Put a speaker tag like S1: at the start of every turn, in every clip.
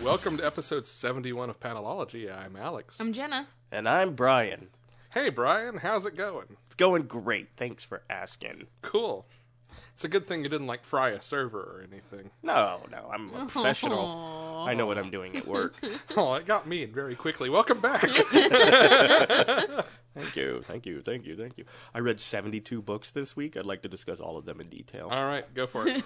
S1: Welcome to episode 71 of Panelology. I'm Alex.
S2: I'm Jenna.
S3: And I'm Brian.
S1: hey, Brian, how's it going?
S3: It's going great. Thanks for asking.
S1: Cool. It's a good thing you didn't like fry a server or anything.
S3: No, no, I'm a professional.
S2: Aw.
S3: I know what I'm doing at work.
S1: Oh, it got mean very quickly. Welcome back.
S3: thank you, thank you, thank you, thank you. I read 72 books this week. I'd like to discuss all of them in detail.
S2: Uh,
S1: All right, go for it.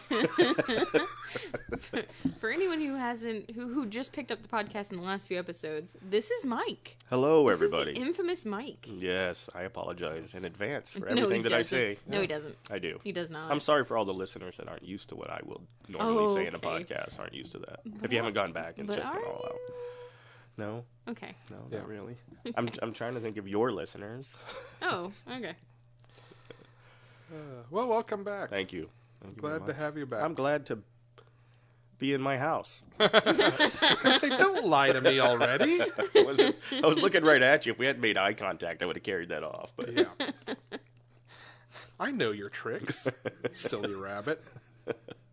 S2: For anyone who hasn't, who who just picked up the podcast in the last few episodes, this is Mike.
S3: Hello,
S2: This is the
S3: everybody.
S2: infamous Mike.
S3: yes, I apologize in advance for
S2: no, he
S3: everything that I
S2: doesn't.
S3: say.
S2: No, he doesn't.
S3: I do.
S2: He does not.
S3: I'm sorry for all the listeners that aren't used to what I will normally
S2: Oh,
S3: say in a
S2: okay.
S3: podcast, aren't used to that. if you haven't gone back and
S2: but
S3: checked it
S2: are
S3: all out. No,
S2: okay.
S3: no,
S1: Yeah.
S3: not really. I'm, I'm trying to think of your listeners.
S2: Oh, okay.
S1: Uh, well, welcome back.
S3: Thank you. Thank you very
S1: Glad to
S3: much.
S1: have you back.
S3: I'm glad to be in my house.
S1: I was gonna say, don't lie to me already.
S3: I, wasn't, I was looking right at you. If we hadn't made eye contact, I would have carried that off. But
S1: Yeah. I know your tricks, silly rabbit.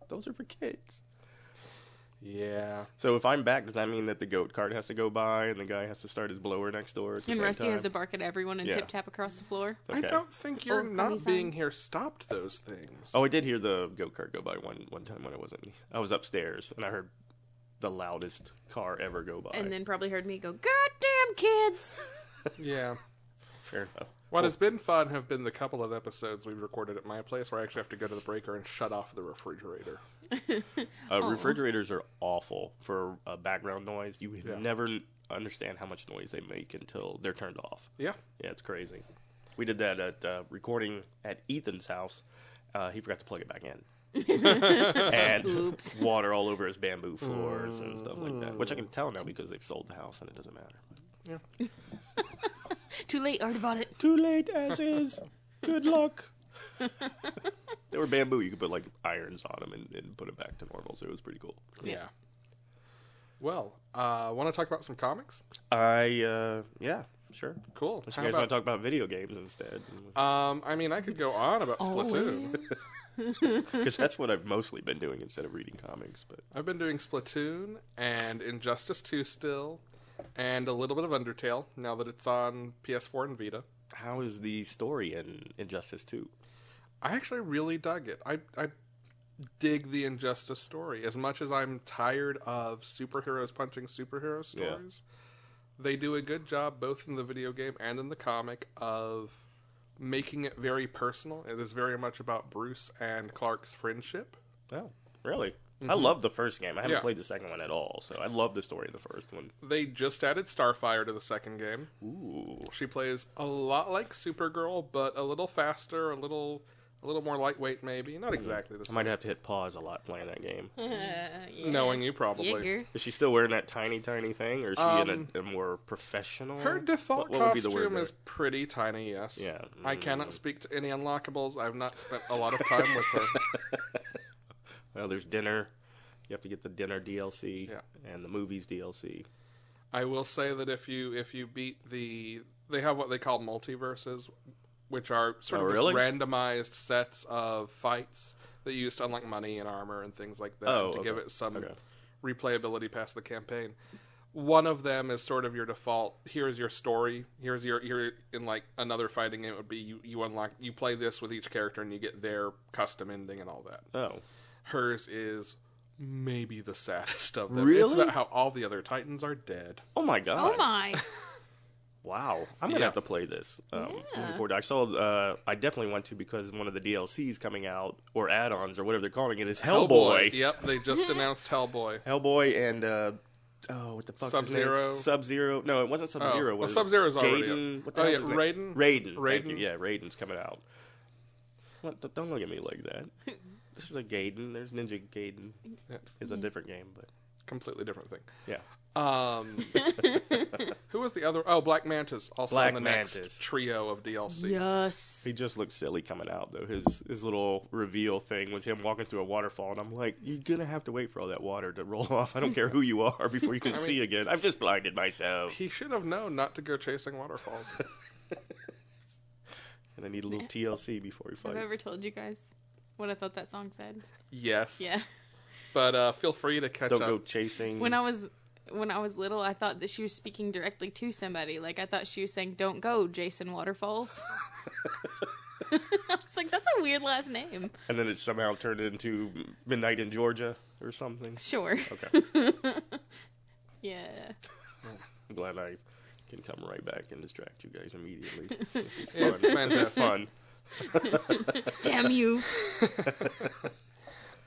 S3: those are for kids.
S1: Yeah.
S3: So if I'm back, does that mean that the goat cart has to go by and the guy has to start his blower next door? At the
S2: And
S3: same
S2: Rusty
S3: time?
S2: has to bark at everyone and
S3: Yeah.
S2: tip tap across the floor.
S3: Okay.
S1: I don't think your
S2: Oh, can we
S1: not
S2: sign?
S1: being here stopped those things.
S3: Oh, I did hear the goat cart go by one one time when I wasn't. I was upstairs and I heard the loudest car ever go by.
S2: And then probably heard me go, "Goddamn kids!"
S1: yeah.
S3: fair enough.
S1: What has been fun have been the couple of episodes we've recorded at my place where I actually have to go to the breaker and shut off the refrigerator.
S3: Uh, refrigerators are awful for uh, background noise. You never understand how much noise they make until they're turned off.
S1: Yeah.
S3: Yeah, it's crazy. We did that at uh, recording at Ethan's house. Uh, he forgot to plug it back in, and
S2: Oops.
S3: water all over his bamboo floors and stuff like that. Which I can tell now
S1: Mm.
S3: because they've sold the house and it doesn't matter.
S2: Too late. Already bought it.
S3: Too late as is. Good luck. they were bamboo. You could put like irons on them and, and put it back to normal. So it was pretty cool.
S1: Yeah. Well, uh, want to talk about some comics?
S3: I uh, yeah, sure.
S1: Cool.
S3: Unless
S1: How
S3: you guys want
S1: about-
S3: to talk about video games instead,
S1: um, I mean, I could go on about Splatoon.
S3: because that's what I've mostly been doing instead of reading comics. But
S1: I've been doing Splatoon and Injustice 2 still, and a little bit of Undertale now that it's on PS4 and Vita.
S3: how is the story in Injustice Two?
S1: I actually really dug it. I, I dig the Injustice story. As much as I'm tired of superheroes punching superhero
S3: Yeah.
S1: stories, they do a good job both in the video game and in the comic of making it very personal. It is very much about Bruce and Clark's friendship.
S3: Oh, really? I love the first game. I haven't
S1: Mm-hmm. Yeah.
S3: played the second one at all, so I love the story of the first one.
S1: They just added Starfire to the second game.
S3: Ooh,
S1: She plays a lot like Supergirl, but a little faster, a little a little more lightweight maybe. Not exactly the
S3: Mm-hmm. I
S1: same.
S3: might have to hit pause a lot playing that game.
S1: Hmm.
S2: Uh, yeah.
S1: Knowing you probably.
S2: Yigger.
S3: Is she still wearing that tiny, tiny thing, or is she
S1: Um,
S3: in a, a more professional?
S1: Her default
S3: what, what would be the word
S1: costume
S3: there?
S1: is pretty tiny, yes.
S3: Yeah. mm-hmm.
S1: I cannot speak to any unlockables. I've not spent a lot of time with her.
S3: Well, there's dinner. You have to get the dinner DLC
S1: Yeah.
S3: and the movies DLC.
S1: I will say that if you if you beat the they have what they call multiverses, which are sort
S3: Oh,
S1: of
S3: really?
S1: just randomized sets of fights that you use to unlock money and armor and things like that
S3: Oh,
S1: to
S3: okay.
S1: give it some
S3: Okay.
S1: replayability past the campaign. One of them is sort of your default. Here's your story. Here's your here in like another fighting game it would be you, you unlock you play this with each character and you get their custom ending and all that.
S3: Oh,
S1: Hers is maybe the saddest of them. It's
S3: Really?
S1: about how all the other Titans are dead.
S3: oh my god!
S2: Oh my.
S3: Wow, I'm gonna
S1: Yeah.
S3: have to play this. Um, moving
S2: Yeah.
S3: forward. I saw. Uh, I definitely want to because one of the DLCs coming out or add-ons or whatever they're calling it is Hellboy.
S1: Yep, they just announced Hellboy.
S3: Hellboy and uh, oh, what the fuck? Sub
S1: Sub-Zero?
S3: Zero. Sub Zero. No, it wasn't Sub Zero.
S1: Oh, well, Sub-Zero's already
S3: Gaiden. What the
S1: Oh
S3: hell
S1: yeah,
S3: is his
S1: Raiden.
S3: name? Raiden. Thank you.
S1: Raiden.
S3: Yeah, Raiden's coming out. What, th- don't look at me like that. There's a Gaiden. There's Ninja Gaiden.
S1: Yeah.
S3: It's a different game, but
S1: Completely different thing.
S3: yeah.
S1: Um, who was the other? Oh, Black Mantis. Also
S3: Black
S1: in the
S3: Mantis.
S1: next trio of DLC.
S2: Yes.
S3: He just looked silly coming out though. His his little reveal thing was him walking through a waterfall, and I'm like, you're gonna have to wait for all that water to roll off. I don't care who you are before you can see again. I've just blinded myself,
S1: He should have known not to go chasing waterfalls.
S3: and I need a little TLC before he
S2: Have I ever
S3: fights.
S2: told you guys what I thought that song said?
S1: yes.
S2: Yeah.
S1: But uh, feel free to catch
S3: Don't
S1: up.
S3: go chasing.
S2: When I was when I was little, I thought that she was speaking directly to somebody. Like I thought she was saying, "Don't go, Jason Waterfalls." I was like, "That's a weird last name."
S3: and then it somehow turned into Midnight in Georgia or something.
S2: Sure.
S3: Okay,
S2: Yeah.
S3: I'm glad I can come right back and distract you guys immediately. This is fun.
S1: It's
S3: This is
S1: fantastic.
S3: fun.
S2: Damn you.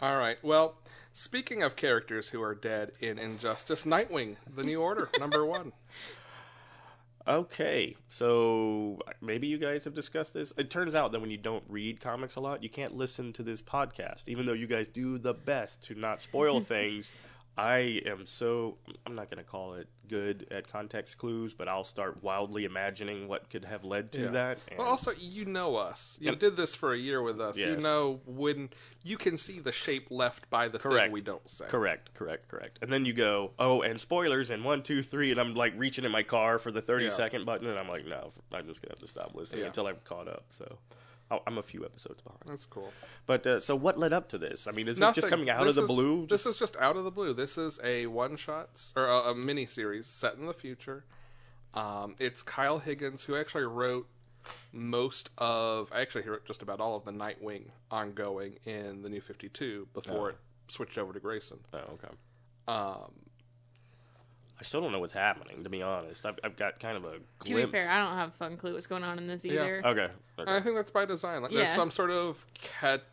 S1: All right. Well, speaking of characters who are dead in Injustice, Nightwing, The New Order, number one.
S3: Okay, so uh, maybe you guys have discussed this. It turns out that when you don't read comics a lot, you can't listen to this podcast, even though you guys do the best to not spoil things. I am so, I'm not going to call it good at context clues, but I'll start wildly imagining what could have led to
S1: Yeah.
S3: that. And
S1: Well, also, you know us. You
S3: Yep.
S1: did this for a year with us. You
S3: Yes.
S1: know when you can see the shape left by the
S3: Correct.
S1: thing we don't say.
S3: Correct, correct, correct. And then you go, oh, and spoilers, and one, two, three, and I'm like reaching in my car for the thirty
S1: Yeah.
S3: second button, and I'm like, no, I'm just going to have to stop listening
S1: Yeah.
S3: until I'm caught up. So I'll- I'm a few episodes behind.
S1: That's cool.
S3: But uh, so what led up to this? I mean, is this just
S1: Nothing.
S3: coming out
S1: This
S3: of the
S1: is-
S3: blue?
S1: This
S3: Just-
S1: is just out of the blue. This is a one-shot s- or a, a mini-series set in the future. Um, it's Kyle Higgins who actually wrote most of, I actually wrote just about all of the Nightwing ongoing in the New Fifty Two before it switched over to Grayson.
S3: Oh, okay.
S1: Um,
S3: I still don't know what's happening. To be honest, I've, I've got kind of a
S2: to
S3: glimpse.
S2: be fair, I don't have a fun clue what's going on in this either.
S3: okay. okay.
S1: and I think that's by design. Like there's
S2: Yeah.
S1: some sort of cat-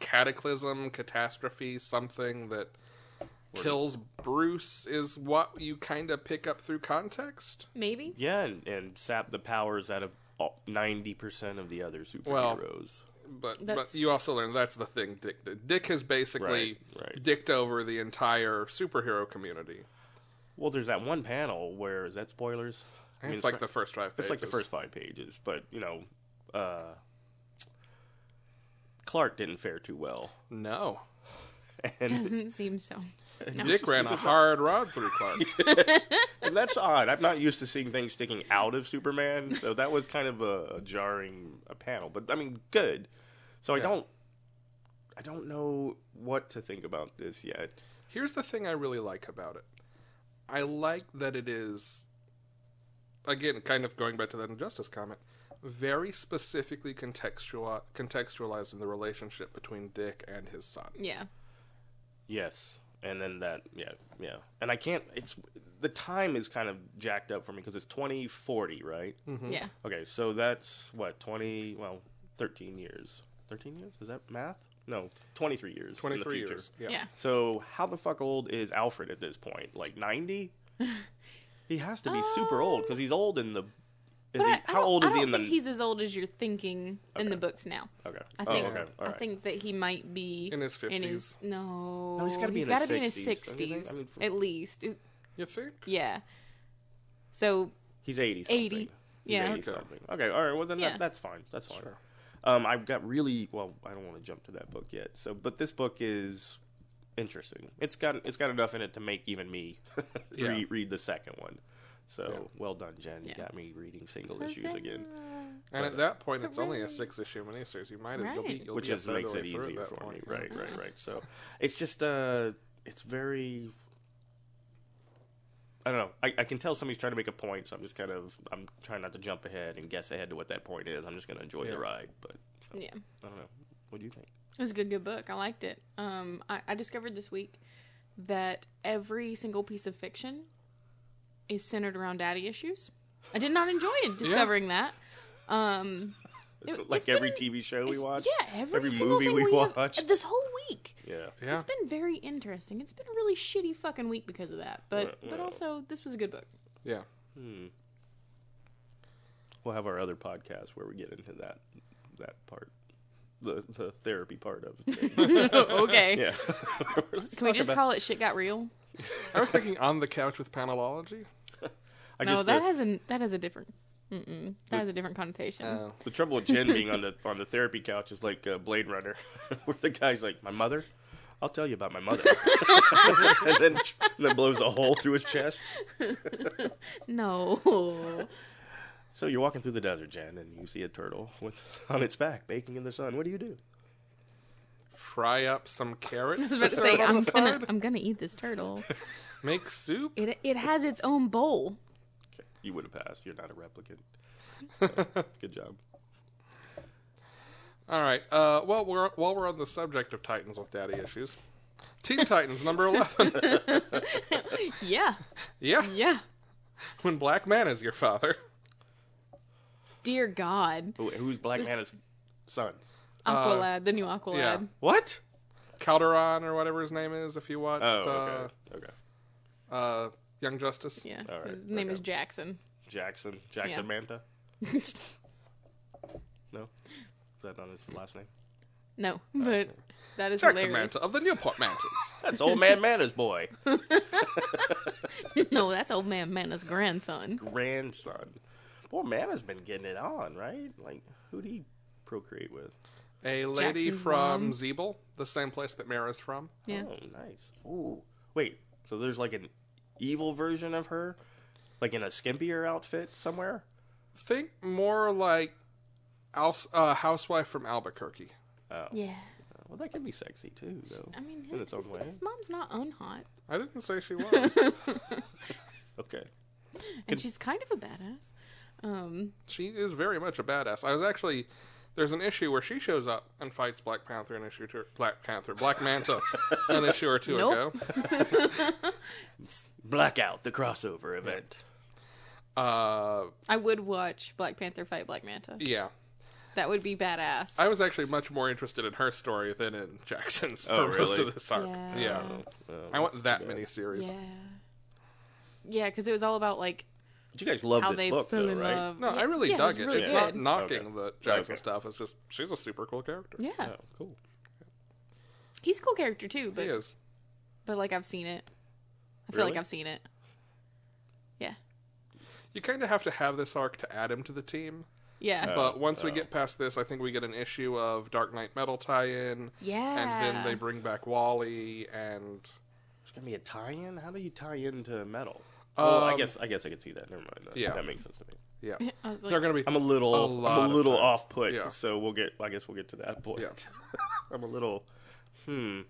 S1: cataclysm, catastrophe, something that kills Bruce is what you kind of pick up through context.
S2: Maybe.
S3: yeah, and, and sap the powers out of ninety percent of the other superheroes.
S1: Well, But
S2: That's-
S1: but you also learn that's the thing Dick did. Dick has basically
S3: Right, right.
S1: dicked over the entire superhero community.
S3: well, there's that one panel where is that spoilers? I mean,
S1: it's, like the first five. Pages.
S3: it's like the first five pages, but you know, uh, Clark didn't fare too well,
S1: No,
S3: and,
S2: Doesn't seem so. No.
S1: Dick ran a hard rod through Clark.
S3: and that's odd. I'm not used to seeing things sticking out of Superman, so that was kind of a, a jarring uh panel. But I mean, good. So I
S1: Yeah.
S3: don't, I don't know what to think about this yet.
S1: Here's the thing I really like about it. I like that it is, again, kind of going back to that injustice comment, very specifically contextual contextualized in the relationship between Dick and his son.
S2: Yeah.
S3: Yes, and then that, yeah, yeah. And I can't. It's the time is kind of jacked up for me because it's 2040, right?
S1: Hmm.
S2: Yeah.
S3: Okay, so that's what 20, well, 13 years. 13 years? Is that math? No, 23 years. in the
S1: Twenty three
S3: future.
S1: years.
S2: Yeah.
S3: So how the fuck old is Alfred at this point? Like ninety? he has to be super old because he's old in the. Is
S2: But
S3: he,
S2: I- I
S3: how
S2: don't-
S3: old is
S2: I
S3: he
S2: don't
S3: in the?
S2: think he's as old as you're thinking in the books now.
S3: okay.
S2: I think
S3: oh, okay. All right.
S2: I think that he might be
S1: In his 50s.
S2: no,
S3: No, he's gotta be in his
S2: gotta be in his
S3: 60s, don't you think?
S2: 60s
S3: I mean, for-
S2: at least. Is-
S1: You think?
S2: yeah. So
S3: he's eighty. Something.
S2: 80.
S3: He's
S2: Yeah.
S3: 80
S1: Okay.
S3: something. Okay. All right. Well, then
S2: Yeah.
S3: that, that's fine. That's fine. Um, I've got really well. I don't want to jump to that book yet. So, but this book is interesting. It's got it's got enough in it to make even me
S1: Yeah.
S3: re- read the second one. So well done, Jen. You
S2: Yeah.
S3: got me reading single issues again.
S1: And at that point, it's only a six issue miniseries. You might have you'll be,
S2: Right.
S1: you'll
S3: which
S1: be a
S3: just
S1: third of
S3: makes
S1: the
S3: it
S1: way through at
S3: easier
S1: that
S3: for me.
S1: point.
S3: Right, right, right. So it's just uh, it's very. I don't know. I, I can tell somebody's trying to make a point, so I'm just kind of I'm trying not to jump ahead and guess ahead to what that point is. I'm just going to enjoy
S1: Yeah.
S3: the ride, but so,
S2: yeah.
S3: I don't know. What do you think?
S2: It was a good, good book. I liked it. Um, I, I discovered this week that every single piece of fiction is centered around daddy issues. I did not enjoy it discovering that. Um,
S3: It's
S2: It-
S3: like
S2: it's been
S3: every
S2: in-
S3: TV show we
S2: It's-
S3: watch.
S2: Yeah, every,
S3: every
S2: single
S3: movie
S2: thing
S3: we
S2: have-
S3: watch.
S2: This whole week.
S3: Yeah.
S1: Yeah.
S2: It's been very interesting. It's been a really shitty fucking week because of that. But
S3: Well,
S2: but
S3: well.
S2: also this was a good book.
S1: Yeah.
S3: Hmm. We'll have our other podcast where we get into that that part, the the therapy part of. It.
S2: okay.
S3: yeah.
S2: Can we just call it shit got real?
S1: I was thinking on the couch with panelology.
S3: I
S2: no,
S3: just
S2: that
S3: the,
S2: has a that has a different mm-mm, that has a different connotation.
S1: Uh,
S3: the trouble with Jen being on the on the therapy couch is like uh, Blade Runner, where the guy's like, "My mother." I'll tell you about my mother, and then and then blows a hole through his chest.
S2: no.
S3: So you're walking through the desert, Jen, and you see a turtle with on its back baking in the sun. What do you do?
S1: fry up some
S2: I
S1: carrots.
S2: was about to
S1: serve
S2: say
S1: on
S2: I'm
S1: the
S2: gonna
S1: side.
S2: I'm gonna eat this turtle.
S1: make soup.
S2: It it has its own bowl.
S3: Okay. You would have passed. You're not a replicant. So, good job.
S1: All right. Uh, well, we're while we're on the subject of Titans with daddy issues, Teen Titans number eleven.
S2: Yeah.
S1: yeah,
S2: Yeah.
S1: when Black Man is your father.
S2: Dear God.
S3: Who, who's Black Mana's son? Uh,
S2: Aqualad, the new Aqualad.
S1: yeah.
S3: What?
S1: Calderon or whatever his name is. If you watched
S3: Oh, okay. okay.
S1: uh, uh, Young Justice,
S2: Yeah,
S3: All right,
S2: his name
S3: okay.
S2: is Jackson.
S3: Jackson. Jackson
S2: Yeah.
S3: Manta? No? Is that not his last name?
S2: no, but that is
S1: Jackson
S2: hilarious.
S1: Manta of the Newport Mantas.
S3: That's old man Mana's boy.
S2: no, that's old man Mana's grandson.
S3: Grandson. Poor Mana's been getting it on, right? Like, who'd he procreate with?
S1: A lady
S2: Jackson's
S1: from
S2: mom.
S1: Zeeble, the same place that Mara's from.
S2: Yeah.
S3: Oh, nice. Ooh. Wait, so there's like an evil version of her? Like in a skimpier outfit somewhere?
S1: Think more like house, uh, housewife from Albuquerque.
S3: Oh.
S2: Yeah.
S3: Well, that can be sexy too, though.
S2: I mean,
S3: In
S2: his,
S3: its own way.
S2: his mom's not unhot,
S1: I didn't say she was.
S3: Okay.
S2: and she's kind of a badass. Um,
S1: She is very much a badass. I was actually there's an issue where she shows up and fights Black Panther an issue two, Black Panther Black Manta an issue or two
S2: Nope.
S1: ago.
S3: Blackout, the crossover event.
S1: Uh,
S2: I would watch Black Panther fight Black Manta.
S1: yeah,
S2: That would be badass.
S1: I was actually much more interested in her story than in Jackson's for
S3: Oh,
S1: most
S3: really?
S1: of this arc.
S2: Yeah.
S1: Yeah,
S3: Oh, well,
S1: I
S3: that's
S1: want
S3: too
S1: that
S3: bad.
S1: mini series.
S2: yeah. Yeah, because it was all about like
S3: But you guys love
S2: how
S3: this
S2: they
S3: book,
S2: fell
S3: though,
S2: in
S3: right?
S2: love.
S1: No,
S2: yeah,
S1: I really
S2: yeah,
S1: dug it.
S2: was Really
S1: it's not
S2: good.
S1: knocking
S3: Okay.
S1: the Jackson
S3: Okay.
S1: stuff. It's just she's a super cool character.
S2: Yeah,
S3: Oh, cool.
S2: he's a cool character too,
S1: He
S2: but
S1: is.
S2: but like I've seen it. I feel
S3: Really?
S2: like I've seen it. Yeah,
S1: You kind of have to have this arc to add him to the team.
S2: yeah,
S3: Oh,
S1: But once we
S3: oh.
S1: get past this, I think we get an issue of Dark Knight Metal tie-in.
S2: yeah.
S1: and then they bring back Wally and
S3: It's gonna be a tie-in. How do you tie into metal? Oh, I
S1: Um,
S3: guess I guess I could see that. Never mind. That,
S1: yeah.
S3: that makes sense to me.
S1: yeah,
S2: I was like,
S1: they're gonna be.
S3: I'm a little,
S1: A
S3: I'm a
S1: lot of
S3: little
S1: times.
S3: off put.
S1: Yeah.
S3: So we'll get. I guess we'll get to that point.
S1: Yeah.
S3: I'm a little. Hmm.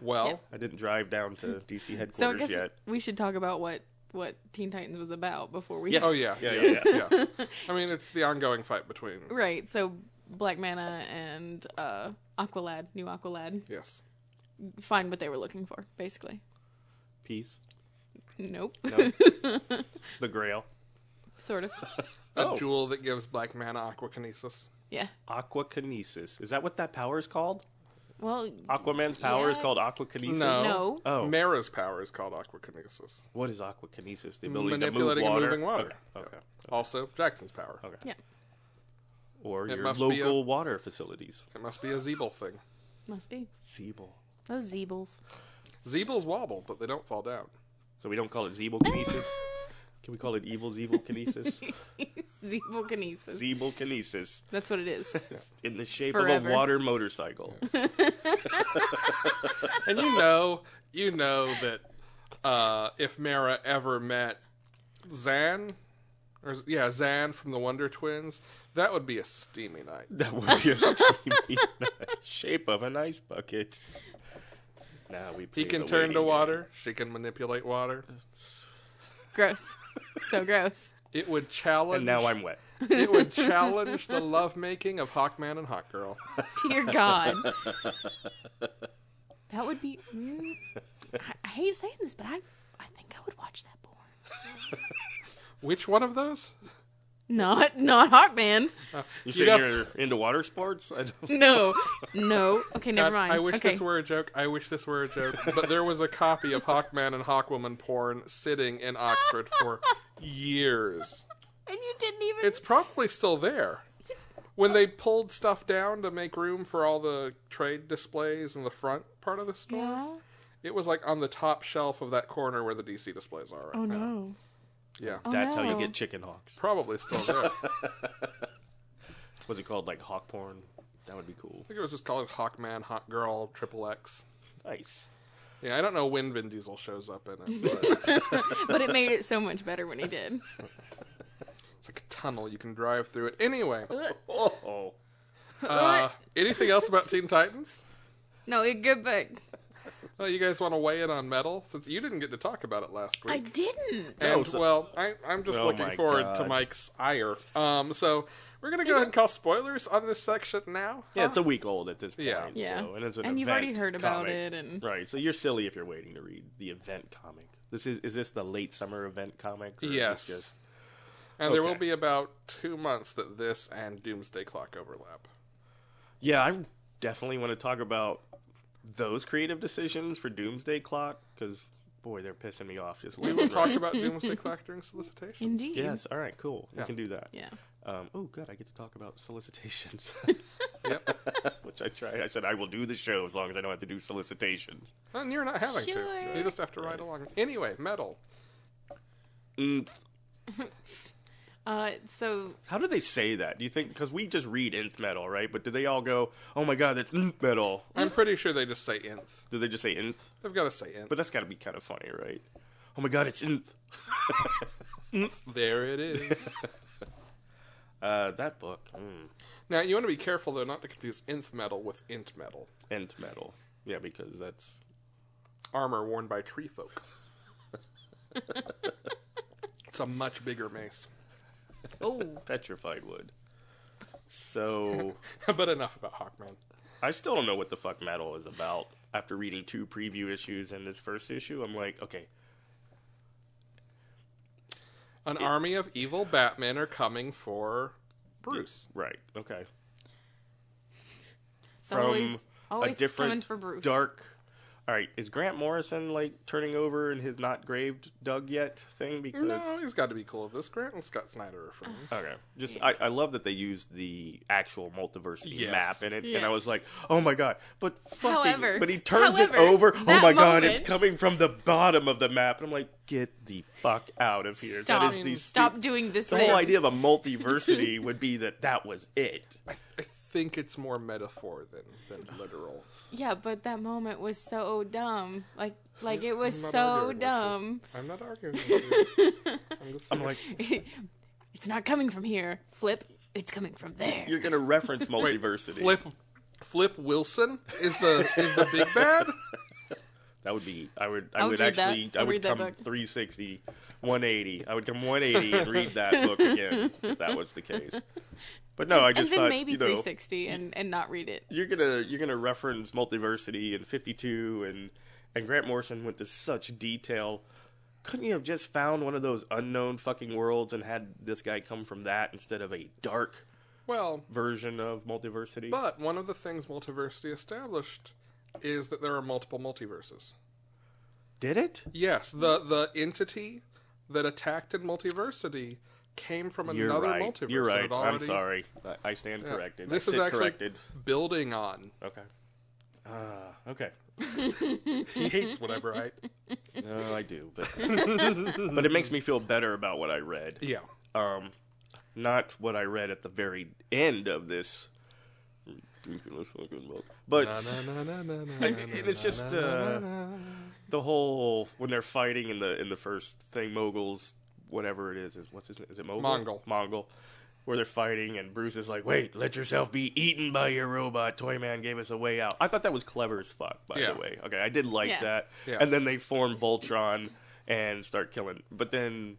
S1: Well,
S3: I didn't drive down to DC
S2: so I
S3: headquarters
S2: guess
S3: yet.
S2: we should talk about what what Teen Titans was about before we.
S3: Yes.
S1: oh yeah,
S3: Yeah,
S1: yeah,
S3: yeah,
S1: yeah. I mean, it's the ongoing fight between.
S2: Right. So Black Mana and uh, Aqualad, new Aqualad,
S1: Yes,
S2: find what they were looking for, basically.
S3: Peace.
S2: Nope.
S3: No. the Grail.
S2: sort of.
S1: a
S3: Oh.
S1: jewel that gives Black Mana aquakinesis.
S2: Yeah.
S3: Aquakinesis. Is that what that power is called?
S2: Well,
S1: Uh,
S3: Aquaman's power is
S2: Yeah.
S3: called aquakinesis.
S1: No.
S2: no.
S3: Oh.
S1: Mara's power is called aquakinesis.
S3: What is aquakinesis? The ability
S1: Manipulating
S3: to
S1: and
S3: move water.
S1: moving water.
S3: Okay. okay.
S1: Also, Jackson's power.
S3: Okay.
S2: Yeah.
S3: Or
S1: It
S3: your
S1: must be a-
S3: local water facilities.
S1: It must be a Zeeble thing.
S2: Must be.
S3: Zeeble.
S2: Those Zeebles.
S1: Zeebles wobble, but they don't fall down.
S3: So we don't call it Zeeble kinesis. Can we call it evil Zeeble kinesis?
S2: Zeeble kinesis.
S3: Zeeble kinesis
S2: That's what it is.
S3: in the shape of
S2: Forever.
S3: a water motorcycle.
S1: And you know, you know that uh, if Mara ever met Zan, or yeah, Zan from the Wonder Twins, that would be a steamy night.
S3: that would be a steamy night. shape of an ice bucket. Now we.
S1: He
S3: pay
S1: can
S3: the
S1: turn to
S3: waiting
S1: water. She can manipulate water.
S2: gross. So gross.
S1: It would challenge.
S3: And now I'm wet.
S1: it would challenge the lovemaking of Hawkman and Hawkgirl.
S2: Dear God. That would be. Mm, I, I hate saying this, but I, I think I would watch that porn.
S1: Which one of those?
S2: Not not Hot Man.
S3: You
S1: You
S3: say
S1: got-
S3: you're into water sports? I don't.
S2: No. No. Okay, never
S1: God,
S2: mind.
S1: I wish
S2: okay.
S1: this were a joke. I wish this were a joke. but there was a copy of Hawkman and Hawkwoman porn sitting in Oxford for years.
S2: and you didn't even
S1: It's probably still there. When they pulled stuff down to make room for all the trade displays in the front part of the store,
S2: Yeah.
S1: it was like on the top shelf of that corner where the DC displays are right
S2: Oh
S1: now.
S2: no.
S1: Yeah.
S2: Oh,
S3: That's how
S2: no.
S3: you get chicken hawks.
S1: Probably still there. I
S3: Was it called like hawk porn? That would be cool.
S1: think it was just called Hawkman, Hawk Girl, Triple X.
S3: Nice.
S1: Yeah, I don't know when Vin Diesel shows up in it, but
S2: but it made it so much better when he did.
S1: it's like a tunnel. You can drive through it. Anyway,
S3: Oh,
S1: uh, anything else about Teen Titans?
S2: No, a good book.
S1: Uh, you guys want to weigh in on metal? Since you didn't get to talk about it last week.
S2: I didn't.
S1: And
S3: Oh, so-
S1: well, I, I'm just
S3: Oh
S1: looking
S3: my
S1: forward to
S3: God.
S1: Mike's ire. Um, so we're gonna go ahead and call spoilers on this section now.
S3: yeah, it's a week old at this point.
S1: Yeah.
S2: Yeah.
S3: so- and it's an
S2: And you've already
S3: event
S2: heard about
S3: comic.
S2: it and
S3: Right. So you're silly if you're waiting to read the event comic. This is is this the late summer event comic? or is this
S1: Yes.
S3: just-
S1: and there will
S3: okay.
S1: be about two months that this and Doomsday Clock overlap.
S3: yeah, I definitely want to talk about those creative decisions for Doomsday Clock because boy, they're pissing me off. Just
S1: We
S3: left
S1: will
S3: and right.
S1: talk about Doomsday Clock during solicitation.
S2: Indeed.
S3: Yes. All right. Cool.
S1: Yeah.
S3: We can do that.
S2: Yeah.
S3: Um, oh, good. I get to talk about solicitations,
S1: yep,
S3: which I tried. I said I will do the show as long as I don't have to do solicitations.
S1: Oh, and you're not having
S2: Sure.
S1: to. You just have to ride along. Anyway, metal.
S3: Mm,
S2: Uh so
S3: How do they say that? Do you think because we just read nth metal, right? But do they all go, "Oh my god, that's nth metal"?
S1: I'm pretty sure they just say nth.
S3: Do they just say nth?
S1: They've got to say nth.
S3: But that's got to be kind of funny, right? Oh my god, it's nth.
S1: there it is.
S3: Uh, that book, mm,
S1: now you want to be careful though, not to confuse nth metal with int metal
S3: nth metal. Yeah, because that's
S1: armor worn by tree folk. it's a much bigger mace.
S2: oh
S3: petrified wood. So
S1: but enough about Hawkman.
S3: I still don't know what the fuck metal is about. After reading two preview issues and this first issue, I'm like, okay,
S1: An army of evil Batmen are coming for Bruce.
S3: right, okay.
S2: it's always
S3: From
S2: always
S3: a different
S2: coming for Bruce.
S3: dark. All right, is Grant Morrison like turning over in his not graved dug yet thing? Because
S1: No, he's got to be cool with this. Grant and Scott Snyder are friends.
S3: Okay. Just I, I love that they used the actual multiversity
S1: Yes.
S3: map in it, and
S2: Yeah.
S3: I was like, oh my god! But fucking,
S2: However-
S3: but he turns
S2: however,
S3: it over. Oh
S2: that
S3: my god! It's
S2: moment-
S3: coming from the bottom of the map, and I'm like, get the fuck out of here!
S2: Stop,
S3: That is the stu-
S2: stop doing this
S3: The
S2: thing.
S3: whole idea of a multiversity would be that that was it.
S1: I, I think it's more metaphor than, than literal.
S2: Yeah, but that moment was so dumb. Like like it was
S1: I'm not
S2: so
S1: arguing with you.
S2: dumb.
S1: I'm not arguing with you. I'm just
S3: I'm
S1: saying.
S3: like,
S2: it's not coming from here. Flip, it's coming from there.
S3: you're gonna reference
S1: Wait,
S3: multiversity.
S1: Flip, Flip Wilson is the is the big bad.
S3: That would be. I would. I
S2: I would
S3: would
S2: read that.
S3: actually. I
S2: I'd
S3: would
S2: read that
S3: come
S2: book.
S3: 360, 180. I would come 180 and read that book again if that was the case. But no, I
S2: and
S3: just
S2: then
S3: thought
S2: maybe
S3: you know,
S2: 360 and, and not read it.
S3: you're gonna you're gonna reference multiversity and 52 and and Grant Morrison went to such detail. Couldn't you have just found one of those unknown fucking worlds and had this guy come from that instead of a dark
S1: Well,
S3: version of multiversity?
S1: but one of the things multiversity established is that there are multiple multiverses.
S3: Did it?
S1: Yes, the the entity that attacked in multiversity came from
S3: You're
S1: another
S3: right.
S1: multiverse.
S3: You're
S1: that
S3: right.
S1: had already-
S3: I'm sorry. I- I stand
S1: Yeah.
S3: corrected.
S1: This
S3: I
S1: is
S3: sit
S1: actually
S3: corrected.
S1: building on.
S3: Okay. Uh, okay.
S1: He hates whatever I.
S3: No, I do, but but it makes me feel better about what I read.
S1: Yeah.
S3: Um, not what I read at the very end of this ridiculous fucking book, but and it's just uh, the whole when they're fighting in the in the first thing, moguls, whatever it is, is what's his name? Is it mogul?
S1: Mongol.
S3: Mongol. Where they're fighting, and Bruce is like, "Wait, let yourself be eaten by your robot." Toy Man gave us a way out. I thought that was clever as fuck, by
S1: Yeah.
S3: the way. Okay, I did like
S2: Yeah.
S3: that.
S1: Yeah.
S3: And then they form Voltron and start killing. But then,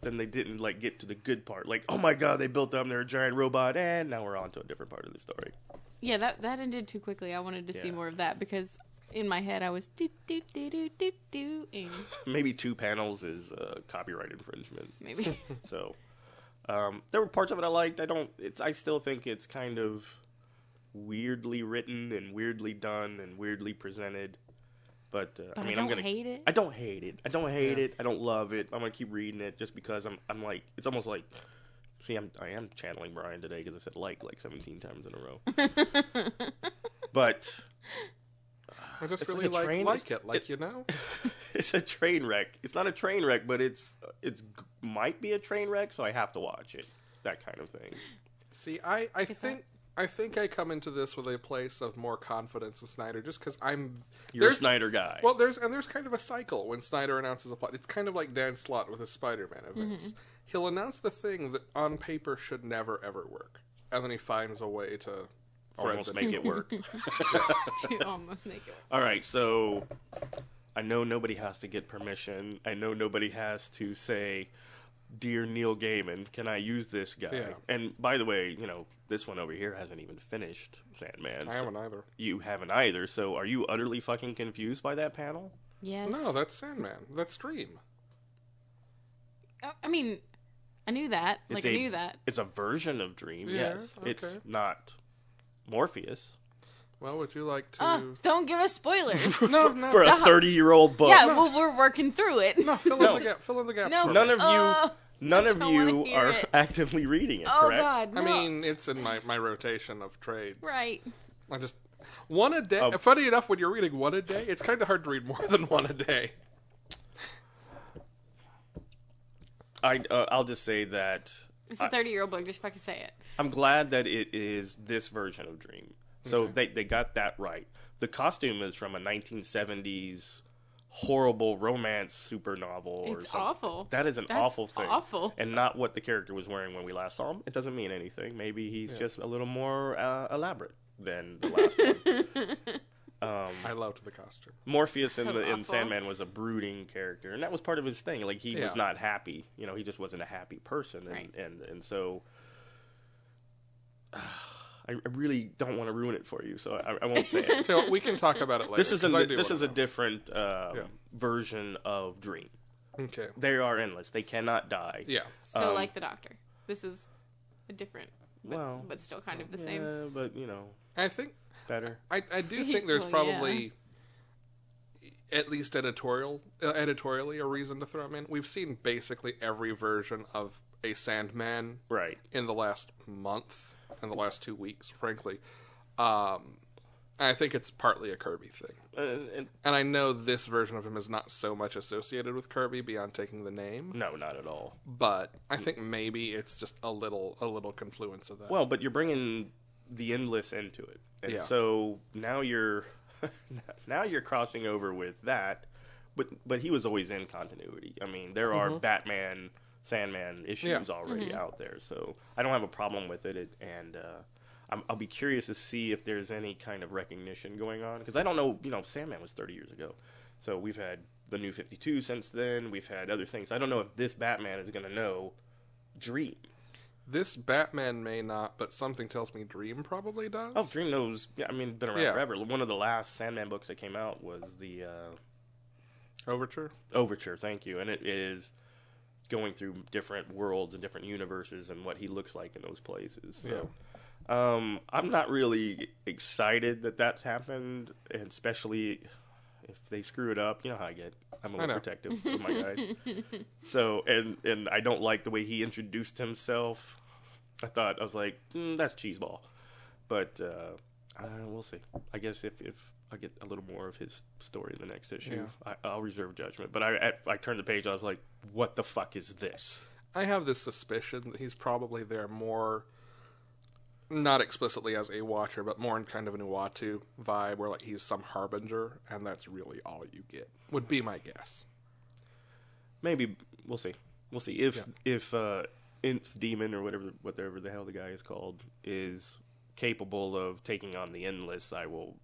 S3: then they didn't like get to the good part. Like, oh my god, they built up their giant robot, and now we're on to a different part of the story.
S2: Yeah, that that ended too quickly. I wanted to see
S3: Yeah.
S2: more of that because in my head I was do do do do do do and
S3: Maybe two panels is uh, copyright infringement.
S2: maybe
S3: So, Um, there were parts of it I liked. I don't. It's. I still think it's kind of weirdly written and weirdly done and weirdly presented. But, uh,
S2: But I,
S3: I mean,
S2: don't
S3: am gonna.
S2: hate it.
S3: I don't hate it. I don't hate
S1: Yeah.
S3: it. I don't love it. I'm gonna keep reading it just because I'm. I'm like. It's almost like. See, I'm. I am channeling Brian today because I said like like 17 times in a row. But
S1: I just
S3: It's
S1: really
S3: like
S1: like
S3: a train.
S1: like
S3: It's-
S1: it, like you know.
S3: it's a train wreck. It's not a train wreck, but it's it's g- might be a train wreck, so I have to watch it. That kind of thing.
S1: See, I, I
S2: that.
S1: think I think I come into this with a place of more confidence in Snyder, just because I'm
S3: You're a
S1: there's-
S3: Snyder guy.
S1: Well, there's and there's kind of a cycle when Snyder announces a plot. It's kind of like Dan Slott with his Spider-Man
S2: Mm-hmm.
S1: events. He'll announce the thing that on paper should never ever work, and then he finds a way to thread
S3: almost
S1: the
S3: make it work.
S2: to almost make it.
S3: All right, so I know nobody has to get permission. I know nobody has to say, "Dear Neil Gaiman, can I use this guy?"
S1: Yeah.
S3: And by the way, you know this one over here hasn't even finished Sandman.
S1: I
S3: so-
S1: haven't either.
S3: you haven't either. So are you utterly fucking confused by that panel?
S2: Yes.
S1: No, that's Sandman. That's Dream.
S2: Oh, I- I mean, I knew that. Like
S3: a-
S2: I knew that.
S3: It's a version of Dream.
S1: Yeah,
S3: yes,
S1: okay.
S3: it's not Morpheus.
S1: Well, would you like to?
S2: Oh, don't give us spoilers.
S1: no, no,
S3: For a
S2: Stop.
S3: thirty-year-old book.
S2: yeah, well, we're working through it.
S1: no. Fill in
S3: No.
S1: the gap. Fill in the gap.
S2: No.
S1: for me.
S3: None of you,
S2: Oh,
S3: none
S2: I
S3: of
S2: don't wanna
S3: you
S2: hear
S3: are
S2: it.
S3: actively reading it.
S2: oh
S3: correct?
S2: God. No.
S1: I mean, it's in my, my rotation of trades.
S2: right.
S1: I just one a day.
S3: Oh.
S1: Funny enough, when you're reading one a day, it's kind of hard to read more than one a day.
S3: I uh, I'll just say that
S2: It's a thirty-year-old book. Just fucking say it.
S3: I'm glad that it is this version of Dream. So they, they got that right. The costume is from a 1970s horrible romance super novel. or
S2: It's
S3: something.
S2: awful.
S3: That is an
S2: That's
S3: awful thing.
S2: awful.
S3: And not what the character was wearing when we last saw him. It doesn't mean anything. Maybe he's just a little more uh, elaborate than the last one. Um,
S1: I loved the costume.
S3: Morpheus
S2: So
S3: in the in
S2: awful.
S3: Sandman was a brooding character, and that was part of his thing. Like he
S1: Yeah.
S3: was not happy. You know, he just wasn't a happy person, and
S2: Right.
S3: and, and so. I I really don't want to ruin it for you, so I, I won't say it.
S1: So we can talk about it later.
S3: this is a
S1: 'cause I do
S3: this
S1: wanna
S3: is a
S1: know.
S3: different um,
S1: Yeah.
S3: version of Dream.
S1: okay.
S3: They are endless. They cannot die.
S1: Yeah,
S2: So
S3: Um,
S2: like the Doctor. This is a different, but,
S3: Well,
S2: but still kind of the same.
S3: yeah, but you know,
S1: I think
S3: better.
S1: I, I do think there's
S2: Well,
S1: probably at least editorial uh, editorially a reason to throw him in. We've seen basically every version of a Sandman
S3: Right.
S1: in the last month and the last two weeks, frankly. Um, I think it's partly a Kirby thing.
S3: Uh, and,
S1: And I know this version of him is not so much associated with Kirby beyond taking the name,
S3: no, not at all.
S1: but I think maybe it's just a little a little confluence of that.
S3: Well, but you're bringing the endless into it, and
S1: Yeah.
S3: so now you're now you're crossing over with that. But but he was always in continuity. I mean, there
S1: Mm-hmm.
S3: are Batman, Sandman issues already out there, so I don't have a problem with it. it and uh, I'm, I'll be curious to see if there's any kind of recognition going on because I don't know. You know, Sandman was 30 years ago, so we've had the New 52 since then. We've had other things. I don't know if this Batman is going to know Dream.
S1: this Batman may not, but something tells me Dream probably does.
S3: Oh, Dream knows. Yeah, I mean, been around
S1: Yeah.
S3: forever. One of the last Sandman books that came out was the uh,
S1: Overture.
S3: Overture. Thank you, and it is going through different worlds and different universes and what he looks like in those places. So, um, I'm not really excited that that's happened, and especially if they screw it up. You know how I get. I'm a
S1: I
S3: little
S1: know.
S3: protective of my guys. So, and and I don't like the way he introduced himself. I thought I was like, mm, that's cheeseball, but uh, uh, we'll see. I guess if if I get a little more of his story in the next issue, I, I'll reserve judgment. But I at, I turned the page. I was like, what the fuck is this?
S1: I have this suspicion that he's probably there more, not explicitly as a watcher, but more in kind of an Uatu vibe, where like he's some harbinger, and that's really all you get. Would be my guess.
S3: Maybe we'll see. We'll see if if uh, Inf Demon or whatever whatever the hell the guy is called is capable of taking on the endless. I will.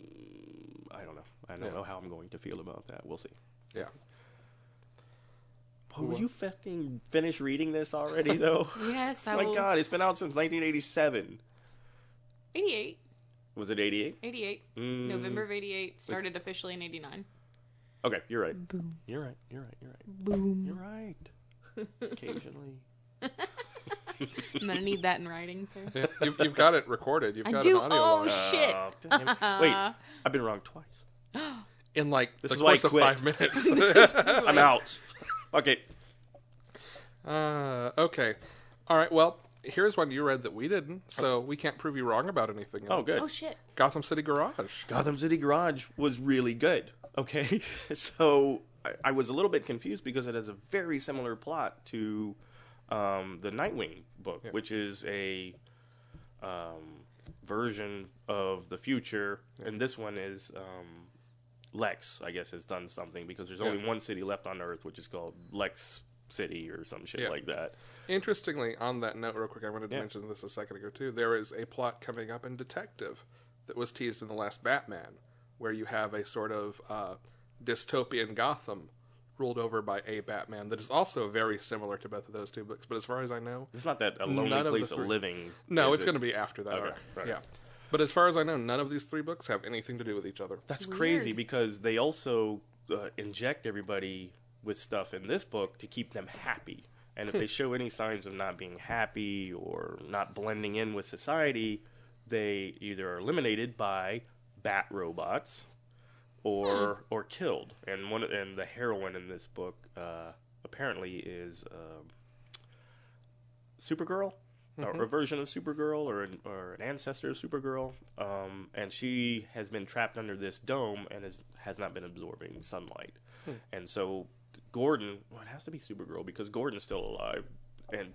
S3: mm, I don't know. I don't
S1: Yeah.
S3: know how I'm going to feel about that. We'll see.
S1: Yeah.
S3: Boy, will you fucking finish reading this already, though?
S2: Yes, I
S3: My
S2: will.
S3: God, it's been out since 1987.
S2: 88,
S3: Was it 88?
S2: 88,
S3: Mm,
S2: November of 88 started officially in 89.
S3: Okay, you're right.
S2: Boom,
S3: You're right. You're right. You're right.
S2: boom.
S3: You're right. Occasionally.
S2: I'm gonna need that in writing, sir.
S1: Yeah, you've, you've got it recorded. You've
S2: I
S1: got
S2: do-
S1: an audio
S2: oh,
S1: log.
S2: sh- Shit.
S3: Oh, damn it. Wait, I've been wrong twice.
S1: in like
S3: This
S1: the
S3: is why I
S1: course of
S3: quit.
S1: five minutes.
S3: I'm out. Okay.
S1: uh, okay, all right. Well, here's one you read that we didn't, so we can't prove you wrong about anything.
S3: Oh, good.
S2: Oh shit.
S1: Gotham City Garage.
S3: Gotham City Garage was really good. Okay, so I, I was a little bit confused because it has a very similar plot to um, the Nightwing book, which is a um, version of the future, and this one is um, Lex. I guess has done something because there's only
S1: Yeah.
S3: one city left on Earth, which is called Lex City or some shit
S1: Yeah.
S3: like that.
S1: Interestingly, on that note, real quick, I wanted to
S3: Yeah.
S1: mention this a second ago too. There is a plot coming up in Detective that was teased in the last Batman, where you have a sort of uh, dystopian Gotham ruled over by a Batman that is also very similar to both of those two books. But as far as I know,
S3: It's not that a
S1: None
S3: lonely
S1: of the
S3: place of
S1: three-
S3: living.
S1: no,
S3: is
S1: it's
S3: it?
S1: going to be after that.
S3: Okay,
S1: arc.
S3: right.
S1: Yeah, but as far as I know, none of these three books have anything to do with each other.
S3: That's crazy
S2: Weird.
S3: because they also uh, inject everybody with stuff in this book to keep them happy. And if they show any signs of not being happy or not blending in with society, they either are eliminated by bat robots or or killed. And one and the heroine in this book uh, apparently is um, Supergirl, or a version of Supergirl, or an, or an ancestor of Supergirl, um, and she has been trapped under this dome and is, has not been absorbing sunlight, and so Gordon, well, it has to be Supergirl because Gordon's still alive, and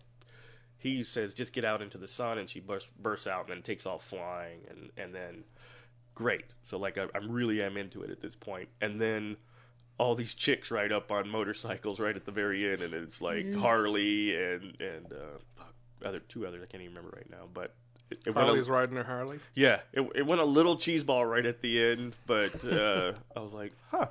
S3: he says just get out into the sun, and she bursts, bursts out and then takes off flying, and and then great, so like I, I'm really am into it at this point, and then. All these chicks ride up on motorcycles right at the very end, and it's like
S2: Nice.
S3: Harley and and uh, fuck, other two others I can't even remember right now, but it, it went a-
S1: Harley's riding her Harley.
S3: yeah, it, it went a little cheeseball right at the end, but uh, I was like, huh.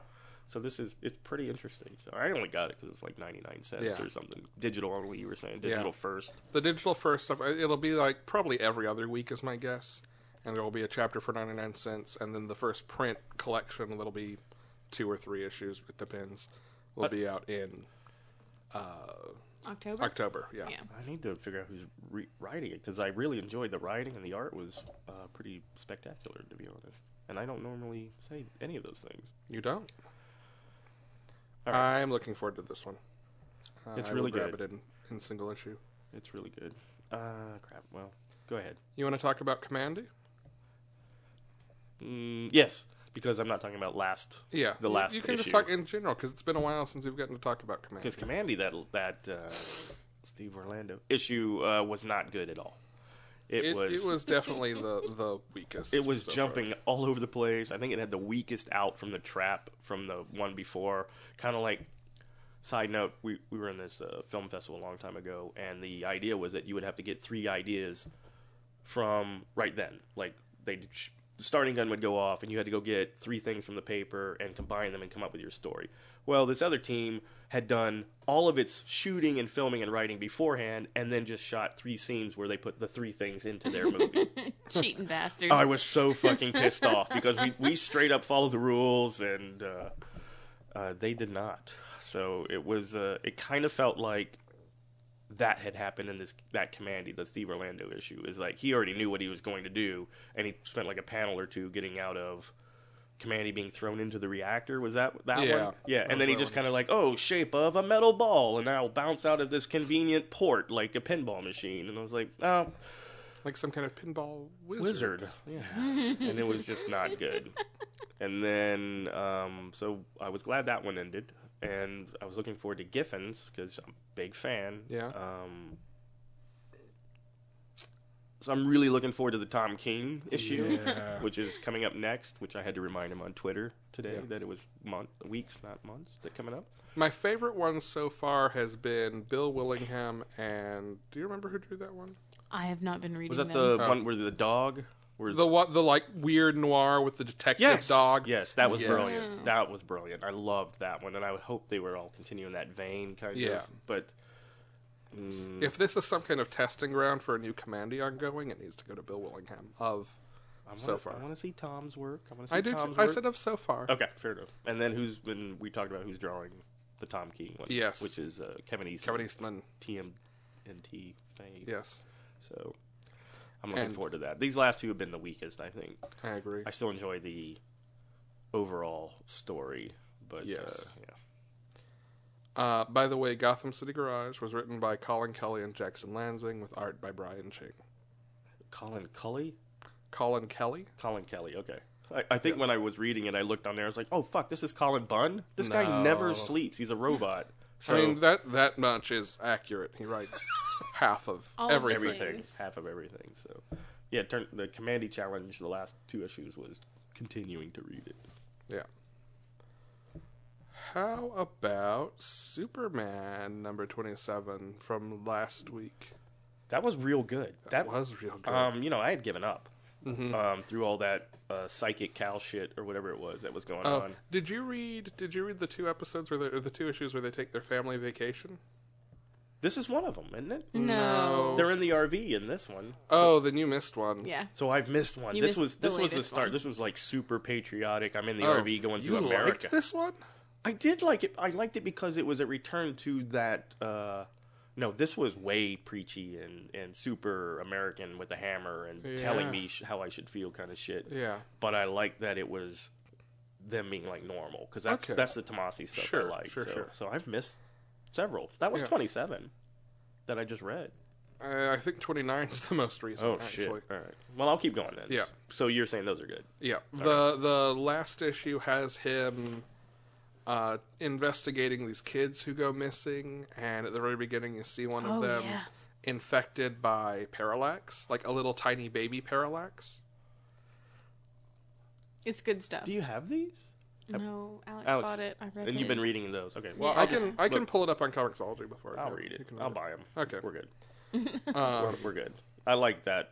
S3: So this is it's pretty interesting. So I only got it because it was like ninety nine cents
S1: Yeah.
S3: or something. Digital only, you were saying digital first.
S1: The digital first stuff, uh, it'll be like probably every other week, is my guess. And there will be a chapter for 99 cents, and then the first print collection that'll be two or three issues, it depends, will be out in
S2: October.
S1: October. Yeah.
S2: Yeah.
S3: I need to figure out who's re- writing it because I really enjoyed the writing and the art was uh, pretty spectacular to be honest. And I don't normally say any of those things.
S1: You don't?
S3: All
S1: I'm looking forward to this one. Uh,
S3: It's
S1: I will
S3: really
S1: grab
S3: good.
S1: it in, in single issue.
S3: It's really good. Uh, crap. Well, go ahead.
S1: You want to talk about Commandy?
S3: Mm, yes, because I'm not talking about last
S1: Yeah.
S3: The
S1: You-
S3: last
S1: You can just
S3: issue.
S1: talk in general, because it's been a while since we've gotten to talk about Commandy.
S3: Because Commandy, that that uh, Steve Orlando issue uh, was not good at all. It,
S1: It,
S3: was
S1: it was definitely the, the weakest.
S3: it was
S1: so far.
S3: jumping all over the place. I think it had the weakest out from the trap from the one before. Kind of like side note, we we were in this uh, film festival a long time ago, and the idea was that you would have to get three ideas from right then. Like they the starting gun would go off, and you had to go get three things from the paper and combine them and come up with your story. Well, this other team had done all of its shooting and filming and writing beforehand, and then just shot three scenes where they put the three things into their movie.
S2: Cheating bastards.
S3: I was so fucking pissed off because we, we straight up followed the rules and uh, uh, they did not. So it was uh, it kind of felt like that had happened in this that commandy the Steve Orlando issue is like he already knew what he was going to do and he spent like a panel or two getting out of commandy being thrown into the reactor was that that
S1: Yeah,
S3: one yeah
S1: that
S3: and then he
S1: was that
S3: just
S1: one.
S3: kind of like oh shape of a metal ball and I'll bounce out of this convenient port like a pinball machine and I was like oh
S1: Like some kind of pinball
S3: wizard. Yeah. and it was just not good. And then, um, so I was glad that one ended. And I was looking forward to Giffin's because I'm a big fan.
S1: Yeah.
S3: Um, so I'm really looking forward to the Tom King issue,
S1: Yeah.
S3: which is coming up next, which I had to remind him on Twitter today
S1: Yeah.
S3: that it was month, weeks, not months, that coming up.
S1: My favorite one so far has been Bill Willingham and do you remember who drew that one?
S2: I have not been reading
S3: Was that
S2: them.
S3: the Oh. one where the dog? Where
S1: The one, the like weird noir with the detective
S3: Yes,
S1: dog.
S3: Yes, that was
S1: Yes.
S3: brilliant. That was brilliant. I loved that one, and I would hope they were all continuing that vein kind
S1: Yeah.
S3: of. But mm,
S1: If this is some kind of testing ground for a new commandy ongoing, it needs to go to Bill Willingham. Of
S3: I wanna,
S1: so far.
S3: I want to see Tom's work. I want to see
S1: I do.
S3: Tom's
S1: I
S3: work.
S1: said of so far.
S3: okay, fair enough. And then who's been? We talked about who's drawing the Tom King one.
S1: Yes.
S3: which is uh, Kevin Eastman.
S1: Kevin Eastman.
S3: TM TNT fame.
S1: Yes,
S3: So I'm looking
S1: And-
S3: forward to that. These last two have been the weakest, I think.
S1: I agree.
S3: I still enjoy the overall story, but
S1: Yes.
S3: uh, yeah.
S1: Uh, by the way, Gotham City Garage was written by Colin Kelly and Jackson Lansing with art by Brian Ching.
S3: Colin Cully,
S1: Colin Kelly?
S3: Colin Kelly. Okay. I, I think when I was reading it, I looked on there. I was like, "Oh fuck, this is Colin Bunn. This guy
S1: No.
S3: never sleeps. He's a robot." So
S1: I mean that that much is accurate. He writes half of
S2: All of the
S1: everything.
S2: things.
S3: everything, half of everything. So yeah, turn the Commandy challenge. The last two issues was continuing to read it.
S1: Yeah. How about Superman number twenty seven from last week?
S3: That was real good. That
S1: was real good. Mm-hmm.
S3: Um, you know, I had given up um, through all that uh, psychic cow shit or whatever it was that was going
S1: Oh,
S3: on.
S1: did you read? Did you read the two episodes where they, or the two issues where they take their family vacation?
S3: This is one of them, isn't it?
S2: No.
S3: They're in the RV in this one.
S1: Oh, then you missed one.
S2: Yeah.
S3: So I've missed one.
S2: You
S3: this
S2: missed
S3: was
S2: the
S3: this was the
S2: latest
S3: start.
S2: one.
S3: This was like super patriotic. I'm in the
S1: Oh,
S3: RV going
S1: you
S3: through America.
S1: liked this one?
S3: I did like it. I liked it because it was a return to that. Uh, no, this was way preachy and, and super American with the hammer and
S1: Yeah.
S3: telling me sh- how I should feel kind of shit.
S1: Yeah.
S3: but I like that it was them being like normal because that's
S1: Okay.
S3: that's the Tomasi stuff
S1: Sure,
S3: I like.
S1: sure,
S3: so,
S1: sure.
S3: so I've missed several. That was
S1: Yeah.
S3: 27 that I just read. Oh,
S1: Uh, I think 29 is the most recent. actually.
S3: All right. Well, I'll keep going then.
S1: Yeah.
S3: So you're saying those are good?
S1: Yeah. The the last issue has him uh, investigating these kids who go missing, and at the very beginning, you see one of
S2: Oh,
S1: them
S2: yeah.
S1: infected by parallax, like a little tiny baby parallax.
S2: It's good stuff.
S3: Do you have these?
S2: no, Alex,
S3: Alex,
S2: bought it. I read
S3: and you've been
S2: his.
S3: reading those. Okay.
S1: Well,
S3: Well,
S1: I
S3: I'll
S1: can
S3: just-
S1: I can
S3: look,
S1: pull it up on Comixology before. I
S3: I'll
S1: do
S3: read
S1: You
S3: it.
S1: can
S3: I'll buy them.
S1: Okay.
S3: We're good.
S1: Um,
S3: We're, we're good. I like that.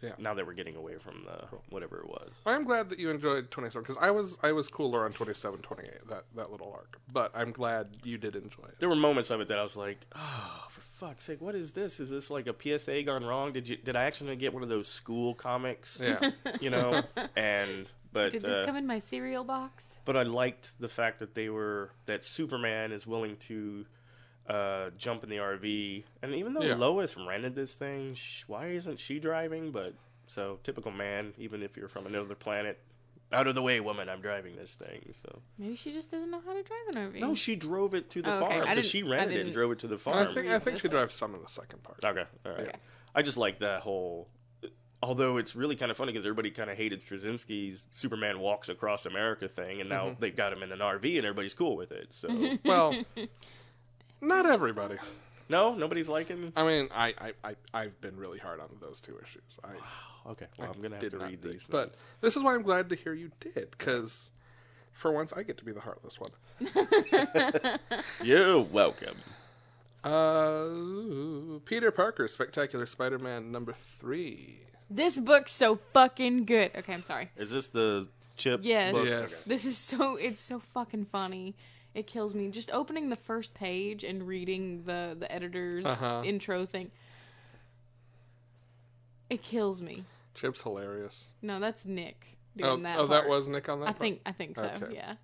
S1: Yeah.
S3: Now that we're getting away from the whatever it was.
S1: I'm glad that you enjoyed 27 because I was I was cooler on 27, 28 that that little arc. But I'm glad you did enjoy it.
S3: there were moments of it that I was like, oh, for fuck's sake, what is this? Is this like a PSA gone wrong? Did you did I actually get one of those school comics?
S1: Yeah.
S3: You know, and but
S2: Did this
S3: uh,
S2: come in my cereal box?
S3: but I liked the fact that they were that Superman is willing to uh, jump in the RV, and even though
S1: Yeah.
S3: Lois rented this thing, sh- why isn't she driving? But so typical man, even if you're from another planet. Out of the way, woman! I'm driving this thing. So
S2: Maybe she just doesn't know how to drive an RV.
S3: no, she drove it to the
S2: Oh, okay.
S3: farm.
S2: I
S3: 'cause
S2: didn't-
S3: she
S2: I
S3: rented it and
S2: didn't-
S3: drove it to the farm.
S1: I think I think she
S2: Listen.
S1: drives some of the second part.
S3: Okay, all right.
S2: Okay.
S3: I just like that whole. Although it's really kind of funny because everybody kind of hated Straczynski's Superman walks across America thing, and
S2: Mm-hmm.
S3: now they've got him in an RV and everybody's cool with it. So
S1: Well, not everybody.
S3: no, nobody's liking.
S1: I mean, I, I, I, I've been really hard on those two issues. I
S3: Oh, Okay, well, I'm gonna have
S1: did
S3: to
S1: not
S3: read
S1: dig-
S3: these.
S1: But this is why I'm glad to hear you did, because for once I get to be the heartless one.
S3: then. you're welcome.
S1: Uh, Peter Parker, Spectacular Spider Man number three.
S2: This book's so fucking good. Okay, I'm sorry.
S3: Is this the chip?
S2: Yes.
S3: book?
S1: Yes. Okay.
S2: This is so it's so fucking funny. It kills me just opening the first page and reading the the editor's
S1: Uh-huh.
S2: intro thing. It kills me.
S1: Chip's hilarious.
S2: No, that's Nick doing
S1: Oh,
S2: that.
S1: oh that
S2: part.
S1: was Nick on that
S2: I
S1: part?
S2: think I think so.
S1: Okay.
S2: Yeah.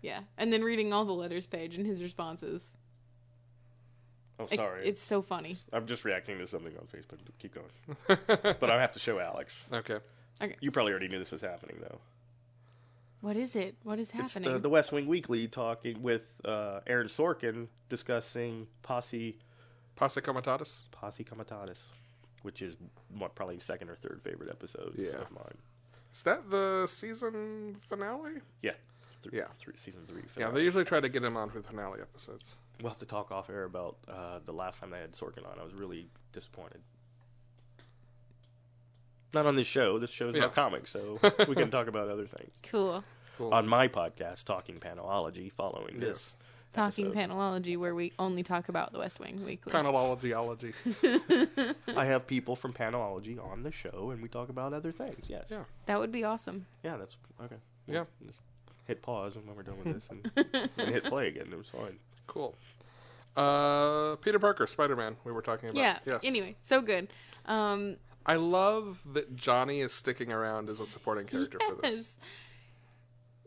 S2: Yeah. And then reading all the letters page and his responses.
S3: Oh,
S2: It-
S3: sorry.
S2: it's so funny.
S3: I'm just reacting to something on Facebook. Keep going. but I have to show Alex.
S1: Okay.
S3: You probably already knew this was happening, though.
S2: What is it? What is
S3: It's
S2: happening?
S3: the, the West Wing Weekly talking with uh, Aaron Sorkin discussing posse
S1: Pasta Comitatus?
S3: Posse Comitatus, which is what probably second or third favorite episodes
S1: Yeah.
S3: of mine.
S1: Is that the season finale?
S3: Yeah. Th-
S1: Yeah.
S3: Th- season three.
S1: Yeah,
S3: Finale.
S1: they usually try to get him on for the finale episodes.
S3: We'll have to talk off air about uh, the last time they had Sorkin on. I was really disappointed. Not on this show. This show's
S1: Yeah.
S3: about comics, so we can talk about other things.
S2: cool.
S1: Cool.
S3: On my podcast, Talking Panelology, following this.
S2: Talking
S3: episode.
S2: panelology where we only talk about the West Wing weekly.
S1: Panelologyology.
S3: I have people from Panelology on the show, and we talk about other things, yes.
S1: Yeah.
S2: That would be awesome.
S3: Yeah, that's okay.
S1: Yeah.
S3: Just hit pause when we're done with this and, and hit play again. It was fine.
S1: Cool. Uh, Peter Parker, Spider Man, we were talking about.
S2: Yeah.
S1: Yes.
S2: Anyway, so good. Um
S1: I love that Johnny is sticking around as a supporting character for this.
S2: yes.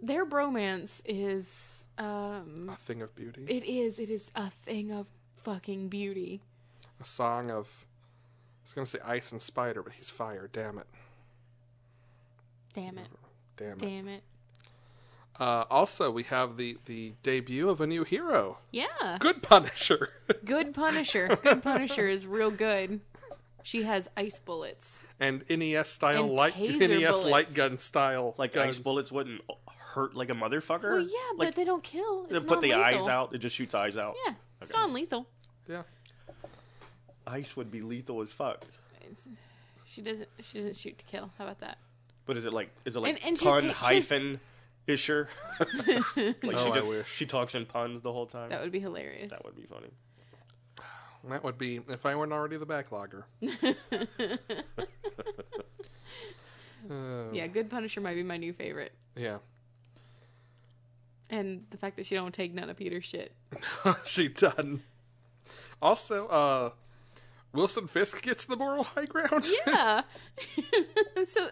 S2: Their bromance is um
S1: A thing of beauty.
S2: it is it is a thing of fucking beauty.
S1: a song of. I was gonna say ice and spider, but he's fire. Damn it!
S2: Damn it.
S1: Damn it!
S2: Damn it.
S1: Uh, also, we have the the debut of a new hero,
S2: Yeah.
S1: Good Punisher.
S2: Good Punisher. Good Punisher is real good. She has ice bullets.
S1: and NES style
S2: And
S1: light
S2: taser
S1: NES light
S2: bullets.
S1: gun style
S3: Like
S1: guns.
S3: ice bullets wouldn't hurt like a motherfucker.
S2: Well, yeah, but
S3: Like,
S2: they don't kill.
S3: they
S2: It's
S3: put the eyes
S2: non-lethal.
S3: out. It just shoots eyes out.
S2: Yeah, it's
S3: Okay.
S2: non-lethal.
S1: Yeah,
S3: Ice would be lethal as fuck.
S2: It's- she doesn't. She doesn't shoot to kill. How about that?
S3: But is it like is it like
S2: And- and she's
S3: pun
S2: ta- she's-
S3: hyphen isher? like
S1: Oh,
S3: she
S1: I
S3: just
S1: wish.
S3: she talks in puns the whole time.
S2: That would be hilarious.
S3: That would be funny.
S1: that would be if I weren't already the backlogger. Uh,
S2: Yeah, Good Punisher might be my new favorite,
S1: yeah.
S2: and the fact that she don't take none of Peter's shit.
S1: she done. Also, uh, Wilson Fisk gets the moral high ground.
S2: Yeah. so,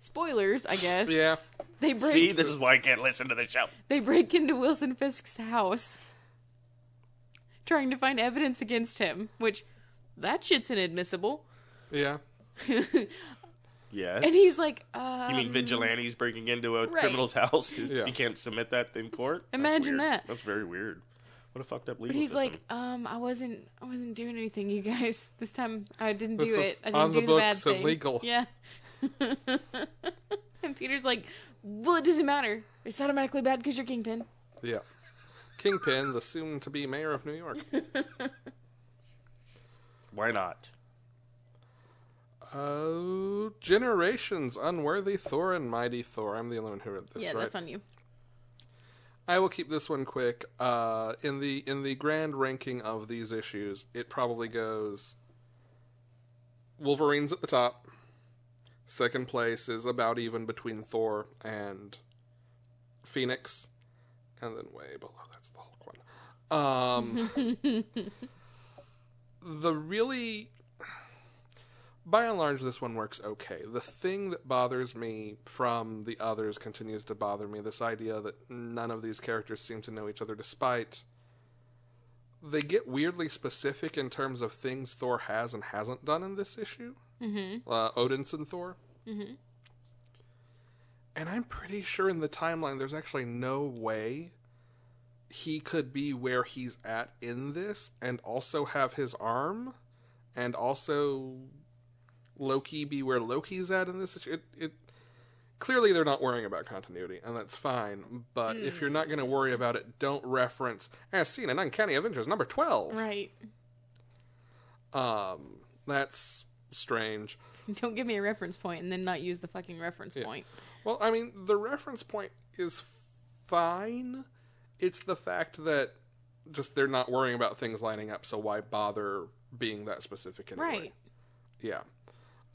S2: spoilers, I guess.
S1: yeah.
S2: They break.
S3: See, this is why I can't listen to the show.
S2: They break into Wilson Fisk's house, trying to find evidence against him, which that shit's inadmissible.
S1: Yeah.
S3: Yes.
S2: And he's like, um,
S3: You mean vigilantes breaking into a
S2: right.
S3: criminal's house? Is-
S1: Yeah.
S3: You can't submit that in court. That's
S2: Imagine
S3: weird.
S2: that.
S3: That's very weird. What a fucked up legal
S2: But he's
S3: system.
S2: like, um, I wasn't, I wasn't doing anything, you guys. This time, I didn't
S1: This
S2: do
S1: was
S2: it. I didn't
S1: on
S2: do
S1: the
S2: the, bad
S1: books,
S2: thing.
S1: illegal.
S2: Yeah. and Peter's like, well, it doesn't matter. It's automatically bad because you're kingpin.
S1: Yeah. Kingpin's assumed to be mayor of New York.
S3: why not?
S1: Oh, generations unworthy Thor and mighty Thor. I'm the only one who read this.
S2: yeah,
S1: right?
S2: that's on you.
S1: I will keep this one quick. Uh, in the in the grand ranking of these issues, it probably goes. Wolverine's at the top. Second place is about even between Thor and Phoenix, and then way below that's the Hulk one. Um, the really, by and large, this one works okay. The thing that bothers me from the others continues to bother me. This idea that none of these characters seem to know each other, despite they get weirdly specific in terms of things Thor has and hasn't done in this issue. Mm-hmm. Uh, Odinson Thor.
S2: Mhm.
S1: And I'm pretty sure in the timeline, there's actually no way he could be where he's at in this and also have his arm and also Loki be where Loki's at in this. It, it clearly they're not worrying about continuity, and that's fine. But if you're not going to worry about it, don't reference as seen in Uncanny Avengers number twelve.
S2: Right.
S1: Um, that's strange.
S2: Don't give me a reference point and then not use the fucking reference point.
S1: Well, I mean, the reference point is fine. It's the fact that just they're not worrying about things lining up, so why bother being that specific anyway?
S2: Right.
S1: Yeah.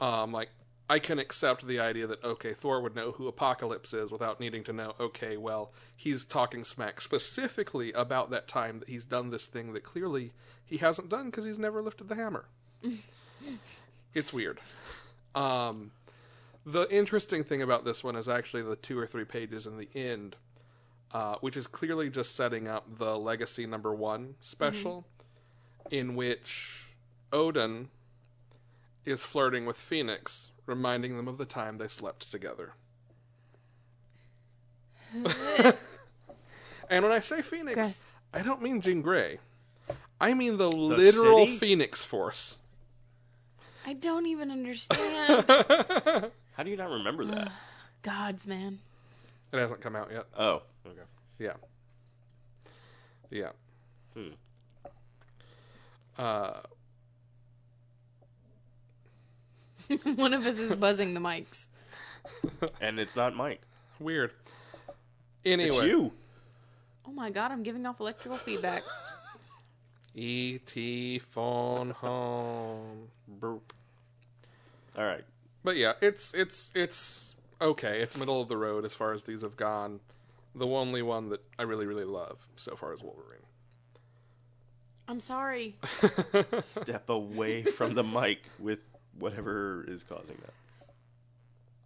S1: Um, like I can accept the idea that okay, Thor would know who Apocalypse is without needing to know, okay, well, he's talking smack specifically about that time that he's done this thing that clearly he hasn't done because he's never lifted the hammer. it's weird. Um the interesting thing about this one is actually the two or three pages in the end, uh, which is clearly just setting up the Legacy Number One special, in which Odin, is flirting with Phoenix, reminding them of the time they slept together. and when I say Phoenix,
S2: Gross.
S1: I don't mean Jean Grey. I mean the, literal
S3: city?
S1: Phoenix Force.
S2: I don't even understand.
S3: How do you not remember that?
S2: Gods, man.
S1: It hasn't come out yet.
S3: oh, okay.
S1: Yeah. Yeah.
S3: Hmm.
S1: Uh,
S2: One of us is buzzing the mics.
S3: And it's not Mike.
S1: weird. Anyway,
S3: It's you.
S2: Oh my god, I'm giving off electrical feedback.
S1: E.T. E phone home.
S3: Burp. All right.
S1: But yeah, it's it's it's okay. It's middle of the road as far as these have gone. The only one that I really really love so far is Wolverine.
S2: I'm sorry.
S3: Step away from the mic with whatever is causing that.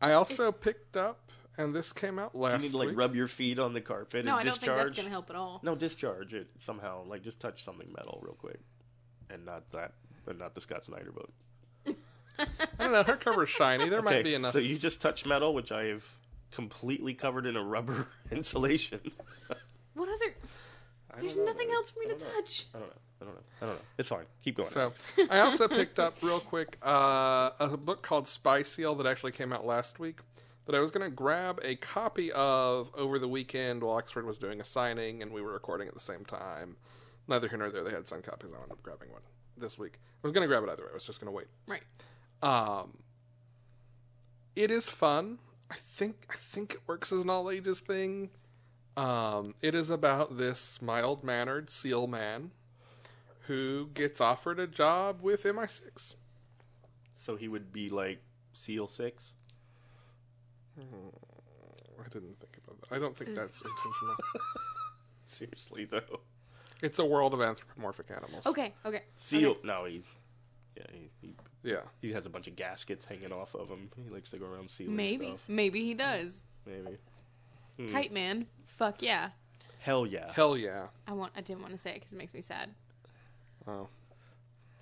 S1: I also picked up, and this came out last
S3: You need to like
S1: week.
S3: rub your feet on the carpet
S2: No,
S3: and
S2: I don't think
S3: discharge.
S2: that's gonna help at all.
S3: No, discharge it somehow. Like just touch something metal real quick. and not that and not the Scott Snyder book.
S1: I don't know. Her cover's shiny. There might be enough.
S3: So you just touch metal, which I have completely covered in a rubber insulation.
S2: What other?
S3: I
S2: There's
S3: don't know,
S2: nothing
S3: man.
S2: else for me
S3: I
S2: to
S3: don't know.
S2: touch.
S3: I don't know. I don't know. I don't know. It's fine. Keep going.
S1: So I also picked up real quick uh, a book called Spy Seal that actually came out last week that I was going to grab a copy of over the weekend while Oxford was doing a signing and we were recording at the same time. Neither here nor there. They had signed copies. I wound up grabbing one this week. I was going to grab it either way. I was just going to wait.
S2: Right.
S1: Um, it is fun. I think I think it works as an all ages thing. Um, it is about this mild mannered seal man who gets offered a job with MI6.
S3: So he would be like Seal Six.
S1: I didn't think about that. I don't think that's intentional.
S3: Seriously though,
S1: It's a world of anthropomorphic animals.
S2: Okay. Okay.
S3: Seal. No, he's yeah. He, he
S1: Yeah.
S3: he has a bunch of gaskets hanging off of him. He likes to go around sealing
S2: Maybe.
S3: stuff. Hmm.
S2: Maybe he does.
S3: Maybe.
S2: Kite man. Fuck yeah.
S3: Hell yeah.
S1: Hell yeah.
S2: I want. I didn't want to say it because it makes me sad.
S1: Oh.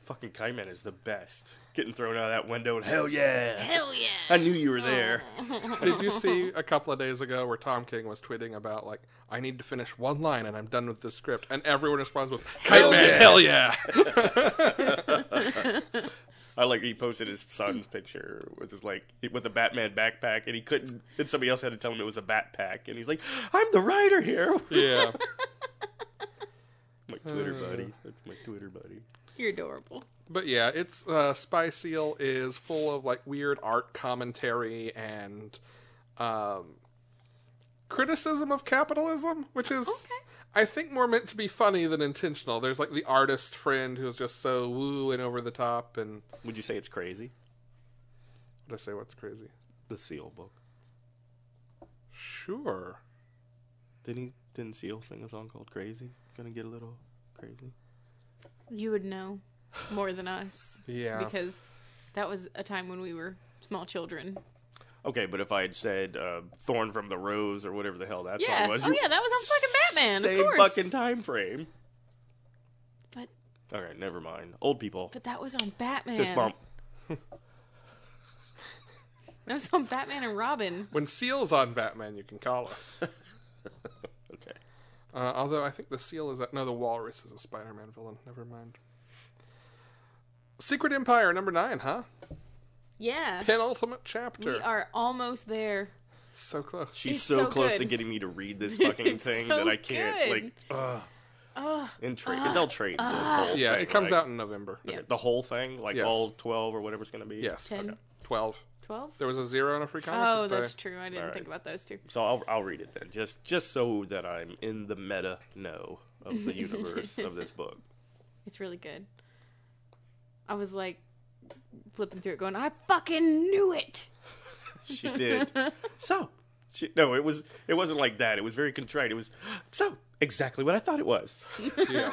S3: Fucking Kite Man is the best. Getting thrown out of that window and hell yeah.
S2: Hell yeah.
S3: I knew you were there.
S2: Oh.
S1: Did you see a couple of days ago where Tom King was tweeting about like I need to finish one line and I'm done with the script and everyone responds with Kite
S3: Hell
S1: Man,
S3: yeah."
S1: hell yeah.
S3: I like he posted his son's picture with his like with a Batman backpack and he couldn't and somebody else had to tell him it was a backpack and he's like, I'm the writer here.
S1: yeah.
S3: My Twitter
S2: Uh.
S3: buddy. That's my Twitter buddy.
S2: You're adorable.
S1: But yeah, it's uh, Spy Seal is full of like weird art commentary and um, criticism of capitalism, which is
S2: Okay.
S1: I think more meant to be funny than intentional. There's like the artist friend who's just so woo and over the top, and
S3: Would you say it's crazy?
S1: did I say what's crazy?
S3: The seal book.
S1: Sure.
S3: Didn't he didn't Seal sing a song called Crazy? Gonna get a little crazy.
S2: You would know more than us
S1: Yeah.
S2: because that was a time when we were small children.
S3: Okay, but if I had said uh, Thorn from the Rose or whatever the hell that
S2: yeah.
S3: song was,
S2: Oh
S3: you-
S2: yeah, that was on fucking Batman.
S3: same
S2: of course.
S3: fucking time frame.
S2: But
S3: All right, never mind. Old people.
S2: but that was on Batman.
S3: Fist bump.
S2: That was on Batman and Robin.
S1: When Seal's on Batman, you can call us.
S3: Okay.
S1: Uh, although I think the seal is a, no, the walrus is a Spider-Man villain. Never mind. Secret Empire number nine, huh?
S2: Yeah.
S1: Penultimate chapter.
S2: We are almost there.
S1: so close.
S3: She's
S2: It's so
S3: so, close to
S2: good.
S3: getting me to read this fucking
S2: It's
S3: thing
S2: so
S3: that I can't
S2: good.
S3: like
S2: Oh,
S3: and trade. they'll trade
S2: ah.
S3: this whole
S1: Yeah,
S3: thing,
S1: it comes
S3: right?
S1: out in November.
S2: Yeah.
S3: the whole thing, like
S1: Yes.
S3: all twelve or whatever it's gonna be.
S1: Yes.
S2: Ten. Okay.
S1: Twelve.
S2: 12?
S1: There was a zero on a free comic.
S2: Oh,
S1: book day.
S2: that's true. I didn't
S3: Alright.
S2: think about those two.
S3: So I'll I'll read it then, just just so that I'm in the meta know of the universe of this book.
S2: It's really good. I was like flipping through it going, I fucking knew it.
S3: She did. so she, no, it was it wasn't like that. It was very contrite. It was so exactly what I thought it was.
S1: Yeah.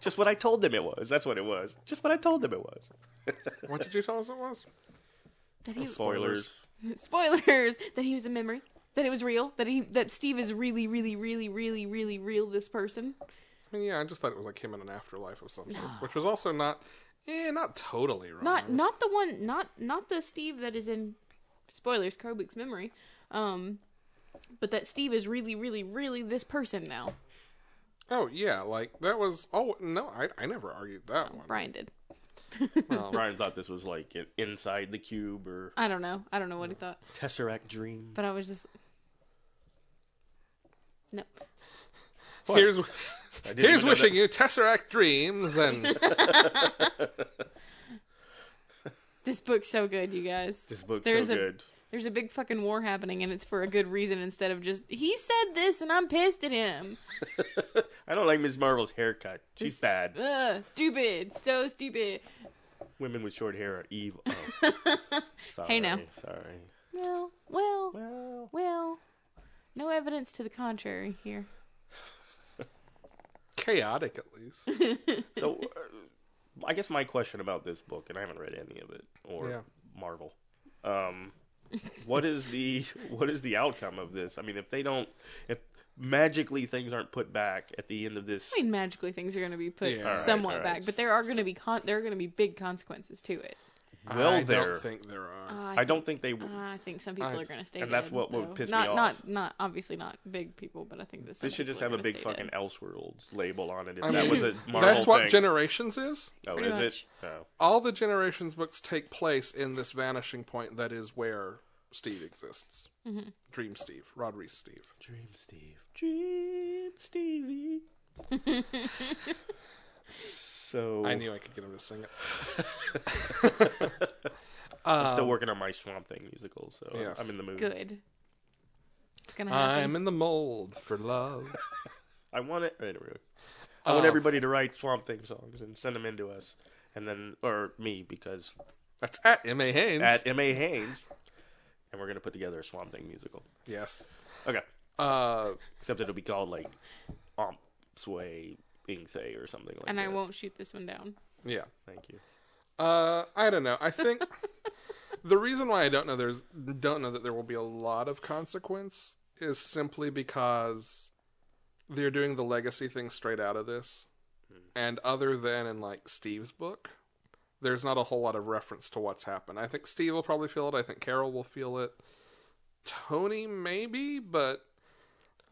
S3: just what I told them it was. That's what it was. Just what I told them it was.
S1: what did you tell us it was?
S2: That he
S3: Spoilers.
S2: spoilers that he was a memory, that it was real, that he that Steve is really really really really really real this person.
S1: I mean, yeah, I just thought it was like him in an afterlife of some sort, which was also not, eh, not totally wrong.
S2: Not not the one not not the Steve that is in spoilers Krobik's memory. Um but that Steve is really really really this person now.
S1: Oh yeah, like that was. Oh no, I I never argued that one.
S2: Brian did.
S3: Brian thought this was like in- inside the cube or
S2: I don't know. I don't know what he thought.
S3: Tesseract Dream.
S2: But I was just No.
S1: Here's
S3: I didn't
S1: here's
S3: even know
S1: wishing you Tesseract dreams and
S2: This book's so good, you guys.
S3: that- This book's
S2: There's
S3: so
S2: a-
S3: good.
S2: There's a big fucking war happening and it's for a good reason instead of just he said this and I'm pissed at him.
S3: I don't like Ms. Marvel's haircut. She's bad.
S2: Ugh, stupid. So stupid.
S3: Women with short hair are evil. Oh. sorry,
S2: Hey, now.
S3: Sorry.
S2: Well, well,
S3: Well,
S2: well. No evidence to the contrary here.
S1: chaotic at least.
S3: so uh, I guess my question about this book, and I haven't read any of it or
S1: Yeah.
S3: Marvel. Um, what is the what is the outcome of this? I mean, if they don't, if magically things aren't put back at the end of this.
S2: I mean, magically things are going to be put
S1: Yeah. Alright,
S2: somewhat
S3: alright.
S2: back, but there are going to be con- there are going to be big consequences to it.
S3: well,
S1: I
S3: there.
S1: don't think there
S2: Uh,
S1: are.
S3: I don't think they.
S2: I think some people
S1: I-
S2: are going to stay,
S3: and that's
S2: dead,
S3: what would
S2: though.
S3: piss me
S2: not,
S3: off.
S2: Not, not obviously not big people, but I think this.
S3: They should just have a big fucking Elseworlds label on it. If
S1: I
S3: that
S1: mean,
S3: was a Marvel
S1: That's what
S3: thing.
S1: Generations is.
S3: oh,
S2: Pretty
S3: is
S2: much.
S3: it? Oh.
S1: All the Generations books take place in this vanishing point that is where Steve exists.
S2: Mhm.
S1: Dream Steve, Rod Reese Steve.
S3: Dream Steve. Dream Stevie. So
S1: I knew I could get him to sing it.
S3: I'm still
S1: Um,
S3: working on my Swamp Thing musical, so I'm-
S1: Yes.
S3: I'm in the mood.
S2: Good. It's gonna happen.
S1: I'm in the mold for love.
S3: I want it. Anyway, I want
S1: Um,
S3: everybody to write Swamp Thing songs and send them in to us, and then or me because
S1: That's at M.A. Haynes.
S3: at M A Haynes, and we're gonna put together a Swamp Thing musical.
S1: yes.
S3: Okay,
S1: Uh,
S3: except it'll be called like Omp Sway Ingthe or something like
S2: and
S3: that.
S2: I won't shoot this one down.
S1: yeah.
S3: Thank you.
S1: Uh, I don't know. I think the reason why I don't know there's don't know that there will be a lot of consequence is simply because they're doing the legacy thing straight out of this, and other than in like Steve's book, there's not a whole lot of reference to what's happened. I think Steve will probably feel it. I think Carol will feel it. Tony maybe, but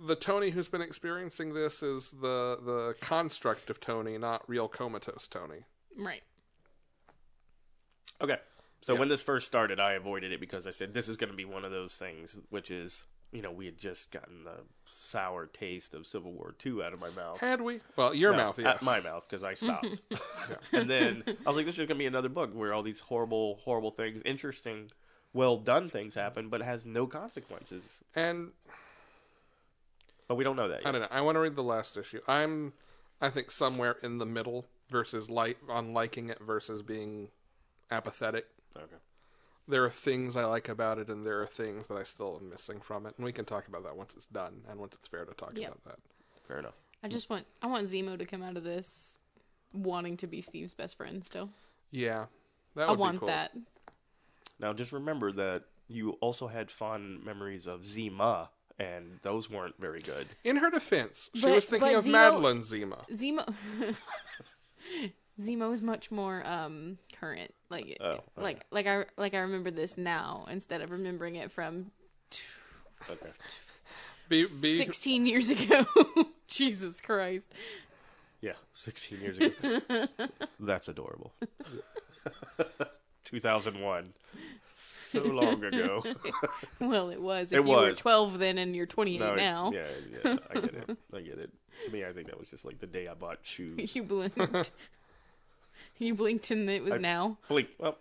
S1: the Tony who's been experiencing this is the the construct of Tony, not real comatose Tony.
S2: Right.
S3: Okay. So
S1: Yeah.
S3: when this first started, I avoided it because I said this is going to be one of those things, which is, you know, we had just gotten the sour taste of Civil War II out of my mouth.
S1: Had we? Well, your
S3: No,
S1: mouth, yes.
S3: At my mouth, because I stopped. And then I was like, this is going to be another book where all these horrible, horrible things, interesting, well done things happen, but it has no consequences.
S1: And
S3: But we don't know that
S1: I
S3: yet.
S1: don't know. I want to read the last issue. I'm, I think somewhere in the middle versus light on liking it versus being apathetic.
S3: Okay.
S1: There are things I like about it, and there are things that I still am missing from it. And we can talk about that once it's done and once it's fair to talk
S2: Yep.
S1: about that.
S3: Fair enough.
S2: I just want I want Zemo to come out of this wanting to be Steve's best friend still.
S1: Yeah, that
S2: I
S1: would
S2: want
S1: be cool.
S2: that.
S3: Now, just remember that you also had fond memories of Zima, and those weren't very good.
S1: In her defense, she
S2: But-
S1: was thinking
S2: but
S1: of
S2: Zemo-
S1: Madeline Zima.
S2: Zemo Zemo is much more um current. Like it-
S3: Oh, okay.
S2: like like I like I remember this now instead of remembering it from
S3: Okay.
S1: Be, be
S2: 16 years ago. Jesus Christ.
S3: Yeah, 16 years ago. That's adorable. 2001. So long ago.
S2: Well, it was.
S3: It
S2: If you were
S3: was.
S2: 12 then and you're 28
S3: No,
S2: now,
S3: Yeah, yeah, I get it. I get it. To me, I think that was just like the day I bought shoes.
S2: you blinked. you blinked and it was
S3: I-
S2: now.
S3: Blink. Well,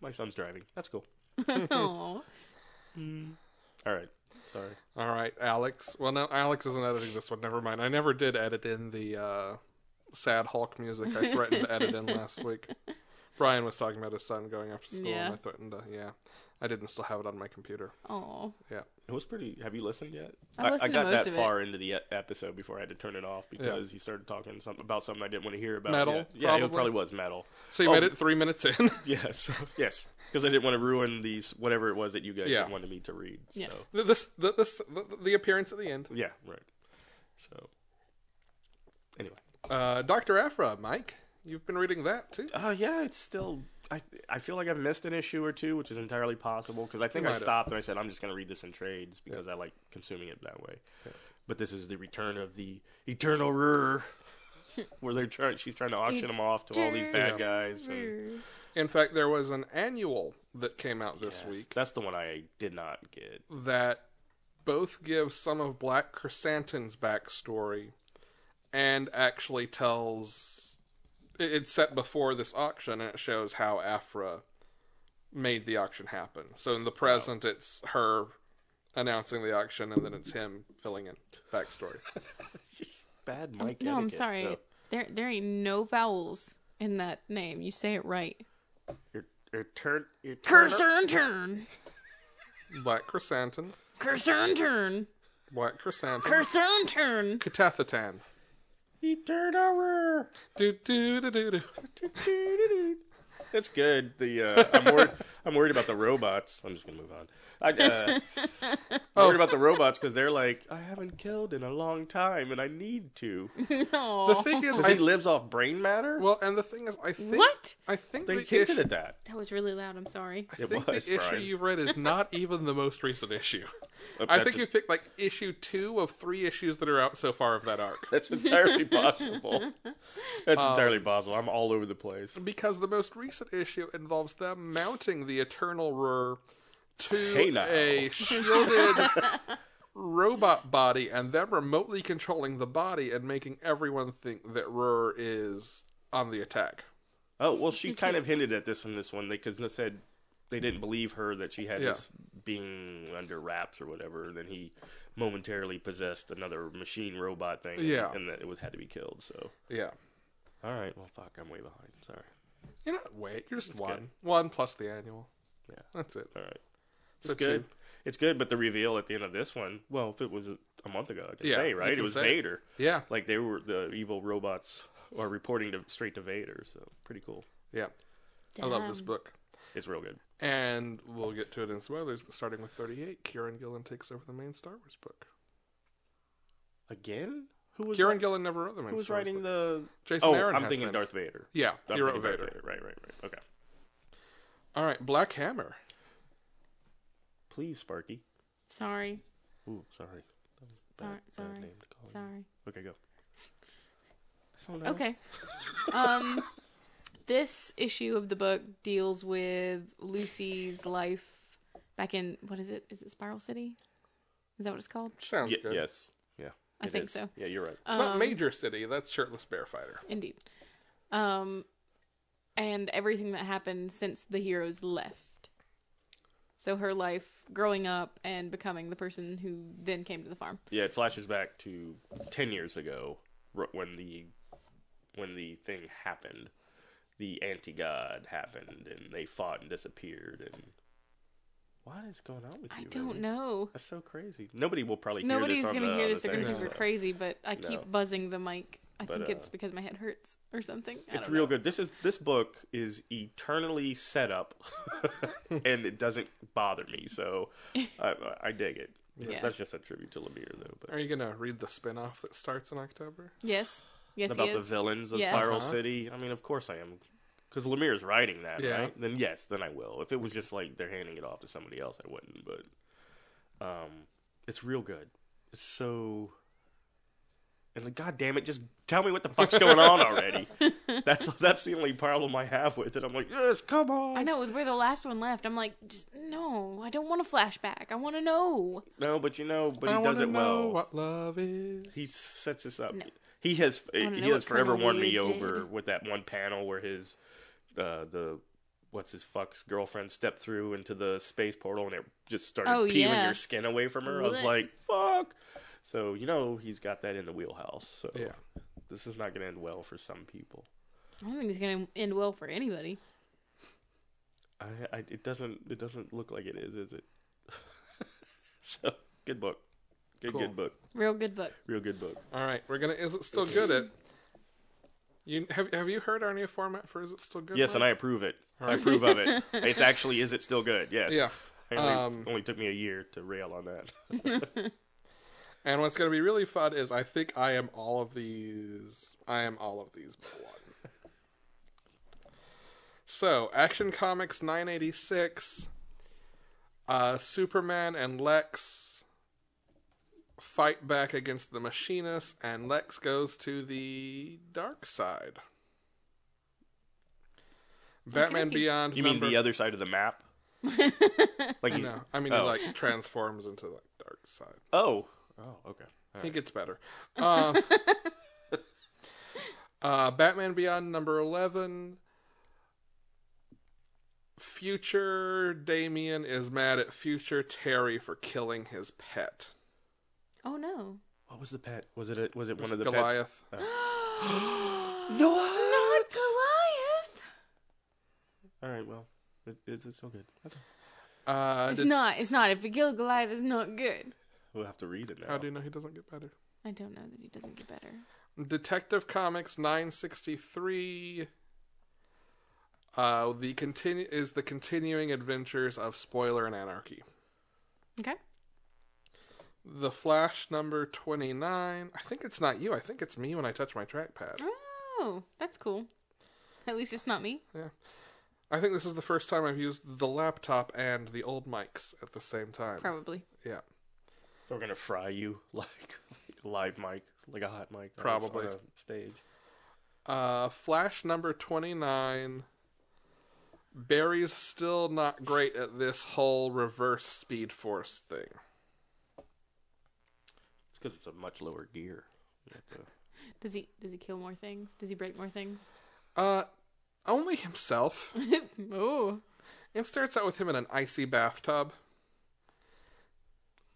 S3: my son's driving. That's cool.
S2: Oh,
S3: All right. Sorry.
S1: all right, Alex. Well, no, Alex isn't editing this one. Never mind. I never did edit in the uh, sad Hulk music. I threatened to edit in last week. Brian was talking about his son going after school,
S2: Yeah.
S1: and I threatened to. Yeah, I didn't still have it on my computer.
S2: oh.
S1: Yeah,
S3: It was pretty. Have you listened yet?
S2: I listened to
S3: got
S2: most
S3: that
S2: of it.
S3: far into the e- episode before I had to turn it off because he started talking some, about something I didn't want to hear about.
S1: Metal,
S3: yet. Yeah, it
S1: probably.
S3: probably was metal.
S1: so you
S3: Oh.
S1: made it three minutes in.
S3: Yes, yes, because I didn't want to ruin these whatever it was that you guys
S1: Yeah.
S3: had wanted me to read.
S2: Yeah.
S3: So
S1: The- this, the, this, the, the appearance at the end.
S3: yeah, right. So anyway,
S1: Uh, Doctor Afra, Mike, you've been reading that too.
S3: uh, yeah, it's still. I I feel like I've missed an issue or two, which is entirely possible because I think I
S1: might have.
S3: stopped and I said I'm just going to read this in trades because I like consuming it that way. But this is the return of the Eternal Rur, where they're trying. She's trying to auction them off to all these bad
S1: Yeah.
S3: guys. And,
S1: In fact, there was an annual that came out this
S3: Yes,
S1: week.
S3: that's the one I did not get.
S1: that both give some of Black Chrysanthemum's backstory and actually tells it- it's set before this auction and it shows how Afra made the auction happen. So in the present it's her announcing the auction and then it's him filling in backstory.
S3: It's just bad Mike.
S2: Oh, No, I'm
S3: etiquette,
S2: sorry.
S3: though.
S2: There, there ain't no vowels in that name. You say it right.
S3: Your, your turn. Your
S2: Cursor and turn.
S1: Black Chrysanthemum,
S2: Cursor and turn.
S1: Black Chrysanthemum,
S2: Cursor and turn.
S1: Catathatan.
S3: Eternal Rur.
S1: Do do do do do.
S3: It's good. The uh, I'm worried. I'm worried about the robots. I'm just gonna move on. I, uh, I'm worried about the robots because they're like, I haven't killed in a long time, and I need to.
S2: no.
S1: The thing is,
S3: Because he
S1: I,
S3: lives off brain matter.
S1: well, and the thing is, I think
S2: What?
S1: I think
S3: they
S1: the
S3: hinted
S1: issue,
S3: at that.
S2: That was really loud. I'm sorry.
S1: I
S3: It
S1: think
S3: was,
S1: the issue
S3: Brian.
S1: you've read is not even the most recent issue. I
S3: That's
S1: think
S3: a-
S1: you picked like issue two of three issues that are out so far of that arc.
S3: That's entirely possible. That's
S1: Um,
S3: entirely possible. I'm all over the place.
S1: Because the most recent issue involves them mounting the Eternal Roar to
S3: Hey now.
S1: a shielded robot body and them remotely controlling the body and making everyone think that Roar is on the attack.
S3: Oh well, she kind of hinted at this in this one because they said they didn't believe her that she had
S1: Yeah.
S3: this being under wraps or whatever. Then he momentarily possessed another machine robot thing, and-
S1: Yeah.
S3: and that it was, had to be killed. So
S1: Yeah.
S3: all right, well, fuck, I'm way behind. Sorry.
S1: You're not wait, you're just
S3: That's
S1: one.
S3: good.
S1: One plus the annual.
S3: Yeah.
S1: That's it.
S3: All right, it's
S1: So
S3: good.
S1: two.
S3: It's good, but the reveal at the end of this one, well, if it was a a month ago, I could
S1: Yeah,
S3: say
S1: you
S3: right, it
S1: can
S3: was
S1: say it.
S3: Vader.
S1: Yeah.
S3: Like they were the evil robots are reporting to straight to Vader. So pretty cool.
S1: Yeah. I love this
S2: Damn.
S1: book.
S3: It's real good.
S1: And we'll get to it in spoilers, but starting with 38, Kieran Gillen takes over the main Star Wars book.
S3: Again, who was
S1: Kieran Gillen never wrote the main
S3: who was
S1: Star Wars
S3: writing
S1: book.
S3: the
S1: Jason
S3: oh,
S1: Aaron
S3: I'm
S1: has
S3: thinking
S1: been.
S3: Darth Vader.
S1: Yeah,
S3: I'm
S1: he wrote
S3: thinking Darth
S1: Vader.
S3: Right, right, right. Okay.
S1: All right, Black Hammer.
S3: Please, Sparky.
S2: Sorry.
S3: Ooh, sorry. That was a
S2: Sorry, sorry,
S3: to call you.
S2: Sorry.
S3: Okay, go. I don't know.
S2: Okay. Um, this issue of the book deals with Lucy's life back in what is it? Is it Spiral City? Is that what it's called?
S1: Sounds
S3: Ye-
S1: good.
S3: yes. Yeah.
S2: I
S3: it
S2: think
S3: is.
S2: so.
S3: Yeah, you're right.
S1: It's not Major City. That's Shirtless Bear Fighter.
S2: Indeed. Um, and everything that happened since the heroes left. So her life growing up and becoming the person who then came to the farm.
S3: Yeah, it flashes back to ten years ago r- when the when the thing happened. The anti god happened, and they fought and disappeared. And what is going on with you?
S2: I don't
S3: Raven?
S2: know.
S3: That's so crazy. Nobody will probably hear
S2: Nobody's
S3: this. on
S2: going to
S3: the-
S2: hear
S3: on
S2: this.
S3: the
S2: They're going to
S3: thing,
S2: think we're
S3: so.
S2: crazy, but I
S3: No.
S2: keep buzzing the mic. I
S3: But,
S2: think
S3: uh,
S2: it's because my head hurts or something. I
S3: It's
S2: don't
S3: real
S2: know.
S3: good. This is this book is eternally set up, and it doesn't bother me. So I, I dig it.
S2: Yeah.
S3: That's just a tribute to Lemire, though. But
S1: Are you going to read the spin off that starts in October?
S2: Yes. Yes,
S3: about
S2: he
S3: the
S2: is.
S3: villains of
S2: Yeah.
S3: Spiral
S1: Uh-huh.
S3: City, I mean, of course I am, because Lemire's writing that,
S1: Yeah.
S3: right? Then yes, then I will. If it was just like they're handing it off to somebody else, I wouldn't. But um, it's real good. It's so. And like, god damn it, just tell me what the fuck's going on already. that's that's the only problem I have with it. I'm like, yes, come on.
S2: I know we're the last one left. I'm like, just no. I don't want a flashback. I want to know.
S3: No, but you know, but
S1: I
S3: he does
S1: wanna
S3: it
S1: know
S3: well.
S1: what love is.
S3: He sets us up.
S2: No.
S3: He has
S2: wanna know
S3: he
S2: what
S3: has forever
S2: Colonel
S3: won me
S2: Weir did.
S3: over with that one panel where his uh the what's his fuck's girlfriend stepped through into the space portal and it just started
S2: Oh,
S3: peeling
S2: yeah.
S3: your skin away from her. I was
S2: Blech.
S3: like, fuck. So you know he's got that in the wheelhouse. So
S1: Yeah.
S3: this is not going to end well for some people.
S2: I don't think it's going to end well for anybody.
S3: I, I it doesn't it doesn't look like it is, is it? so good book, good
S1: Cool.
S3: good book,
S2: Real good book.
S3: real good book.
S1: All right, we're going to Is It Still Good It. You have have you heard our new format for Is It Still Good?
S3: Yes, and I
S1: Mike?
S3: approve it. I
S1: right.
S3: approve of it. It's actually, is it still good? Yes.
S1: Yeah.
S3: It only,
S1: Um,
S3: only took me a year to rail on that.
S1: And what's going to be really fun is I think I am all of these. I am all of these but one. so, Action Comics 986, uh, Superman and Lex fight back against the Machinists, and Lex goes to the dark side. Batman
S2: Okey-dokey.
S1: Beyond.
S3: You mean
S1: member-
S3: the other side of the map? like he's,
S1: No, I mean
S3: Oh.
S1: he like transforms into like dark side.
S3: oh, oh, okay. All
S1: He
S3: right.
S1: gets better. Um, uh, Batman Beyond number 11. Future Damien is mad at future Terry for killing his pet.
S2: Oh no.
S3: What was the pet? Was it a, was it one of the
S1: Goliath.
S3: Pets? No, what?
S2: Goliath.
S3: All right, well, it, it's, it's still good. Okay.
S1: Uh,
S2: It's
S1: did-
S2: not. It's not. If we kill Goliath, it's not good.
S3: We'll have to read it now.
S1: how do you know he doesn't get better?
S2: I don't know that he doesn't get better.
S1: Detective Comics 963. Uh, the continu- is the continuing adventures of Spoiler and Anarchy.
S2: Okay.
S1: The Flash number 29. I think it's not you. I think it's me when I touch my trackpad.
S2: Oh, that's cool. At least it's not me.
S1: I think this is the first time I've used the laptop and the old mics at the same time.
S2: Probably.
S1: Yeah.
S3: So we're gonna fry you like live mic, like a hot mic, on-
S1: Probably.
S3: on a stage.
S1: Uh, Flash number 29. Barry's still not great at this whole reverse speed force thing.
S3: It's because it's a much lower gear. You have to-
S2: Does he does he kill more things? Does he break more things?
S1: Uh, only himself.
S2: oh.
S1: It starts out with him in an icy bathtub.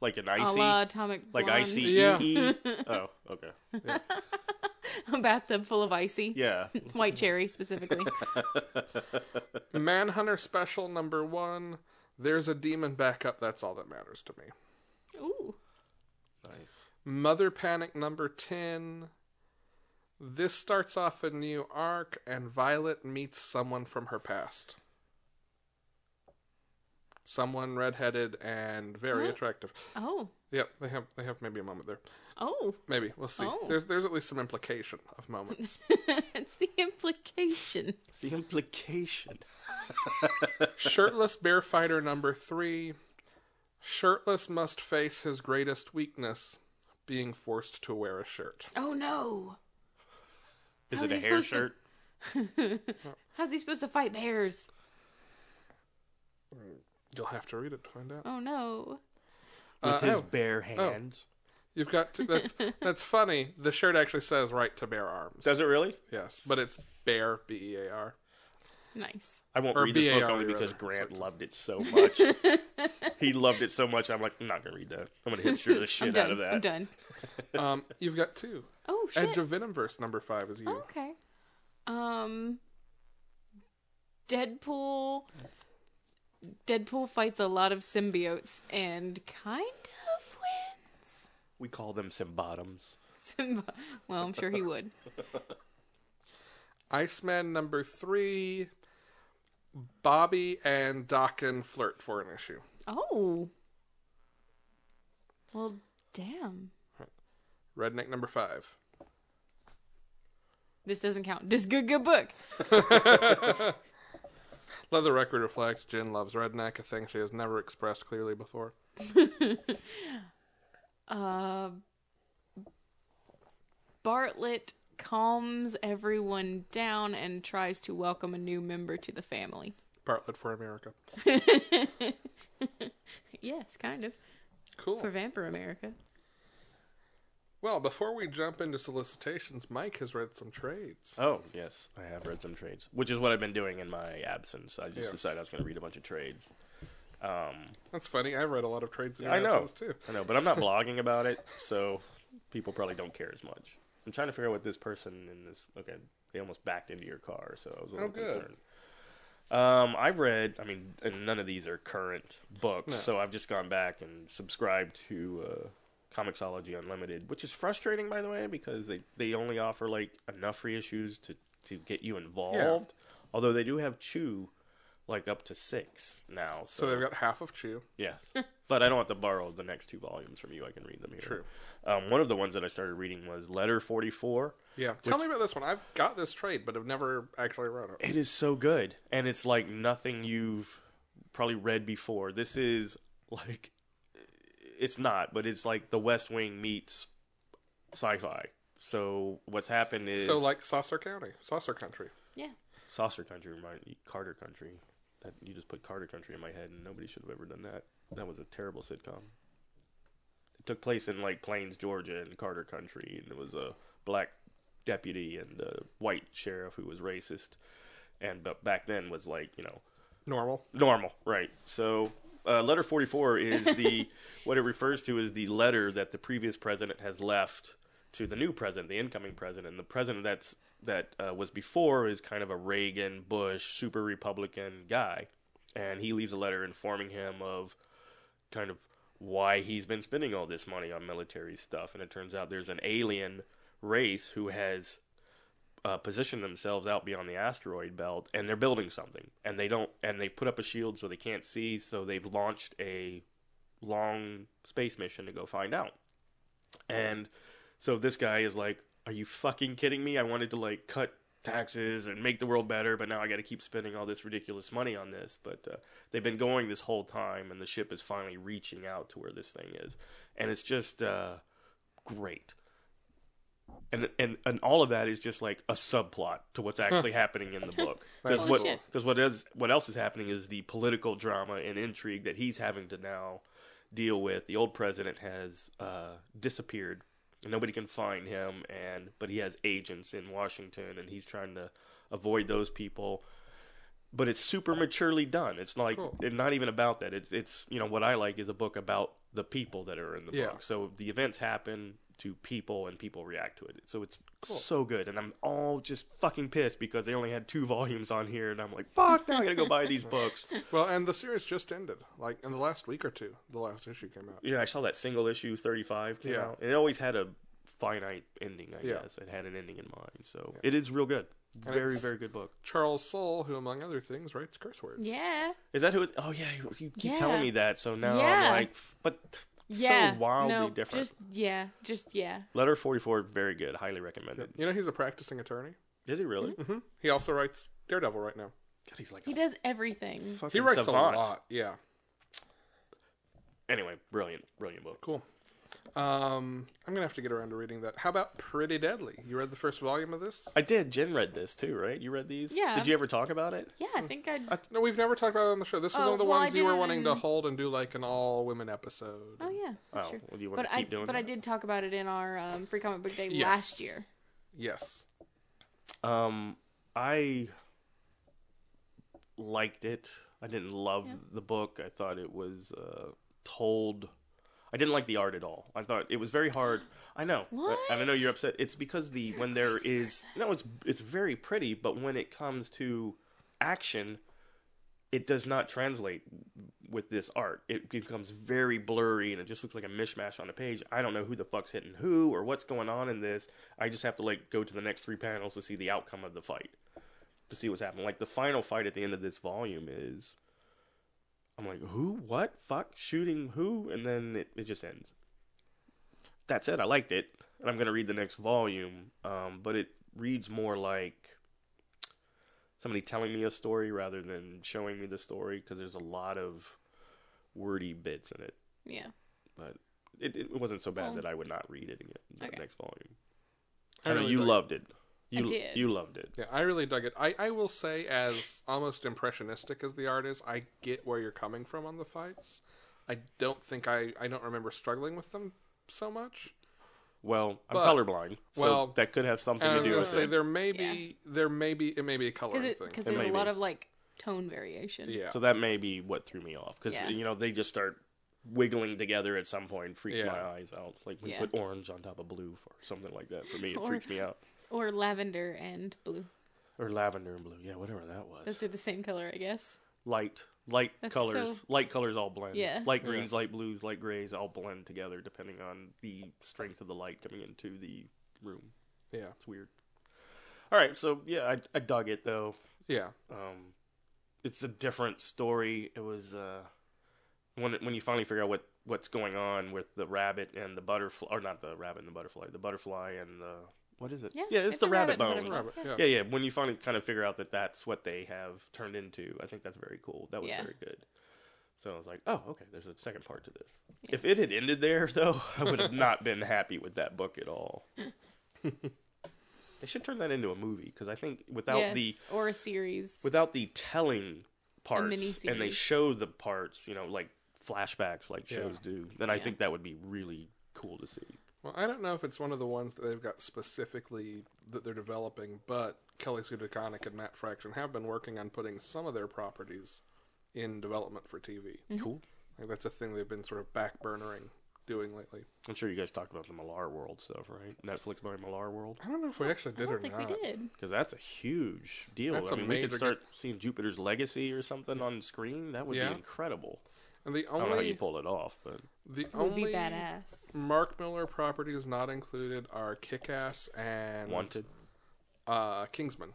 S3: Like an
S2: A
S3: icy,
S2: la atomic
S3: like
S2: Blonde.
S3: icy.
S1: Yeah.
S3: oh, okay.
S2: A bathtub full of icy.
S3: Yeah.
S2: White cherry specifically.
S1: Manhunter special number one. There's a demon backup. That's all that matters to me.
S2: Ooh.
S3: nice.
S1: Mother Panic number 10. This starts off a new arc, and Violet meets someone from her past. Someone redheaded and very
S2: What?
S1: attractive.
S2: Oh.
S1: Yep, they have they have maybe a moment there.
S2: Oh.
S1: Maybe we'll see.
S2: Oh.
S1: There's there's at least some implication of moments.
S2: it's the implication.
S3: It's the implication.
S1: Shirtless Bear Fighter number three. Shirtless must face his greatest weakness, being forced to wear a shirt.
S2: Oh no.
S3: Is
S2: How's
S3: it a
S2: he
S3: hair
S2: supposed to-
S3: shirt?
S2: How's he supposed to fight bears?
S1: You'll have to read it to find out.
S2: Oh no.
S1: Uh,
S3: With his
S1: oh.
S3: bare hands.
S1: You've got to, that's that's funny. The shirt actually says "right to bear arms."
S3: Does it really?
S1: yes, but it's bear b e a r.
S2: Nice.
S3: I won't
S1: Or
S3: read this book
S1: BAR,
S3: only
S1: rather.
S3: because Grant
S1: uh, Sorry.
S3: loved it so much. he loved it so much. I'm like, I'm not gonna read that. I'm gonna hipster the
S2: I'm
S3: shit
S2: done.
S3: out of that.
S2: I'm done.
S1: Um, you've got two.
S2: Oh shit.
S1: Edge of Venomverse number five is you.
S2: Oh, okay. Um Deadpool Deadpool fights a lot of symbiotes and kind of wins.
S3: We call them symbottoms.
S2: Symb- well, I'm sure he would.
S1: Iceman number three. Bobby and Dokken flirt for an issue.
S2: Oh. Well, damn.
S1: Redneck number five.
S2: This doesn't count. This good good book.
S1: Let the record reflect Jin loves redneck, a thing she has never expressed clearly before.
S2: Uh Bartlett calms everyone down and tries to welcome a new member to the family.
S1: Bartlett for America.
S2: Yes, kind of.
S1: Cool.
S2: For Vampire America.
S1: Well, before we jump into solicitations, Mike has read some trades.
S3: Oh yes, I have read some trades, which is what I've been doing in my absence. I just
S1: Yes.
S3: decided I was gonna read a bunch of trades. Um,
S1: That's funny. I read a lot of trades. In
S3: I
S1: your
S3: know.
S1: absence, too.
S3: I know, but I'm not blogging about it, so people probably don't care as much. I'm trying to figure out what this person in this. Okay, they almost backed into your car, so I was a little
S1: Oh, good.
S3: concerned. Um, I read. I mean, and none of these are current books,
S1: No.
S3: so I've just gone back and subscribed to uh, Comixology Unlimited, which is frustrating, by the way, because they they only offer like enough reissues to to get you involved. Although they do have two, like up to six now.
S1: So they've got half of Chew.
S3: Yes. but I don't have to borrow the next two volumes from you. I can read them here.
S1: True.
S3: Um, one of the ones that I started reading was Letter 44.
S1: Yeah. Tell me about this one. I've got this trade, but I've never actually read it.
S3: It is so good. And it's like nothing you've probably read before. This is like, it's not, but it's like The West Wing meets sci fi. So what's happened is
S1: So, like Saucer County, Saucer Country.
S2: Yeah.
S3: Saucer Country reminded me Carter Country. That you just put Carter Country in my head, and nobody should have ever done that. That was a terrible sitcom. It took place in like Plains, Georgia, and Carter Country, and it was a black deputy and a white sheriff who was racist, and but back then was like you know
S1: Normal.
S3: normal, right? So. Uh, letter 44 is the what it refers to is the letter that the previous president has left to the new president, the incoming president. And the president that's that uh, was before is kind of a Reagan, Bush, super Republican guy, and he leaves a letter informing him of kind of why he's been spending all this money on military stuff. And it turns out there's an alien race who has uh, positioned themselves out beyond the asteroid belt, and they're building something, and they don't, and they've put up a shield so they can't see, so they've launched a long space mission to go find out. And so this guy is like, "Are you fucking kidding me? I wanted to like cut taxes and make the world better, but now I got to keep spending all this ridiculous money on this." But uh, they've been going this whole time, and the ship is finally reaching out to where this thing is, and it's just uh, great. And, and and all of that is just like a subplot to what's actually happening in the book.
S1: That's
S3: Because
S2: Holy
S3: what
S2: shit.
S3: because what is what else is happening is the political drama and intrigue that he's having to now deal with. The old president has uh, disappeared. and Nobody can find him, and but he has agents in Washington, and he's trying to avoid those people. But it's super maturely done. It's like
S1: Cool.
S3: it's not even about that. It's it's you know what I like is a book about the people that are in the
S1: Yeah.
S3: book. So the events happen to people, and people react to it. So it's
S1: Cool.
S3: so good, and I'm all just fucking pissed because they only had two volumes on here, and I'm like, fuck, now I gotta go buy these books.
S1: Well, and the series just ended, like in the last week or two. The last issue came out.
S3: Yeah, I saw that single issue 35 came
S1: Yeah.
S3: out. And it always had a finite ending, I
S1: Yeah.
S3: guess. It had an ending in mind. So
S1: Yeah.
S3: it is real good.
S1: And
S3: very,
S1: it's-
S3: very good book.
S1: Charles Soule, who among other things writes curse words.
S2: Yeah.
S3: Is that who it, Oh, yeah. You you keep
S2: Yeah.
S3: telling me that. So now
S2: Yeah.
S3: I'm like, but it's
S2: Yeah.
S3: so wildly
S2: no,
S3: different.
S2: Just yeah. Just yeah.
S3: Letter 44, very good. Highly recommended.
S1: You know he's a practicing attorney.
S3: Is he really?
S1: hmm He also writes Daredevil right now.
S3: God, he's like,
S2: He
S3: a
S2: does everything.
S3: fucking
S1: He writes
S3: savant.
S1: a lot. Yeah.
S3: Anyway, brilliant, brilliant book.
S1: Cool. Um, I'm gonna have to get around to reading that. How about Pretty Deadly? You read the first volume of this?
S3: I did. Jen read this too, right? You read these?
S2: Yeah.
S3: Did you ever talk about it?
S2: Yeah, I think I'd.
S1: No, we've never talked about it on the show. This was
S2: Oh,
S1: one of the
S2: well, I
S1: ones you
S2: did
S1: were
S2: it
S1: wanting to
S2: in-
S1: hold and do like an all women episode.
S2: oh yeah, that's
S3: oh,
S2: true.
S3: well, do you want
S2: But
S3: to
S2: I
S3: keep doing
S2: but I did talk about it in our um, free comic book day
S1: Yes.
S2: last year.
S1: Yes.
S3: Um, I liked it. I didn't love
S2: Yeah.
S3: the book. I thought it was uh, told. I didn't like the art at all. I thought it was very hard. I know.
S2: What?
S3: I, I know you're upset. It's because the when there is no, it's it's very pretty, but when it comes to action, it does not translate with this art. It becomes very blurry and it just looks like a mishmash on a page. I don't know who the fuck's hitting who or what's going on in this. I just have to like go to the next three panels to see the outcome of the fight. To see what's happening. Like the final fight at the end of this volume is I'm like, who, what, fuck, shooting who? And then it, it just ends. That said, I liked it. And I'm gonna read the next volume. Um, but it reads more like somebody telling me a story rather than showing me the story because there's a lot of wordy bits in it.
S2: Yeah.
S3: But it, it wasn't so bad
S2: Oh.
S3: that I would not read it again the
S2: Okay.
S3: next volume.
S1: I
S3: I know
S1: really
S3: you
S1: dug-
S3: loved it. You
S2: did.
S3: you loved it.
S1: Yeah, I really dug it. I, I will say, as almost impressionistic as the art is, I get where you're coming from on the fights. I don't think I I don't remember struggling with them so much.
S3: Well, I'm
S1: But-
S3: colorblind, so
S1: well,
S3: that could have something
S1: And I
S3: to
S1: was
S3: do
S1: gonna
S3: with
S1: say
S3: it.
S1: there may be there may be it may be a
S2: Because
S1: coloring thing.
S2: because
S3: It
S2: there's
S3: may
S2: a lot
S3: be.
S2: of like tone variation.
S1: Yeah.
S3: So that may be what threw me off because
S2: Yeah.
S3: you know they just start wiggling together at some point, freaks
S1: Yeah.
S3: my eyes out. It's like we
S2: Yeah.
S3: put orange on top of blue for something like that. For me, it
S2: Or-
S3: freaks me out.
S2: Or lavender and blue.
S3: Or lavender and blue, yeah, whatever that was.
S2: Those are the same color, I guess.
S3: light light
S2: That's
S3: colors
S2: so-
S3: light colors all blend
S2: Yeah.
S3: light greens light blues light grays all blend together depending on the strength of the light coming into the room
S1: yeah,
S3: it's weird all right so yeah i, I dug it though
S1: yeah.
S3: um it's a different story it was uh when when you finally figure out what what's going on with the rabbit and the butterfly or not the rabbit and the butterfly the butterfly and the what is it
S2: Yeah,
S3: yeah it's,
S2: it's
S3: the
S2: a
S3: rabbit,
S2: rabbit and
S3: bones
S2: butterfly.
S1: Robert, yeah.
S3: yeah, yeah. When you finally kind of figure out that that's what they have turned into, I think that's very cool. That was
S2: Yeah.
S3: very good. So I was like, oh, okay. There's a second part to this.
S2: Yeah.
S3: If it had ended there, though, I would have not been happy with that book at all. they should turn that into a movie because I think without
S2: yes.
S3: the
S2: or a series.
S3: without the telling parts and they
S2: miniseries.
S3: show the parts, you know, like flashbacks, like
S1: Yeah.
S3: shows do, then I
S2: Yeah.
S3: think that would be really cool to see.
S1: Well, I don't know if it's one of the ones that they've got specifically that they're developing, but Kelly Sue DeConnick and Matt Fraction have been working on putting some of their properties in development for TV.
S2: Mm-hmm.
S3: Cool.
S1: Like that's a thing they've been sort of backburnering doing lately.
S3: I'm sure you guys talked about the Malar World stuff, right? Netflix by Malar World.
S1: I don't know if we actually
S2: I
S1: did
S2: don't
S1: or
S2: think
S1: not.
S2: we did.
S3: Because that's a huge deal.
S1: That's
S3: I
S1: a
S3: mean, we could
S1: major
S3: start seeing Jupiter's Legacy or something on screen. That would
S1: Yeah.
S3: be incredible.
S1: And the
S3: I don't know how you
S1: only
S3: pull it off, but
S1: the
S2: It would be
S1: only
S2: badass.
S1: Mark Miller properties not included are Kick Ass and
S3: Wanted.
S1: uh, Kingsman.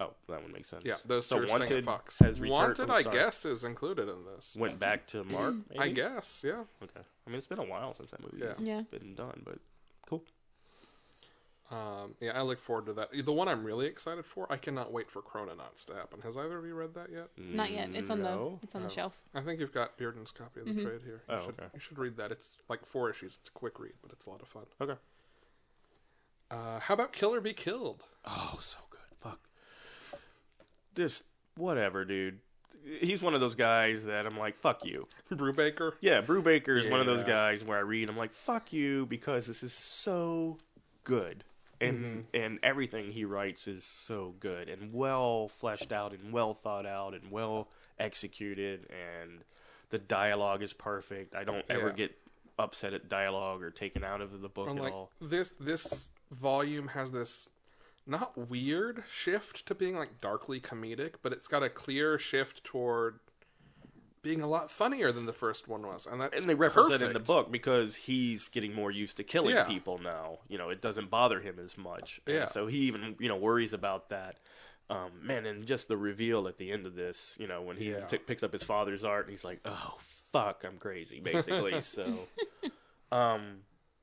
S3: Oh, that one makes sense.
S1: Yeah, those
S3: so
S1: two are staying
S3: wanted
S1: at Fox.
S3: has returned.
S1: wanted,
S3: oh,
S1: I
S3: sorry.
S1: guess, is included in this.
S3: went back to Mark. Maybe?
S1: I guess, yeah.
S3: Okay. I mean, it's been a while since that movie
S1: Yeah.
S3: has
S2: Yeah.
S3: been done, but cool.
S1: Um, yeah, I look forward to that. The one I'm really excited for, I cannot wait for Chrononauts to happen. Has either of you read that yet?
S3: Mm.
S2: Not yet. It's on
S3: No?
S2: the it's on the
S1: Oh.
S2: shelf.
S1: I think you've got Bearden's copy
S2: Mm-hmm.
S1: of the trade here. You
S3: Oh,
S1: should,
S3: okay.
S1: You should read that. It's like four issues. It's a quick read, but it's a lot of fun.
S3: Okay.
S1: Uh, how about Kill or Be Killed?
S3: Oh, so good. Fuck. Just whatever, dude. He's one of those guys that I'm like, fuck you.
S1: Brubaker.
S3: Yeah, Brubaker is one of those
S1: Yeah.
S3: guys where I read, I'm like, fuck you, because this is so good.
S1: Mm-hmm.
S3: And and everything he writes is so good and well fleshed out and well thought out and well executed and the dialogue is perfect. I don't ever
S1: Yeah.
S3: get upset at dialogue or taken out of the book
S1: I'm
S3: at
S1: like
S3: all.
S1: this. This volume has this not weird shift to being like darkly comedic, but it's got a clear shift toward being a lot funnier than the first one was, and that's
S3: and they represent in the
S1: perfect.
S3: book because he's getting more used to killing
S1: Yeah.
S3: people now. You know, it doesn't bother him as much. And
S1: Yeah.
S3: So he even you know worries about that. Um, man, and just the reveal at the end of this, you know, when he
S1: Yeah.
S3: t- picks up his father's art and he's like, "Oh fuck, I'm crazy," basically. so, um,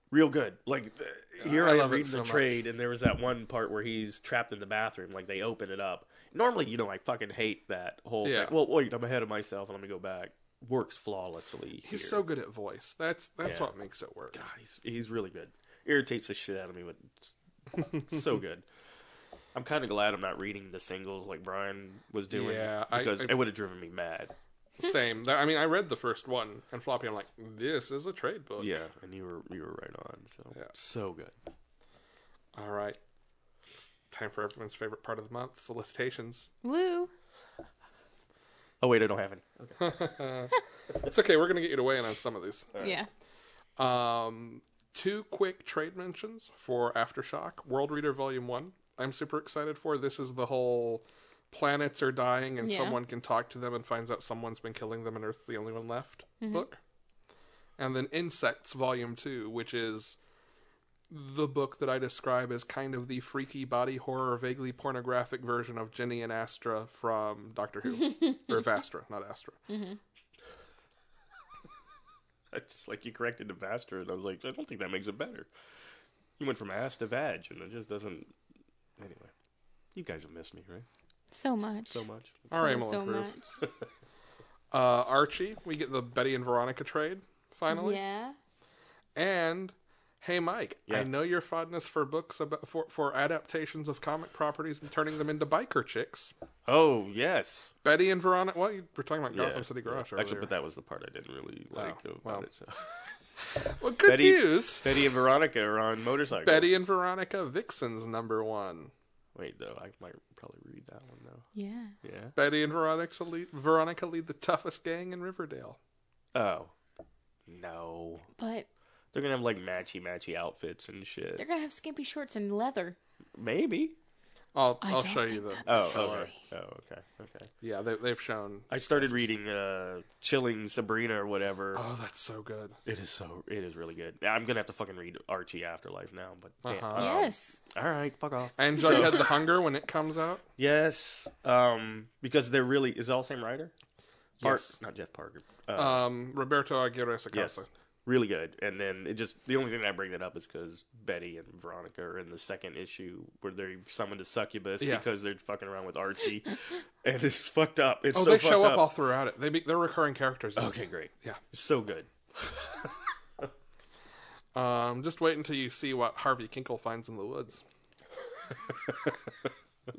S3: real good. Like th- here,
S1: I
S3: I, am
S1: love it
S3: reading
S1: so
S3: the
S1: much.
S3: trade, and there was that one part where he's trapped in the bathroom. Like they open it up. Normally, you know, I fucking hate that whole.
S1: Yeah.
S3: Thing. Well, wait, I'm ahead of myself, and I'm gonna go back. Works flawlessly.
S1: He's
S3: here.
S1: so good at voice. That's that's
S3: Yeah.
S1: what makes it work.
S3: God, he's he's really good. Irritates the shit out of me, but it's so good. I'm kind of glad I'm not reading the singles like Brian was doing
S1: Yeah, I-
S3: because
S1: I-
S3: it would have driven me mad.
S1: Same. Th- I mean, I read the first one and floppy. I'm like, this is a trade book.
S3: Yeah, and you were you were right on. So
S1: Oh, Yeah.
S3: so good.
S1: All right. It's time for everyone's favorite part of the month: solicitations.
S2: Woo.
S3: Oh wait, I don't have any. Okay.
S1: It's okay. We're gonna get you to weigh in on some of these.
S2: Yeah.
S1: Um, two quick trade mentions for Aftershock World Reader Volume 1. I'm super excited for. This is the whole planets are dying and
S2: Yeah.
S1: someone can talk to them and finds out someone's been killing them and Earth's the only one left
S2: Mm-hmm.
S1: book. And then Insects Volume 2, which is the book that I describe as kind of the freaky body horror, vaguely pornographic version of Jenny and Astra from Doctor Who. or Vastra, not Astra.
S3: I just like you corrected to Vaster, and I was like, I don't think that makes it better. You went from ass to vag, and it just doesn't. Anyway, you guys have missed me, right?
S2: So much.
S3: So much.
S1: All right,
S2: So,
S1: we'll
S2: so
S1: improve.
S2: much.
S1: Uh, Archie, we get the Betty and Veronica trade finally,
S2: Yeah.
S1: and hey, Mike,
S3: Yeah.
S1: I know your fondness for books about for, for adaptations of comic properties and turning them into biker chicks.
S3: Oh yes.
S1: Betty and Veronica. Well, you were talking about
S3: Yeah.
S1: Gotham City Garage earlier.
S3: Actually, but that was the part I didn't really like
S1: Oh,
S3: about
S1: well.
S3: it. So.
S1: well, good
S3: Betty-
S1: news.
S3: Betty and Veronica are on motorcycles.
S1: Betty and Veronica Vixen's number one.
S3: Wait, though, I might probably read that one though.
S2: Yeah.
S3: Yeah.
S1: Betty and Veronica lead, Veronica lead the toughest gang in Riverdale.
S3: Oh. No.
S2: But
S3: They're gonna have like matchy matchy outfits and shit.
S2: they're gonna have skimpy shorts and leather.
S3: Maybe.
S1: I'll
S2: I
S1: I'll
S2: don't
S1: show
S2: think
S1: you the.
S2: that's-
S3: Oh.
S2: Sure.
S3: Okay. Oh. Okay. Okay.
S1: Yeah, they, they've shown.
S3: I started reading uh, Chilling Sabrina or whatever.
S1: Oh, that's so good.
S3: It is so. It is really good. I'm gonna have to fucking read Archie Afterlife now. But damn.
S1: Uh-huh.
S3: Um,
S2: yes.
S3: All right. Fuck off.
S1: And Jughead the Hunger when it comes out.
S3: Yes. Um. Because they're really is it all same writer. Park,
S1: Yes.
S3: Not Jeff Parker.
S1: Um, Roberto Aguirre Sacasa.
S3: Uh, Yes. Really good. And then it just the only thing that I bring that up is because Betty and Veronica are in the second issue where they're summoned to succubus
S1: Yeah.
S3: because they're fucking around with Archie, and it's fucked up. It's
S1: Oh,
S3: so
S1: they
S3: fucked
S1: show up,
S3: up.
S1: all throughout it. They be, they're recurring characters.
S3: okay, great.
S1: Yeah.
S3: It's so good.
S1: Um, just wait until you see what Harvey Kinkle finds in the woods.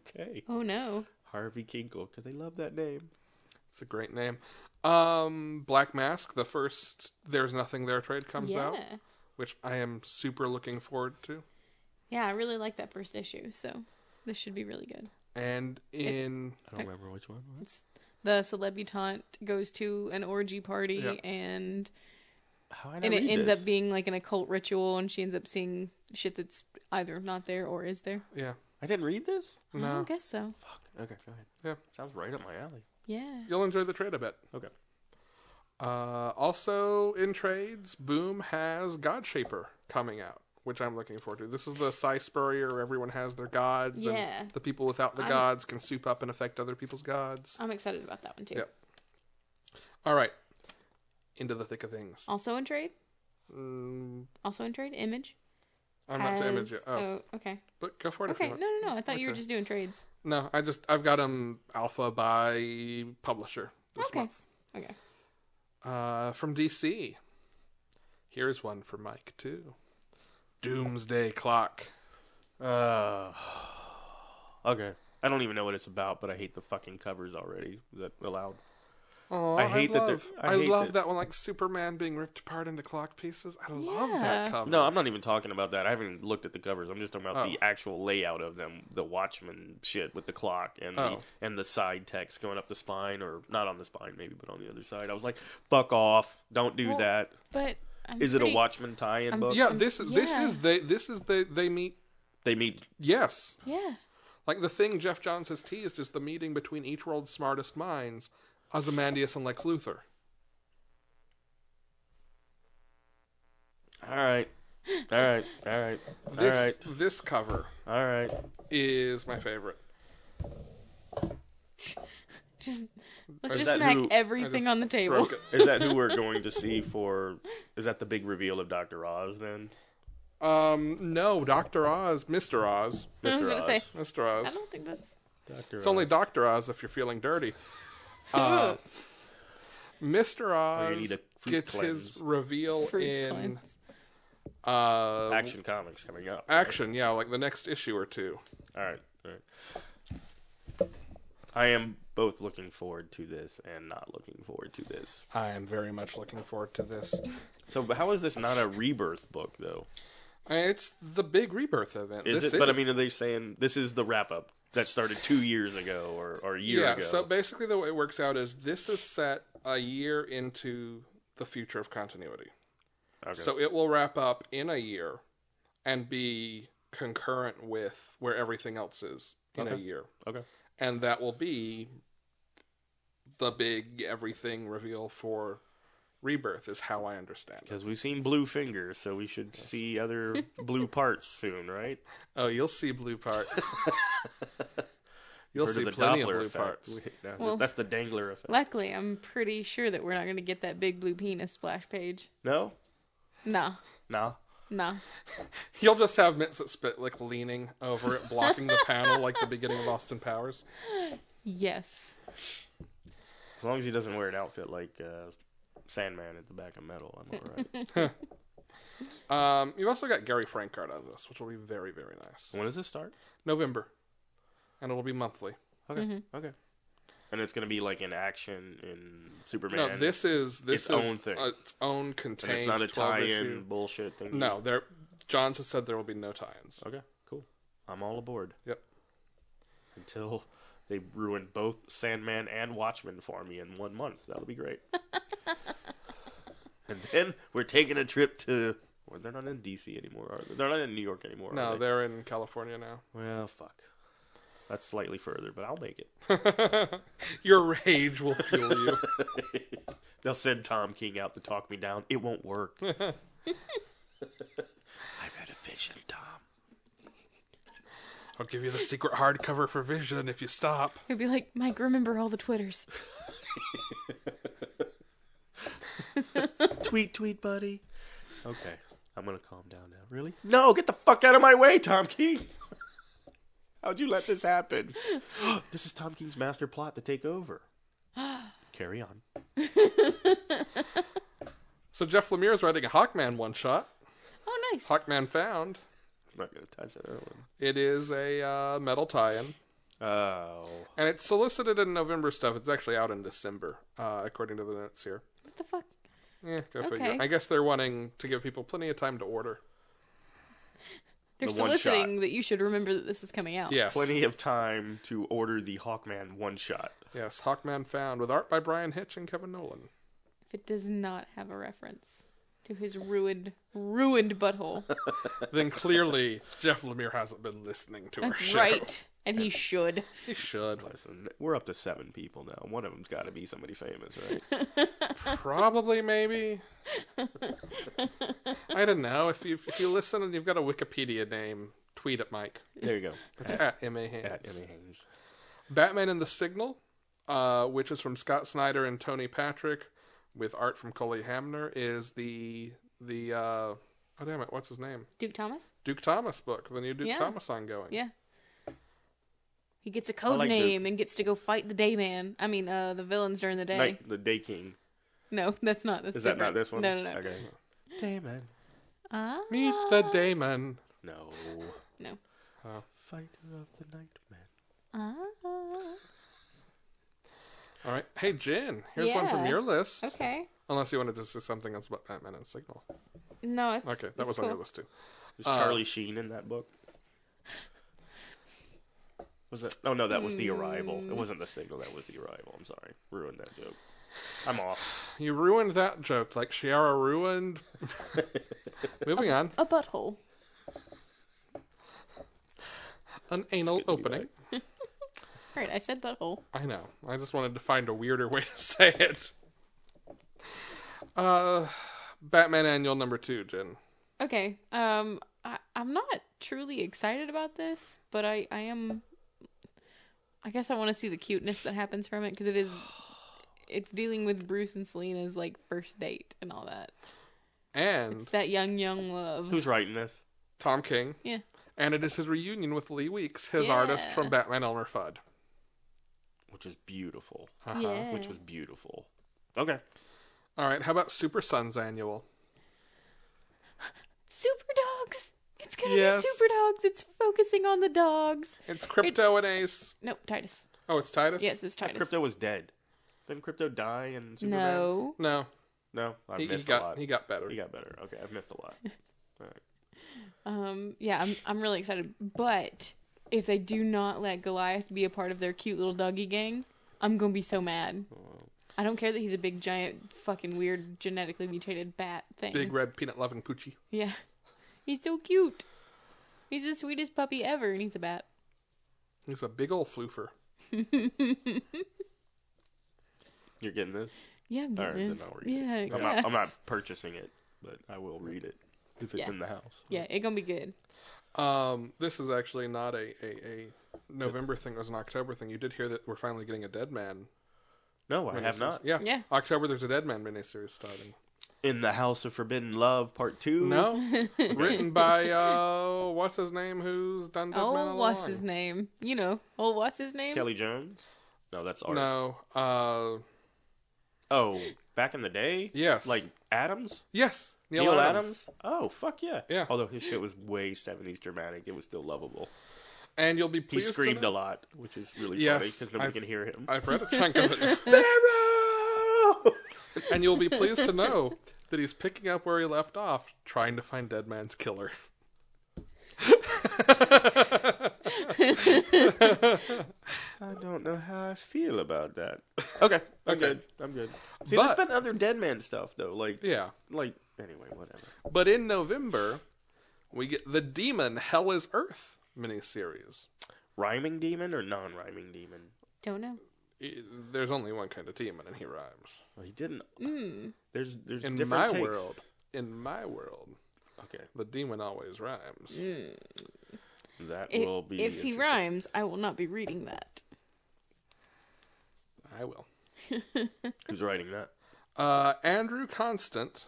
S3: Okay,
S2: Oh no.
S3: Harvey Kinkle because they love that name.
S1: It's a great name. Um, Black Mask, the first There's Nothing There trade comes
S2: yeah.
S1: out, which I am super looking forward to.
S2: Yeah, I really like that first issue, so this should be really good.
S1: And in
S3: I don't remember which one. was.
S2: It's the celebutant goes to an orgy party
S1: Yeah.
S2: and
S3: How did I
S2: and it
S3: read
S2: ends
S3: this?
S2: up being like an occult ritual and she ends up seeing shit that's either not there or is there.
S1: yeah,
S3: I didn't read this.
S2: I
S1: no,
S2: don't guess so.
S3: Fuck. Okay, go ahead.
S1: Yeah.
S3: sounds right up my alley.
S2: Yeah.
S1: you'll enjoy the trade a bit.
S3: Okay.
S1: Uh, also in trades, Boom has Godshaper coming out, which I'm looking forward to. This is the Cy Spurrier, where everyone has their gods,
S2: Yeah.
S1: and the people without the
S2: I'm-
S1: gods can soup up and affect other people's gods.
S2: I'm excited about that one too.
S1: Yep. All right, into the thick of things.
S2: Also in trade.
S1: Mm,
S2: Also in trade. Image.
S1: I'm not to image
S2: has-
S1: it. Oh,
S2: okay.
S1: but go for it.
S2: Okay.
S1: If you
S2: No,
S1: want.
S2: no, no. I thought you were
S1: Okay.
S2: just doing trades.
S1: No, I just I've got them alpha by publisher this
S2: Okay.
S1: month.
S2: Okay.
S1: Uh, from DC. Here's one for Mike too. Doomsday Clock.
S3: Uh, okay. I don't even know what it's about, but I hate the fucking covers already. Is that allowed?
S1: Oh,
S3: I hate that they're-
S1: love-
S3: I
S1: I
S3: hate
S1: love
S3: that-
S1: that one, like Superman being ripped apart into clock pieces. I love
S2: Yeah.
S1: that cover.
S3: No, I'm not even talking about that. I haven't even looked at the covers. I'm just talking about
S1: Oh.
S3: the actual layout of them, the Watchman shit with the clock and
S1: Oh.
S3: the and the side text going up the spine or not on the spine maybe, but on the other side. I was like, "Fuck off! Don't do
S2: Well,
S3: that."
S2: But I'm
S3: Is it a
S2: pretty-
S3: Watchman tie-in
S2: I'm-
S3: book?
S1: Yeah, this is this
S2: Yeah.
S1: is they this is they they meet.
S3: They meet.
S1: Yes,
S2: Yeah.
S1: like the thing Jeff Johns has teased is the meeting between each world's smartest minds, Ozymandias and Lex Luthor.
S3: All right, all right, all right, all
S1: This
S3: right,
S1: this cover
S3: all right.
S1: is my favorite.
S2: Just let's
S3: Or
S2: just
S3: is that
S2: smack
S3: who-
S2: everything
S1: just
S2: on the table.
S1: Broke it.
S3: Is that who we're going to see for? Is that the big reveal of Doctor Oz then?
S1: Um, no, Doctor Oz, Mister Oz,
S2: I was
S3: Mr.
S2: gonna say-
S3: Oz.
S1: Mister Oz.
S2: I don't think that's.
S3: Dr.
S1: It's only
S3: Oz.
S1: Doctor Oz if you're feeling dirty. Uh, Mister
S3: gonna
S1: Oz
S3: need a fruit
S1: gets
S3: cleanse.
S1: his reveal
S2: Fruit
S1: in
S2: cleanse.
S1: uh,
S3: Action Comics coming up.
S1: action. Yeah, like the next issue or two.
S3: All right, all right. I am both looking forward to this and not looking forward to this.
S1: I am very much looking forward to this.
S3: So, but how is this not a rebirth book though?
S1: I mean, It's the big rebirth event.
S3: Is
S1: this
S3: it? But I mean, are they saying this is the wrap up that started two years ago or, or a year
S1: yeah.
S3: ago?
S1: So basically, the way it works out is this is set a year into the future of continuity.
S3: okay.
S1: So it will wrap up in a year and be concurrent with where everything else is in a
S3: Okay.
S1: year.
S3: okay.
S1: And that will be the big everything reveal for Rebirth, is how I understand it.
S3: Because we've seen Blue Finger, so we should see other blue parts soon, right?
S1: Oh, you'll see blue parts. you'll
S3: Heard of
S1: see
S3: the
S1: plenty of
S3: Doppler
S1: blue
S3: effect.
S1: parts.
S3: No,
S2: Well-
S3: that's the Dangler effect.
S2: Luckily, I'm pretty sure that we're not going to get that big blue penis splash page.
S3: No,
S2: No,
S3: no.
S2: no.
S1: You'll just have Minsut Spit like leaning over it, blocking the panel like the beginning of Austin Powers.
S2: Yes.
S3: As long as he doesn't wear an outfit like uh, Sandman at the back of Metal, I'm all right.
S1: Um, you've also got Gary Frankart on this, which will be very, very nice.
S3: when does this start?
S1: November, and it'll be monthly.
S3: Okay. Okay. And it's gonna be like an action in Superman.
S1: No, this is this
S3: Its
S1: is
S3: own thing.
S1: uh, its own
S3: and
S1: contained.
S3: it's not a
S1: 12
S3: tie-in
S1: issue.
S3: bullshit thing.
S1: No, there. Johns has said there will be no tie-ins.
S3: Okay. Cool. I'm all aboard
S1: Yep.
S3: until they ruin both Sandman and Watchmen for me in one month. That'll be great. and then we're taking a trip to. Well, they're not in DC anymore, are they? They're not in New York anymore. are
S1: No,
S3: they?
S1: they're in California now.
S3: Well, fuck. That's slightly further, but I'll make it.
S1: Your rage will fuel you.
S3: They'll send Tom King out to talk me down. It won't work. I've had a vision, Tom.
S1: I'll give you the secret hardcover for Vision if you stop.
S2: He'll be like, Mike, remember all the Twitters.
S3: Tweet, tweet, buddy. Okay, I'm gonna calm down now. Really? No, get the fuck out of my way, Tom King. How'd you let this happen? this is Tom King's master plot to take over. Carry on.
S1: So Jeff Lemire is writing a Hawkman one shot.
S2: Oh, nice.
S1: Hawkman found.
S3: I'm not gonna touch that one.
S1: It is a uh, metal tie-in,
S3: Oh,
S1: and it's solicited in November stuff. It's actually out in December, uh, according to the notes here.
S2: What the fuck?
S1: Yeah, go
S2: Okay.
S1: figure. I guess they're wanting to give people plenty of time to order.
S2: They're
S3: The one
S2: soliciting that you should remember that this is coming out.
S1: Yes,
S3: plenty of time to order the Hawkman one shot.
S1: yes. Hawkman found with art by Brian Hitch and Kevin Nolan.
S2: If it does not have a reference to his ruined, ruined butthole,
S1: then clearly Jeff Lemire hasn't been listening to our
S2: that's
S1: show.
S2: right. And he should.
S1: He should
S3: Listen, we're up to seven people now. One of them's got to be somebody famous, right?
S1: probably maybe. I don't know. If you if you listen and you've got a Wikipedia name, tweet at Mike.
S3: There you go.
S1: It's at, MA Haynes.
S3: At Emmy Haynes.
S1: Batman and the Signal, uh, which is from Scott Snyder and Tony Patrick, with art from Coley Hamner, is the the uh, oh damn it, what's his name?
S2: Duke Thomas?
S1: Duke Thomas book, the new Duke
S2: Yeah.
S1: Thomas ongoing.
S2: Yeah. He gets a code
S3: like
S2: name and gets to go fight the day man. I mean, uh, the villains during the day.
S3: Night, the Day King.
S2: No, that's not. That's
S3: Is that
S2: different.
S3: not this one?
S2: No, no, no.
S3: Okay. Damon.
S2: Ah.
S1: Meet the Daemon.
S3: No.
S2: No.
S3: Fighter of the Night Man.
S2: Ah.
S1: All right. Hey Jen, here's one from
S2: Yeah.
S1: your list.
S2: Okay.
S1: Unless you wanted to say something else about Batman and Signal.
S2: No, it's
S1: Okay, that
S2: it's
S1: was
S2: cool.
S1: on your list too.
S3: Was
S1: Uh,
S3: Charlie Sheen in that book? Was that? Oh no, that was the arrival.
S2: Hmm.
S3: It wasn't the signal. That was the arrival. I'm sorry, ruined that joke. I'm off.
S1: You ruined that joke, like Shiara ruined. Moving on,
S2: A butthole.
S1: an anal
S3: good to be
S1: opening.
S2: All right, I said butthole.
S1: I know. I just wanted to find a weirder way to say it. Uh, Batman Annual number two, Jen.
S2: Okay. Um, I, I'm not truly excited about this, but I, I am. I guess I want to see the cuteness that happens from it because it is, it's dealing with Bruce and Selena's like first date and all that. It's
S1: And
S2: that young, young love.
S3: Who's writing this?
S1: Tom King.
S2: Yeah.
S1: And it is his reunion with Lee Weeks, his artist
S2: Yeah.
S1: from Batman Elmer Fudd.
S3: Which is beautiful.
S1: Uh-huh.
S2: Yeah.
S3: Which was beautiful. Okay.
S1: All right. How about Super Sons Annual?
S2: Super dogs. It's gonna
S1: Yes.
S2: be super dogs. It's focusing on the dogs.
S1: It's Crypto and Ace.
S2: Nope, Titus.
S1: Oh, it's Titus.
S2: Yes, it's Titus.
S3: Crypto was dead. Didn't Crypto die in Superman?
S2: no.
S1: No,
S3: No, I
S1: he, he
S3: missed a lot.
S1: got he
S3: He
S1: got better.
S3: got, better. Okay, I've missed a lot. Alright.
S2: Um. Yeah, I'm. I'm really excited. But if they do not let Goliath be a part of their cute little doggy gang, I'm gonna be so mad. I don't care that he's a big, giant, fucking weird, genetically mutated bat thing.
S1: Big red peanut loving Poochie.
S2: Yeah. He's so cute. He's the sweetest puppy ever, and he's a bat.
S1: He's a big old floofer.
S3: You're getting this.
S2: Yeah, I'm
S3: All right,
S2: getting
S3: then
S2: this.
S3: I'll read
S2: yeah,
S3: it. I'm not, I'm not
S2: yes.
S3: purchasing it, but I will read it if it's
S2: Yeah.
S3: in the house.
S2: Yeah, it' gonna be good.
S1: Um, this is actually not a, a, a November thing. It was an October thing. You did hear that we're finally getting a Dead Man.
S3: No, I have
S1: miniseries.
S3: not.
S1: Yeah.
S2: Yeah.
S1: October, there's a Dead Man miniseries starting.
S3: In the House of Forbidden Love, Part Two.
S1: No. Written by, uh, what's his name? Who's done Dead Man?
S2: Oh,
S1: all
S2: what's
S1: along?
S2: his name? You know, oh, what's his name?
S3: Kelly Jones. No, that's art.
S1: No. Uh,
S3: Oh, back in the day.
S1: Yes.
S3: Like Adams.
S1: yes.
S3: Neil, Adams. Oh, fuck yeah.
S1: Yeah.
S3: Although his shit was way seventies dramatic, it was still lovable.
S1: And you'll be
S3: He
S1: pleased.
S3: screamed
S1: to
S3: a
S1: know-
S3: lot, which is really
S1: Yes,
S3: funny because nobody
S1: I've-
S3: can hear him.
S1: I've read a chunk of it.
S3: Sparrow.
S1: and you'll be pleased to know that he's picking up where he left off, trying to find Dead Man's killer.
S3: I don't know how I feel about that. Okay, I'm
S1: Okay.
S3: good. I'm good. See,
S1: But-
S3: there's been other Dead Man stuff though. Like,
S1: Yeah.
S3: like anyway, whatever.
S1: But in November, we get the Demon Hell is Earth miniseries.
S3: Rhyming demon or non-rhyming demon?
S2: Don't know.
S1: I- E, There's only one kind of demon, and he rhymes.
S3: Well, he didn't.
S2: Mm.
S3: There's there's
S1: In
S3: different
S1: my
S3: takes.
S1: world, in my world,
S3: Okay,
S1: the demon always rhymes.
S3: that
S2: If-
S3: will be.
S2: if he
S3: interesting.
S2: rhymes, I will not be reading that.
S1: I will.
S3: who's writing that?
S1: Uh, Andrew Constant,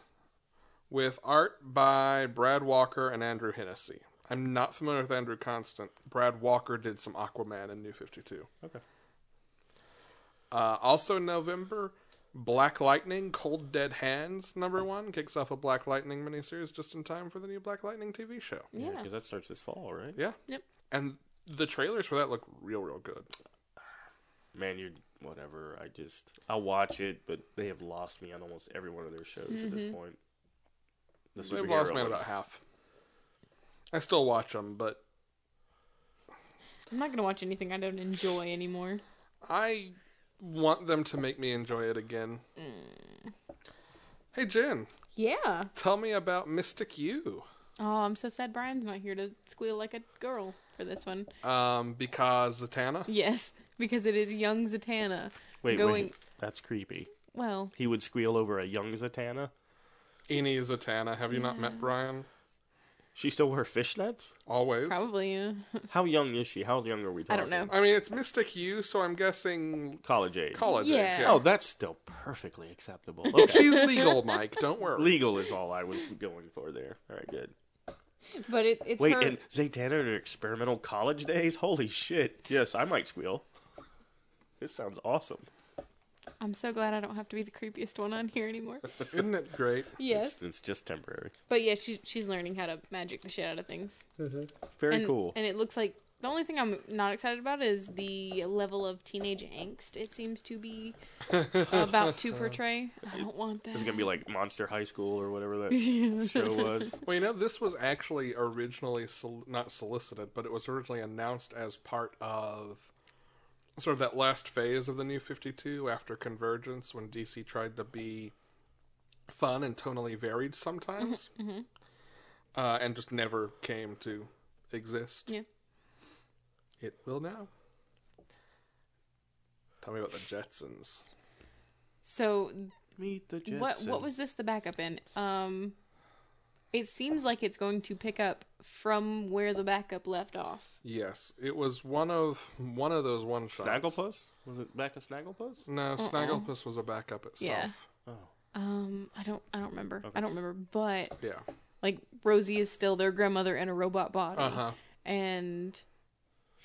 S1: with art by Brad Walker and Andrew Hennessy. I'm not familiar with Andrew Constant. Brad Walker did some Aquaman in New 52.
S3: Okay.
S1: Uh, also in November, Black Lightning, Cold Dead Hands, number one, kicks off a Black Lightning miniseries just in time for the new Black Lightning TV show.
S2: Yeah.
S3: because that starts this fall, right?
S1: Yeah.
S2: Yep.
S1: And the trailers for that look real, real good.
S3: Man, you're whatever. I just I'll watch it, but they have lost me on almost every one of their shows at
S2: Mm-hmm.
S3: this point. The
S1: They've lost
S3: superhero
S1: me at about
S3: ones.
S1: half. I still watch them, but
S2: I'm not gonna watch anything I don't enjoy anymore.
S1: I want them to make me enjoy it again. Hey, Jen,
S2: Yeah.
S1: tell me about Mystic U.
S2: Oh, I'm so sad Brian's not here to squeal like a girl for this one.
S1: Um, because Zatanna?
S2: Yes, because it is young Zatanna
S3: Wait,
S2: going.
S3: wait, that's creepy.
S2: Well,
S3: He would squeal over a young Zatanna.
S1: Eni Zatanna. Have you not met Brian?
S3: She still wear fishnets?
S1: Always.
S2: Probably. Yeah.
S3: How young is she? How young are we
S2: I
S3: talking?
S2: don't know.
S1: I mean, it's Mystic Hue, so I'm guessing
S3: College age.
S1: college
S2: Yeah.
S1: age.
S3: Oh, that's still perfectly acceptable. Okay.
S1: She's legal, Mike. Don't worry.
S3: Oh, Legal is all I was going for there. All right, good.
S2: But it, it's
S3: Wait,
S2: her.
S3: and Zaytana in her experimental college days? Holy shit. Yes, I might squeal. This sounds awesome.
S2: I'm so glad I don't have to be the creepiest one on here anymore.
S1: Isn't it great?
S2: Yes.
S3: It's, it's just temporary.
S2: But yeah, she, she's learning how to magic the shit out of things.
S3: Very
S2: and,
S3: cool.
S2: And it looks like the only thing I'm not excited about is the level of teenage angst it seems to be about to portray. I don't want that.
S3: It's going to be like Monster High School or whatever that show was.
S1: Well, you know, this was actually originally sol- not solicited, but it was originally announced as part of sort of that last phase of the New Fifty Two after Convergence, when DC tried to be fun and tonally varied sometimes, Uh, and just never came to exist.
S2: Yeah.
S1: It will now. Tell me about the Jetsons.
S2: so
S3: Meet the Jetson.
S2: what what was this the backup in? Um it seems like it's going to pick up from where the backup left off.
S1: Yes, it was one of one of those one shots.
S3: Snagglepuss? Was it back to Snagglepuss?
S2: Oh,
S1: No, Snagglepuss was a backup itself.
S2: Yeah.
S3: Oh.
S2: Um I don't I don't remember. I don't remember, but
S1: Yeah.
S2: like Rosie is still their grandmother in a robot body.
S1: Uh huh.
S2: and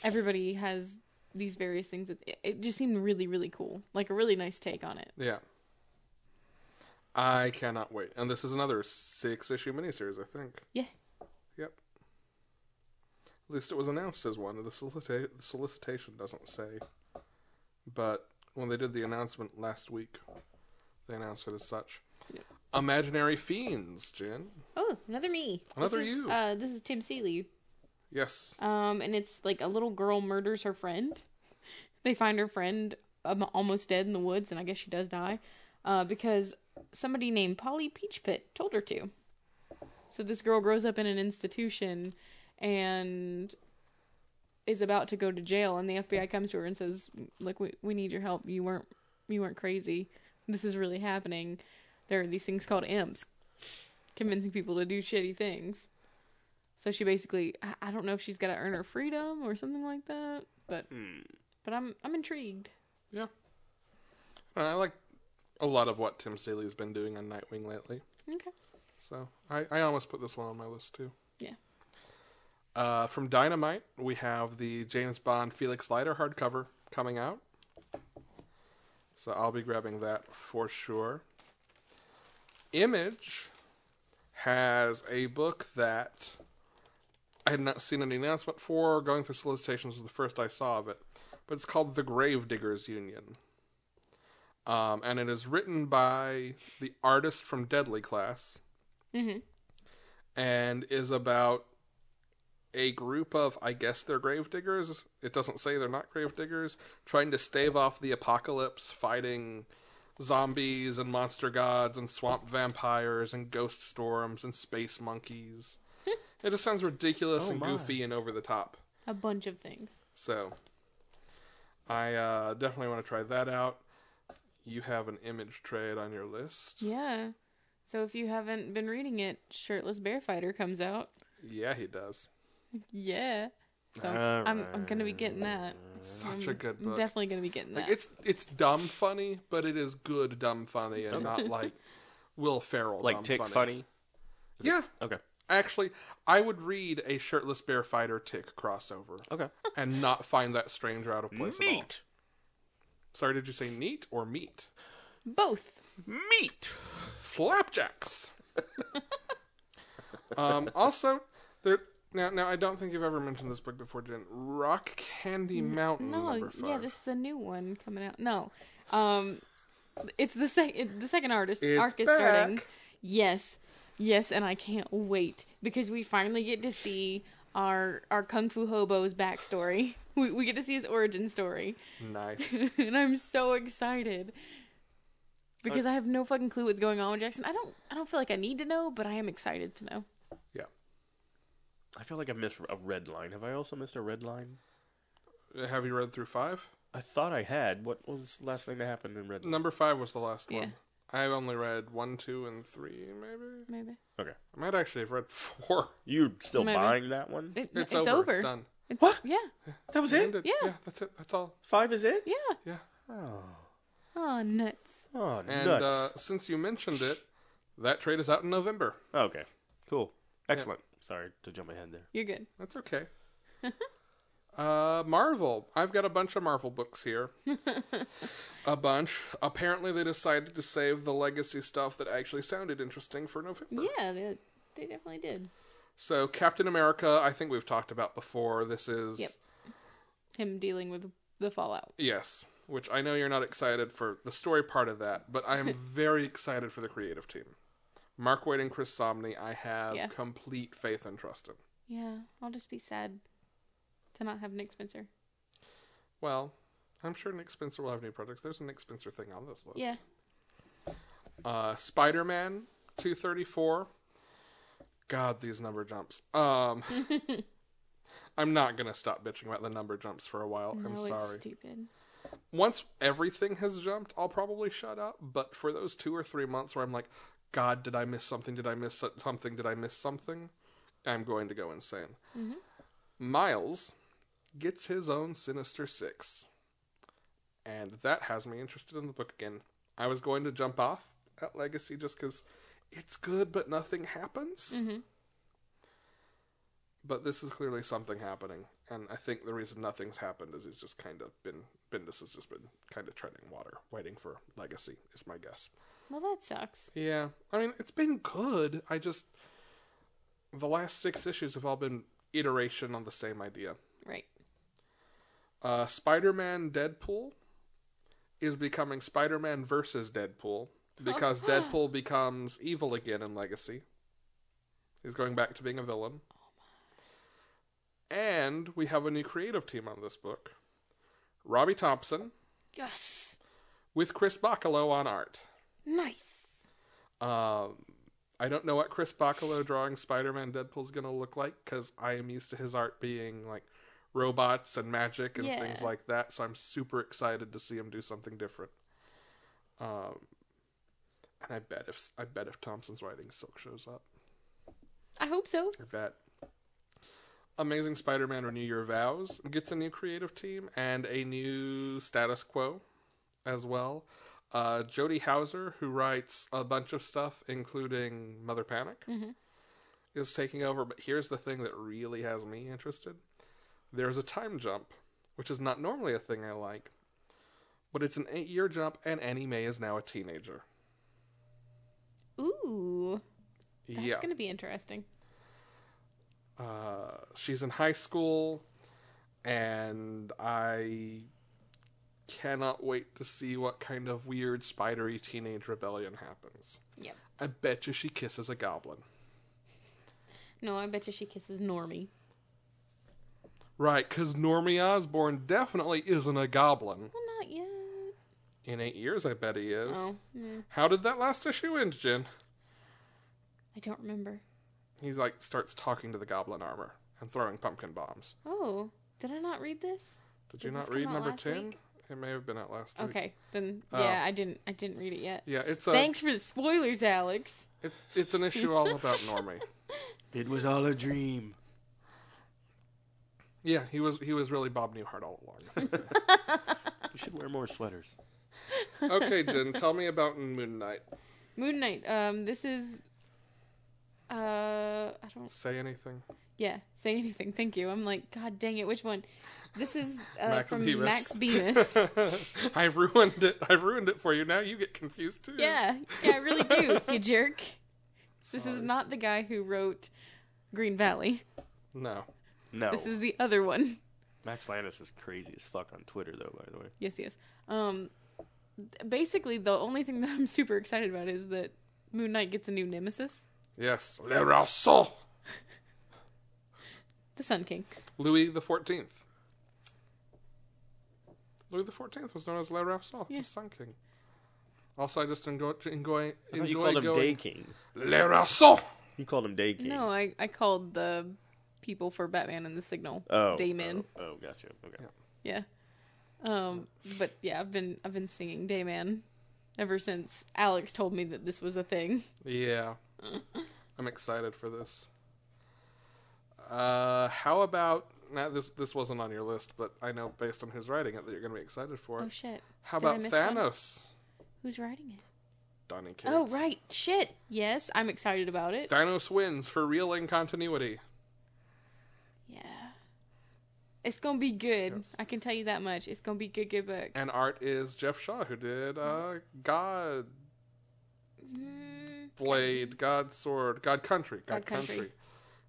S2: everybody has these various things that it- it just seemed really really cool like a really nice take on it
S1: Yeah. I cannot wait. And this is another six issue miniseries, I think.
S2: yeah
S1: Yep. At least it was announced as one. The, solicita- the solicitation doesn't say. But when they did the announcement last week, they announced it as such.
S2: Yep.
S1: Imaginary Fiends, Jen.
S2: oh another me
S1: Another
S2: this is,
S1: you.
S2: uh this is tim seeley
S1: Yes.
S2: um and it's like a little girl murders her friend they find her friend um, almost dead in the woods and i guess she does die uh because somebody named polly peachpit told her to so this girl grows up in an institution and is about to go to jail and the FBI comes to her and says, "Look, we, we need your help. You weren't you weren't crazy. This is really happening. There are these things called imps convincing people to do shitty things." So she basically I, I don't know if she's got to earn her freedom or something like that, but
S1: Hmm.
S2: but I'm I'm intrigued.
S1: Yeah. I like a lot of what Tim Seeley's been doing on Nightwing lately.
S2: Okay.
S1: So I, I almost put this one on my list too.
S2: Yeah.
S1: Uh, from Dynamite, we have the James Bond Felix Leiter hardcover coming out. So I'll be grabbing that for sure. Image has a book that I had not seen an announcement for. Going through solicitations was the first I saw of it. But it's called The Gravediggers Union. Um, and it is written by the artist from Deadly Class
S2: Mhm.
S1: and is about a group of, I guess they're gravediggers. It doesn't say they're not gravediggers, trying to stave off the apocalypse, fighting zombies and monster gods and swamp vampires and ghost storms and space monkeys. it just sounds ridiculous
S3: Oh
S1: and
S3: my.
S1: goofy and over the top.
S2: A bunch of things.
S1: So, I uh, definitely want to try that out. You have an image trade on your list.
S2: Yeah. So if you haven't been reading it, Shirtless Bear Fighter comes out.
S1: Yeah, he does.
S2: Yeah. So I'm, I'm, I'm gonna be getting that.
S1: Such
S2: I'm-
S1: a good
S2: I'm
S1: book.
S2: definitely gonna be getting that.
S1: Like it's it's dumb funny, but it is good dumb funny and not like Will Ferrell
S3: Like
S1: dumb
S3: Tick
S1: funny.
S3: Funny?
S1: Yeah,
S3: Okay.
S1: actually, I would read a shirtless bear fighter Tick crossover
S3: Okay.
S1: and not find that stranger out of place at all.
S3: Meat.
S1: Sorry, did you say neat or meat?
S2: Both.
S3: Meat.
S1: Flapjacks. um, also, there now now I don't think you've ever mentioned this book before, Jen. Rock Candy Mountain.
S2: No,
S1: number five.
S2: Oh, yeah, this is a new one coming out. No, um, it's the second the second artist
S1: It's
S2: arc is
S1: back.
S2: starting. Yes, yes, and I can't wait because we finally get to see our our kung fu hobo's backstory. We we get to see his origin story,
S1: nice.
S2: and I'm so excited because I have no fucking clue what's going on with Jackson. I don't I don't feel like I need to know, but I am excited to know.
S1: Yeah.
S3: I feel like I missed a red line. Have I also missed a red line?
S1: Have you read through five?
S3: I thought I had. What was the last thing that happened in red?
S1: Number five was the last
S2: Yeah.
S1: one. I've only read one, two, and three. Maybe
S2: Maybe
S1: I might actually have read four.
S3: You still
S2: Maybe.
S3: buying that one?
S2: It-
S1: It's, over. It's done.
S2: It's-
S3: What?
S2: Yeah,
S3: That was
S1: It
S3: it.
S1: ended.
S2: Yeah.
S1: yeah, that's it. That's all.
S3: Five is it?
S2: yeah.
S1: Yeah.
S3: Oh,
S2: Oh, nuts.
S3: oh,
S1: And
S3: nuts.
S1: uh, since you mentioned it, that trade is out in November.
S3: Okay, cool, excellent. Sorry to jump ahead there.
S2: You're good.
S1: That's okay. uh, Marvel. I've got a bunch of Marvel books here. a bunch. Apparently, they decided to save the legacy stuff that actually sounded interesting for November.
S2: Yeah, they, they definitely did.
S1: So, Captain America. I think we've talked about before. This is
S2: Yep. Him dealing with the fallout.
S1: yes, which I know you're not excited for the story part of that, but I am very excited for the creative team. Mark Waid and Chris Somney, I have
S2: Yeah.
S1: complete faith and trust in.
S2: Yeah, I'll just be sad to not have Nick Spencer.
S1: Well, I'm sure Nick Spencer will have new projects. There's a Nick Spencer thing on this list.
S2: Yeah.
S1: Uh, Spider Man 234. God, these number jumps. Um, I'm not going to stop bitching about the number jumps for a while. I'm
S2: no, it's
S1: sorry.
S2: stupid.
S1: Once everything has jumped, I'll probably shut up. But for those two or three months where I'm like, God, did I miss something? Did I miss so- something? Did I miss something? I'm going to go insane. Miles gets his own Sinister Six. And that has me interested in the book again. I was going to jump off at Legacy just because it's good, but nothing happens.
S2: Mm-hmm.
S1: But this is clearly something happening, and I think the reason nothing's happened is it's just kind of been Bendis has just been kind of treading water, waiting for Legacy. Is my guess.
S2: Well, that sucks.
S1: Yeah, I mean it's been good. I just the last six issues have all been iteration on the same idea.
S2: Right.
S1: Uh, Spider-Man Deadpool is becoming Spider-Man versus Deadpool because Deadpool becomes evil again in Legacy. He's going back to being a villain. And we have a new creative team on this book. Robbie Thompson
S2: Yes.
S1: with Chris Boccolo on art.
S2: Nice.
S1: Um, I don't know what Chris Boccolo drawing Spider-Man Deadpool's going to look like because I am used to his art being like robots and magic and things
S2: Yeah.
S1: like that. So I'm super excited to see him do something different. Um, and I bet if I bet if Thompson's writing Silk shows up,
S2: I hope so.
S1: I bet. Amazing Spider-Man Renew Your Vows gets a new creative team and a new status quo as well. Uh, Jody Hauser, who writes a bunch of stuff, including Mother Panic,
S2: Mhm.
S1: is taking over. But here's the thing that really has me interested. There's a time jump, which is not normally a thing I like, but it's an eight-year jump, and Annie Mae is now a teenager.
S2: Ooh, that's
S1: yeah,
S2: gonna be interesting.
S1: uh, she's in high school, and I cannot wait to see what kind of weird spidery teenage rebellion happens.
S2: Yep.
S1: I bet you she kisses a goblin.
S2: No, I bet you she kisses Normie.
S1: Right, because Normie Osborn definitely isn't a goblin.
S2: Well, not yet.
S1: In eight years, I bet he is.
S2: Oh, yeah.
S1: How did that last issue end, Jin?
S2: I don't remember.
S1: He like starts talking to the goblin armor and throwing pumpkin bombs.
S2: Oh, did I not read this?
S1: Did,
S2: Did
S1: you
S2: this
S1: not
S2: come
S1: read
S2: out
S1: number
S2: last
S1: ten?
S2: week?
S1: It may have been out last week.
S2: Okay, then
S1: Oh.
S2: yeah, I didn't. I didn't read it yet.
S1: Yeah, it's a
S2: Thanks for the spoilers, Alex.
S1: it- it's an issue all about Normie.
S3: It was all a dream.
S1: Yeah, he was he was really Bob Newhart all along.
S3: You should wear more sweaters.
S1: okay, Jen, tell me about Moon Knight.
S2: Moon Knight. Um, this is. Uh, I don't.
S1: Say anything.
S2: Yeah, say anything. Thank you. I'm like, God dang it, which one? This is uh,
S1: Max
S2: from
S1: Bemis.
S2: Max Bemis.
S1: I've ruined it. I've ruined it for you. Now you get confused too.
S2: yeah, yeah, I really do. You jerk. This is not the guy who wrote Green Valley.
S1: No.
S3: No,
S2: This is the other one.
S3: Max Landis is crazy as fuck on Twitter, though. By the way,
S2: Yes, yes. Um, th- basically, the only thing that I'm super excited about is that Moon Knight gets a new nemesis,
S1: Yes. Le Rousseau.
S2: the Sun King.
S1: Louis the Fourteenth. Louis the Fourteenth was known as Le Rousseau,
S2: Yeah.
S1: the Sun King. Also, I just enjoy enjoy
S3: I thought
S1: enjoy
S3: you called him
S1: going.
S3: Day King.
S1: Le Rousseau.
S3: You called him Day King.
S2: No, I, I called the people for Batman and the Signal.
S3: oh,
S2: Dayman.
S3: Oh, oh, gotcha. Okay.
S2: Yeah. Um, but yeah, I've been I've been singing Dayman ever since Alex told me that this was a thing.
S1: Yeah. I'm excited for this. Uh, how about now? This this wasn't on your list, but I know based on who's writing it that you're going to be excited for.
S2: Oh
S1: it.
S2: shit!
S1: how
S2: did I
S1: about
S2: miss one?
S1: Thanos?
S2: Who's writing it?
S1: Donny Cates.
S2: Oh right, shit. Yes, I'm excited about it.
S1: Thanos wins for real in continuity.
S2: Yeah, it's gonna be good.
S1: Yes.
S2: I can tell you that much. It's gonna be good, good book.
S1: And art is Jeff Shaw, who did
S2: Mm-hmm.
S1: uh, God
S2: Mm,
S1: Blade, God Sword, God Country, God,
S2: God Country.
S1: Country,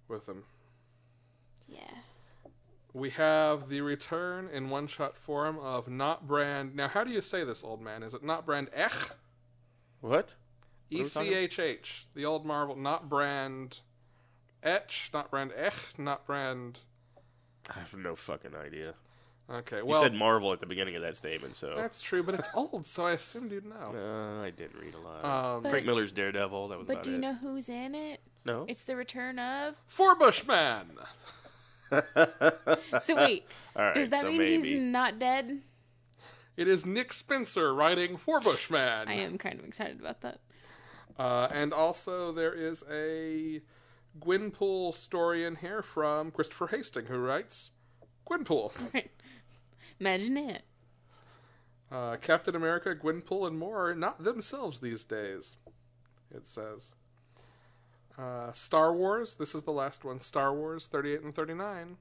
S1: with him.
S2: yeah.
S1: We have the return in one shot form of Not Brand. Now, how do you say this, old man? Is it Not Brand Ech?
S3: What? What are
S1: E
S3: we talking
S1: C H H. The old Marvel. Not Brand Etch. Not Brand Ech. Not Brand.
S3: I have no fucking idea.
S1: Okay, well.
S3: you said Marvel at the beginning of that statement, so
S1: that's true, but it's old, so I assumed you'd know.
S3: uh, I didn't read a lot.
S1: Um,
S2: But-
S3: Frank Miller's Daredevil. That was
S2: But
S3: about
S2: do you
S3: it.
S2: know who's in it?
S3: No.
S2: It's the return of.
S1: for Bushman!
S2: So wait,
S3: All right.
S2: does that
S3: so
S2: mean
S3: maybe.
S2: he's not dead?
S1: It is Nick Spencer writing for Bushman.
S2: I am kind of excited about that.
S1: Uh, and also, there is a Gwynpool story in here from Christopher Hastings, who writes Gwynpool.
S2: Right. Imagine it.
S1: Uh, Captain America, Gwynpool, and more are not themselves these days, it says. Uh, Star Wars, this is the last one Star Wars 38 and 39.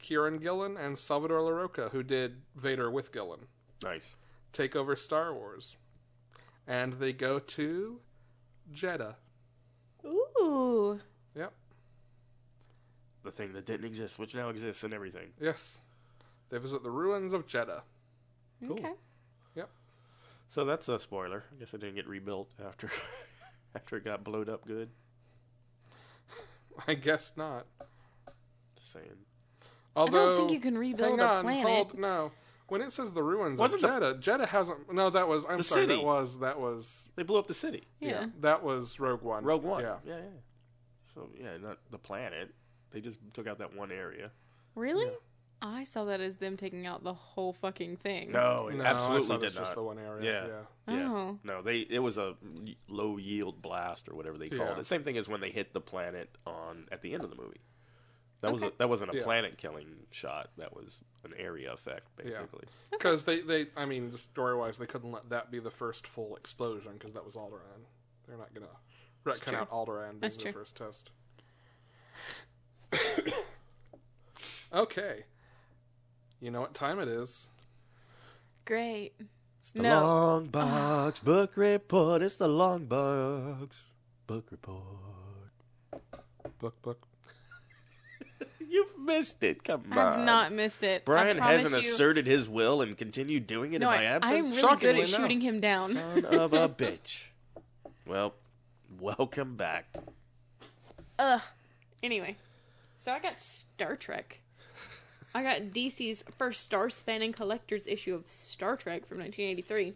S1: Kieran Gillen and Salvador LaRocca, who did Vader with Gillen,
S3: Nice.
S1: take over Star Wars. And they go to Jeddah.
S2: Ooh.
S1: Yep.
S3: The thing that didn't exist, which now exists and everything.
S1: Yes. They visit the ruins of Jeddah.
S3: Cool.
S2: Okay.
S3: So that's a spoiler. I guess I didn't get rebuilt after after it got blowed up good.
S1: I guess not.
S3: Just saying.
S1: Although,
S2: I don't think you can rebuild
S1: hang
S2: a
S1: on,
S2: planet.
S1: hold no. When it says the ruins
S3: Wasn't the-
S1: of Jeddah, Jeddah hasn't. No, that was. I'm
S3: The
S1: sorry.
S3: city.
S1: That was. That was.
S3: They blew up the city.
S2: Yeah.
S1: That was Rogue One.
S3: Rogue One.
S1: Yeah.
S3: yeah, So yeah, not the planet. They just took out that one area.
S2: Really?
S1: Yeah.
S2: I saw that as them taking out the whole fucking thing.
S3: No, it
S1: No, I
S3: Oh, absolutely
S1: saw
S3: did
S1: that's just
S3: not.
S1: the one area.
S3: Yeah.
S1: Yeah.
S3: yeah.
S2: Oh.
S3: No, they it was a low yield blast or whatever they called
S1: Yeah.
S3: it. Same thing as when they hit the planet on at the end of the movie. That was a,
S2: Okay.
S3: that wasn't a
S1: Yeah.
S3: planet killing shot. That was an area effect basically.
S1: Because they, they, I mean, just story wise, they couldn't let that be the first full explosion because that was Alderaan. They're not gonna retcon
S2: true.
S1: out Alderaan being
S2: That's
S1: the
S2: true.
S1: first test. okay. You know what time it is.
S2: Great.
S3: The
S2: No. Ah.
S3: long box book report. It's the long box book report.
S1: Book, book.
S3: You've missed it. Come on.
S2: I've not missed it.
S3: Brian
S2: I promise
S3: hasn't
S2: you.
S3: asserted his will and continued doing it
S2: No,
S3: in my
S2: I, I'm
S3: absence.
S2: really good
S1: Shockingly
S2: at
S1: no.
S2: shooting him down.
S3: Son of a bitch. Well, welcome back.
S2: Ugh. Anyway, so I got Star Trek. I got DC's first star spanning collector's issue of Star Trek from 1983.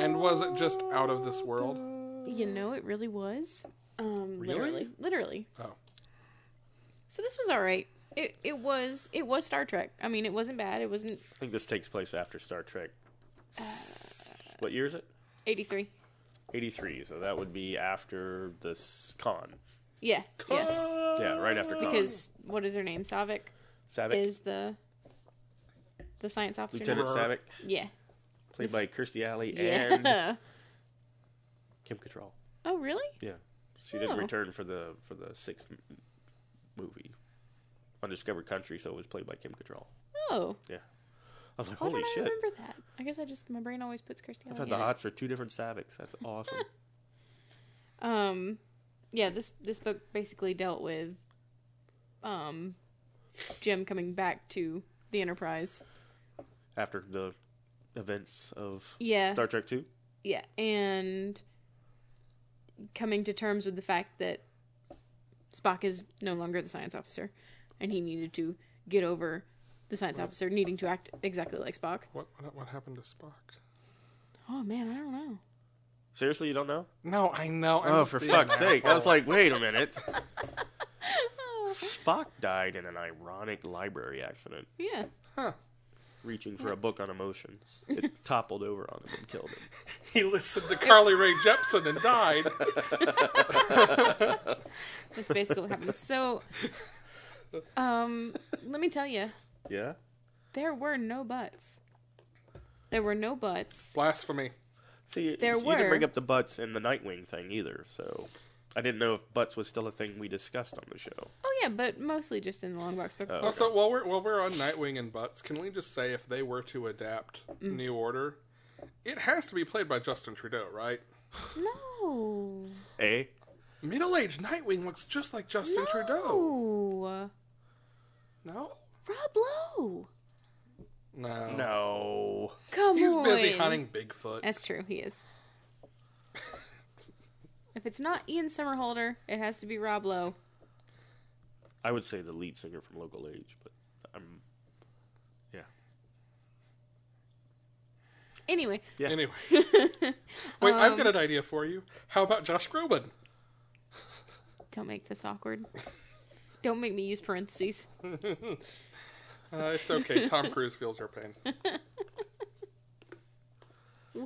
S1: And was it just out of this world?
S2: You know, it really was. Um,
S1: Really?
S2: Literally. Literally.
S1: Oh.
S2: So this was all right. It it was it was Star Trek. I mean, it wasn't bad. It wasn't
S3: I think this takes place after Star Trek.
S2: Uh.
S3: s- What year is it?
S2: 83.
S3: 83. So that would be after this con.
S2: Yeah. Yes.
S3: Yeah, right after con.
S2: Because what is her name? Savik
S3: Savick,
S2: is the the science officer. now?
S3: Lieutenant Savick,
S2: Yeah.
S3: played by Kirstie Alley and
S2: Yeah.
S3: Kim Cattrall.
S2: Oh, really?
S3: Yeah, she didn't
S2: Oh.
S3: return for the for the sixth m- movie, Undiscovered Country. So it was played by Kim Cattrall.
S2: Oh.
S3: Yeah, I was like,
S2: Why
S3: holy
S2: don't
S3: shit!
S2: I remember that? I guess I just my brain always puts Kirstie Alley
S3: I've had
S2: in
S3: the
S2: it.
S3: hots for two different Savics. That's awesome.
S2: Um, yeah. This this book basically dealt with um Jim coming back to the Enterprise.
S3: after the events of
S2: Yeah.
S3: Star Trek Two.
S2: Yeah, and coming to terms with the fact that Spock is no longer the science officer, and he needed to get over the science officer needing to act exactly like Spock.
S1: What, what what happened to Spock?
S2: Oh man, I don't know.
S3: Seriously, you don't know?
S1: No, I know. I'm
S3: oh,
S1: just
S3: for
S1: being
S3: fuck's
S1: an
S3: sake! I
S1: asshole.
S3: was like, wait a minute. Spock died in an ironic library accident.
S2: Yeah,
S1: huh.
S3: reaching for a book on emotions. It toppled over on him and killed him.
S1: He listened to Carly Rae Jepsen and died.
S2: That's basically what happened. So, um, let me tell you,
S3: Yeah?
S2: there were no butts. There were no butts.
S1: Blasphemy.
S3: See,
S2: There
S3: you didn't bring
S2: were.
S3: up the butts and the Nightwing thing either, so I didn't know if butts was still a thing we discussed on the show.
S2: Oh yeah, but mostly just in the long box book.
S3: Oh.
S1: Also, while we're while we're on Nightwing and Butts, can we just say if they were to adapt New Order, it has to be played by Justin Trudeau, right?
S2: No.
S3: Eh?
S1: Middle aged Nightwing looks just like Justin
S2: No.
S1: Trudeau. No,
S2: Rob Lowe.
S3: Oh.
S1: no,
S3: No.
S2: Come
S1: He's
S2: on.
S1: busy hunting Bigfoot.
S2: That's true. He is. if it's not Ian Somerhalder, it has to be Rob Lowe.
S3: I would say the lead singer from Local Age, but I'm. Yeah.
S2: Anyway,
S3: Yeah.
S1: Anyway, wait, I've got an idea for you. How about Josh Groban?
S2: don't make this awkward. don't make me use parentheses.
S1: Uh, it's okay. Tom Cruise feels your pain.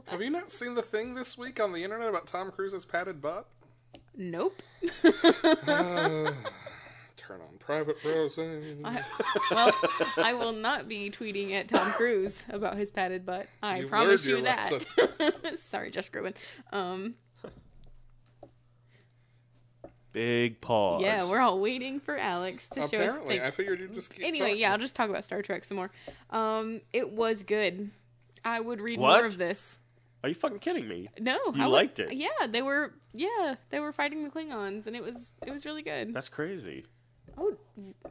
S1: Have you not seen the thing this week on the internet about Tom Cruise's padded butt?
S2: Nope.
S1: Turn on private browsing.
S2: I, well, I will not be tweeting at Tom Cruise about his padded butt. I
S1: You've
S2: promise
S1: learned
S2: you
S1: your
S2: that. Sorry, Josh Groban. Um,
S3: Big pause.
S2: yeah, we're all waiting for Alex to show us.
S1: Apparently,
S2: Like,
S1: I figured you'd just keep
S2: anyway,
S1: talking.
S2: yeah, I'll just talk about Star Trek some more. Um, it was good. I would read
S3: What?
S2: more of this.
S3: Are you fucking kidding me?
S2: No,
S3: You
S2: I would-
S3: liked it.
S2: Yeah, they were. Yeah, they were fighting the Klingons, and it was it was really good.
S3: That's crazy.
S2: oh,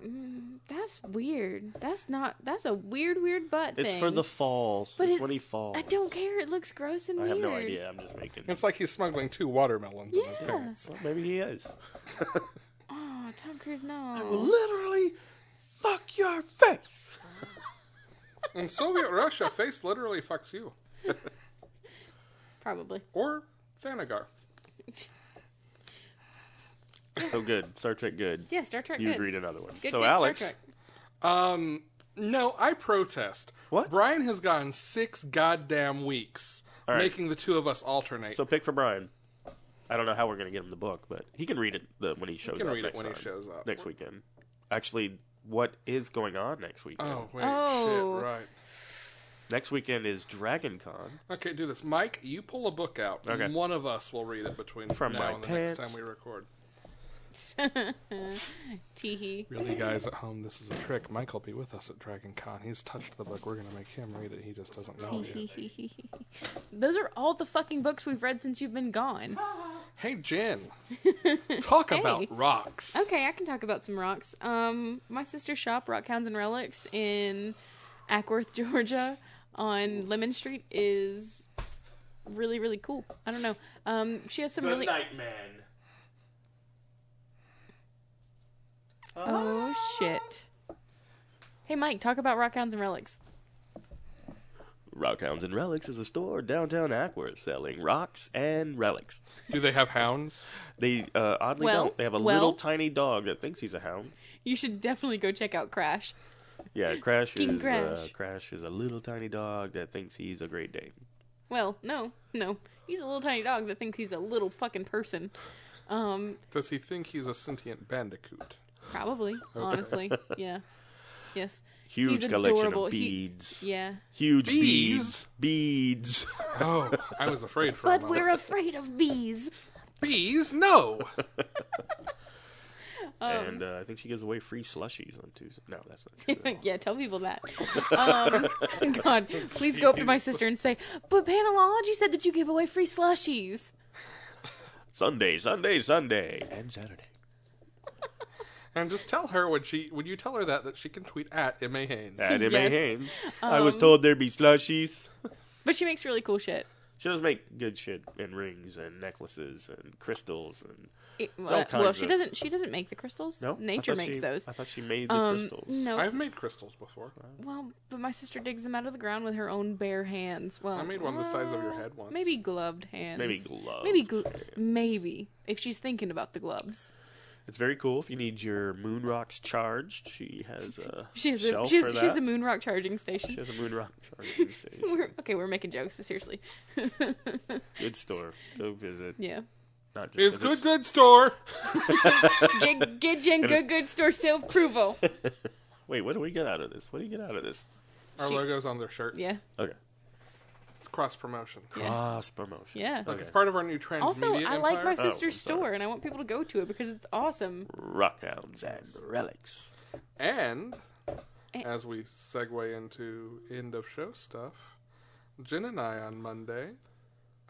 S2: mm, that's weird. That's not. That's a weird, weird butt
S3: It's
S2: thing.
S3: for the falls.
S2: But
S3: it's,
S2: it's-
S3: when he falls.
S2: I don't care. It looks gross and
S3: I
S2: weird.
S3: have no idea. I'm just making.
S1: It's like he's smuggling two watermelons in his
S2: Yeah.
S1: pants.
S3: Well, maybe he is.
S2: Oh, Tom Cruise, no.
S3: Literally, fuck your face.
S1: In Soviet Russia, face literally fucks you.
S2: Probably.
S1: Or Thanagar.
S3: So good. Star Trek good.
S2: Yeah, Star Trek.
S3: You
S2: good.
S3: agreed another one.
S2: Good,
S3: so
S2: good
S3: Alex,
S2: Star Trek.
S1: Um, no, I protest.
S3: What?
S1: Brian has gone six goddamn weeks
S3: All right.
S1: making the two of us alternate.
S3: so pick for Brian. I don't know how we're gonna get him the book, but he can read it the, when he shows
S1: can
S3: up.
S1: read it
S3: next
S1: when he
S3: time.
S1: shows up.
S3: next weekend. Actually, what is going on next weekend?
S1: oh, wait.
S2: Oh.
S1: Shit, right.
S3: Next weekend is Dragon Con.
S1: Okay, do this. Mike, you pull a book out.
S3: Okay.
S1: and One of us will read it between
S3: From my
S1: now and the
S3: pants.
S1: next time we record.
S2: Teehee.
S1: Really, guys at home, this is a trick. Mike will be with us at Dragon Con. He's touched the book. We're going to make him read it. He just doesn't know yet.
S2: Those are all the fucking books we've read since you've been gone.
S1: Hey, Jen. Talk
S2: Hey.
S1: about rocks.
S2: Okay, I can talk about some rocks. Um, my sister shop, Rock Hounds and Relics, in Ackworth, Georgia, on Lemon Street, is really, really cool. I don't know. Um, she has some really.
S3: Nightman.
S2: Oh shit. Hey, Mike, talk about Rock Hounds and Relics.
S3: Rockhounds and Relics is a store downtown Ackworth selling rocks and relics.
S1: Do they have hounds?
S3: They uh, oddly
S2: Well,
S3: don't. They have a
S2: well.
S3: little tiny dog that thinks he's a hound.
S2: You should definitely go check out Crash.
S3: Yeah, Crash
S2: King
S3: is Uh,
S2: Crash.
S3: Crash is a little tiny dog that thinks he's a Great Dane.
S2: Well, no, no. He's a little tiny dog that thinks he's a little fucking person. Um,
S1: Does he think he's a sentient bandicoot?
S2: probably, honestly. Yeah. Yes.
S3: Huge
S2: He's
S3: collection
S2: adorable.
S3: of
S2: He-
S3: beads.
S2: Yeah.
S3: Huge
S1: Bees?
S3: beads. Beads.
S1: Oh, I was afraid for a
S2: But
S1: moment.
S2: we're afraid of bees.
S1: Bees? No.
S2: Um,
S3: and uh, I think she gives away free slushies on Tuesday. No, that's not true. at all.
S2: yeah, tell people that. Um, God, please go up to my sister and say, "But Panelology said that you give away free slushies."
S3: Sunday, Sunday, Sunday, and Saturday.
S1: And just tell her when she when you tell her that that she can tweet at Emma Haynes.
S3: At M.A.
S2: Yes. Um,
S3: Haynes. I was told there'd be slushies.
S2: But she makes really cool shit.
S3: She does make good shit and rings and necklaces and crystals and
S2: It-
S3: all
S2: E, well,
S3: kinds
S2: she
S3: of-
S2: doesn't. She doesn't make the crystals.
S3: no I
S2: nature
S3: thought
S2: makes
S3: she-
S2: those.
S3: I thought she made the
S2: Um,
S3: crystals.
S2: no,
S1: I've made crystals before.
S2: Well, but my sister digs them out of the ground with her own bare hands. Well,
S1: I made one the size of your head once.
S2: Maybe gloved hands.
S3: Maybe gloves.
S2: Maybe gl- maybe if she's thinking about the gloves.
S3: It's very cool. If you need your moon rocks charged, she has a
S2: She has a,
S3: shelf
S2: she's,
S3: for
S2: she's
S3: that.
S2: a moon rock charging
S3: she
S2: station.
S3: has a moon rock charging station.
S2: We're, okay, we're making jokes, but seriously.
S3: good store. Go visit.
S2: yeah.
S3: Not just
S1: It's
S3: 'cause
S1: good, good store.
S2: Get, get Jen
S3: It
S2: good, good store self approval.
S3: Wait, what do we get out of this? What do you get out of this?
S1: Our
S2: She-
S1: logo's on their shirt.
S2: Yeah.
S3: Okay.
S1: It's cross promotion.
S2: Yeah.
S3: Cross promotion.
S2: Yeah.
S1: Look,
S3: Okay.
S1: it's part of our new transmedia
S2: Also, I like my
S1: empire.
S3: Oh, I'm
S2: sister's
S3: sorry.
S2: store, and I want people to go to it because it's awesome.
S3: Rock hounds and relics.
S1: And
S2: Eh.
S1: as we segue into end of show stuff, Jen and I on Monday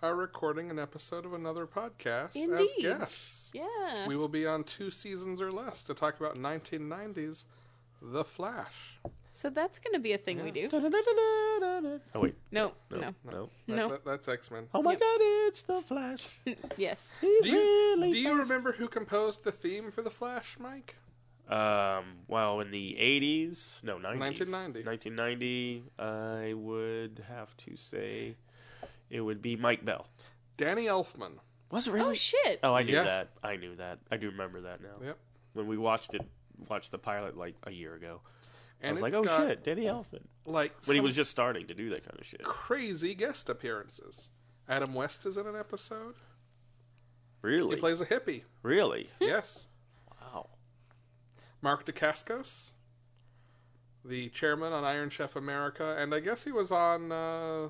S1: are recording an episode of another podcast
S2: Indeed.
S1: as guests.
S2: Yeah.
S1: We will be on two seasons or less to talk about 1990s The Flash.
S2: So that's going to be a thing we do.
S3: Oh wait,
S2: No,
S3: no,
S2: no,
S3: no.
S1: That-
S2: No.
S1: that- that's X Men.
S3: Oh my
S2: Yep.
S3: God, it's the Flash.
S2: Yes. Oh,
S3: He's
S1: Do you,
S3: really
S1: do you
S3: fast.
S1: remember who composed the theme for The Flash, Mike?
S3: Um, well, in the 80s, no, 90s.
S1: 1990.
S3: 1990, I would have to say it would be Mike Bell.
S1: Danny Elfman.
S3: Was it
S2: Oh, shit.
S3: Oh, I knew
S1: Yeah.
S3: that. I knew that. I do remember that now.
S1: Yep.
S3: When we watched it, watched the pilot like a year ago,
S1: And
S3: I was like,
S1: it's
S3: oh
S1: got,
S3: shit, Danny Elfman.
S1: Like
S3: When he
S1: some
S3: was just starting to do that kind of shit.
S1: crazy guest appearances. Adam West is in an episode.
S3: Really?
S1: He plays a hippie.
S3: really?
S1: yes.
S3: Wow.
S1: Mark DeCascos, the chairman on Iron Chef America, and I guess he was on uh,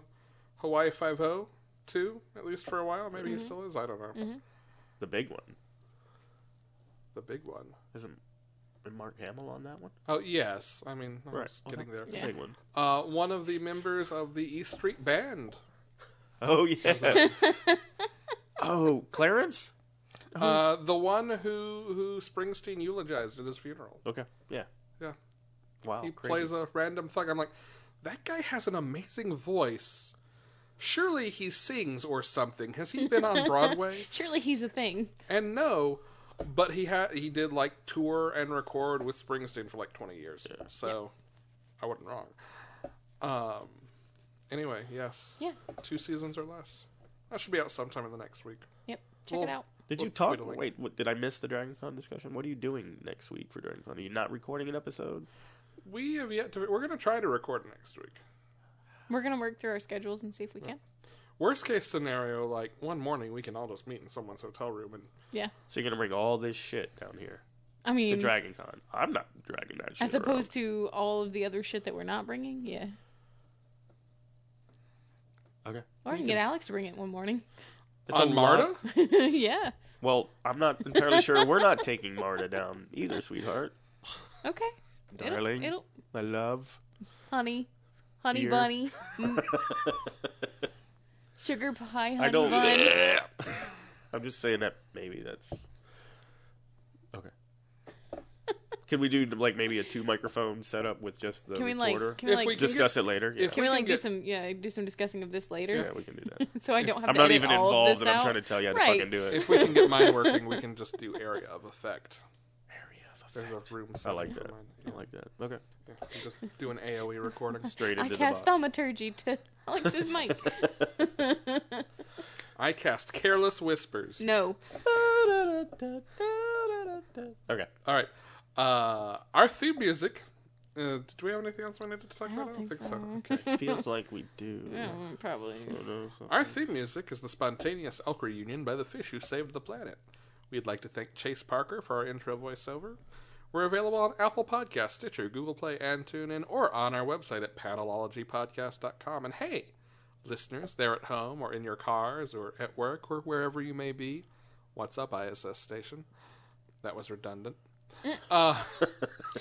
S1: Hawaii Five O too, at least for a while. Maybe he still is. I don't know.
S3: The big one.
S1: The big one.
S3: Isn't isn't Mark Hamill on that one?
S1: Oh yes, I mean I was
S3: Well,
S1: getting
S3: that's
S1: there.
S3: The
S2: Yeah.
S3: big one.
S1: Uh, one of the members of the East Street Band.
S3: Oh yeah. oh, Clarence?
S1: Uh, the one who who Springsteen eulogized at his funeral.
S3: Okay. Yeah.
S1: Yeah.
S3: Wow.
S1: He
S3: Oh, crazy.
S1: plays a random thug. I'm like, that guy has an amazing voice. Surely he sings or something. Has he been on Broadway?
S2: Surely he's a thing.
S1: And no, but he had he did like tour and record with Springsteen for like 20 years. So I wasn't wrong. Um. Anyway, yes,
S2: Yeah.
S1: two seasons or less. That should be out sometime in the next week.
S2: Yep. Check
S1: Well,
S2: it out.
S3: Did you
S1: Wait,
S3: talk?
S1: wait a minute.
S3: Wait, what, did I miss the Dragon Con discussion? What are you doing next week for Dragon Con? Are you not recording an episode?
S1: We have yet to. We're going to try to record next week.
S2: We're going to work through our schedules and see if we can.
S1: Worst case scenario, like one morning, we can all just meet in someone's hotel room and
S2: Yeah.
S3: So you're gonna bring all this shit down here
S2: I
S3: to
S2: mean,
S3: Dragon Con? I'm not dragging that shit.
S2: as opposed to all of the other shit that we're not bringing. Yeah.
S3: around. okay,
S2: Or I can get Alex to bring it one morning.
S3: it's
S1: on
S3: a
S1: Marta.
S3: lot-
S2: yeah.
S3: Well, I'm not entirely sure. We're not taking Marta down either, sweetheart,
S2: Okay. It'll-
S3: darling,
S2: it'll-
S3: my love.
S2: honey, honey
S3: Dear.
S2: bunny, mm, sugar pie, honey
S3: I don't.
S2: bun.
S3: I'm just saying that maybe that's okay. Can we do like maybe a two microphone setup with just the
S2: Can we like?
S3: recorder?
S2: Can we
S1: If
S2: like?
S1: we
S2: Can,
S1: can
S3: Discuss it later. Yeah.
S1: if
S2: we
S1: we
S2: like
S1: can
S2: do
S1: get-
S2: some? Yeah, do some discussing of this
S3: yeah,
S2: later,
S3: we can do that.
S2: so I don't have
S3: I'm
S2: to
S3: not
S2: edit
S3: even
S2: all of
S3: involved,
S2: this
S3: and I'm
S2: out.
S3: trying to tell you how to
S2: Right.
S3: fucking do it.
S1: If we can get mine working, we can just do area of effect. There's a room.
S3: I like
S1: setting for
S3: that.
S1: mine.
S3: I like that. Okay,
S1: Yeah, you just do an AOE recording.
S3: straight
S2: I
S3: into
S2: cast
S3: the box.
S2: thaumaturgy to Alex's mic.
S1: I cast Careless Whispers.
S2: no,
S3: Okay,
S1: All right. Uh, our theme music. Uh, did we have anything else we needed to talk
S2: I
S1: about?
S2: don't think so.
S1: Okay.
S3: feels like we do.
S2: Mm, probably.
S3: Oh, no, so-
S1: Our theme music is the spontaneous elk reunion by the fish who saved the planet. We'd like to thank Chase Parker for our intro voiceover. We're available on Apple Podcasts, Stitcher, Google Play, and TuneIn, or on our website at panelologypodcast.com. And hey, listeners there at home, or in your cars, or at work, or wherever you may be, what's up, ISS station? That was redundant. Uh,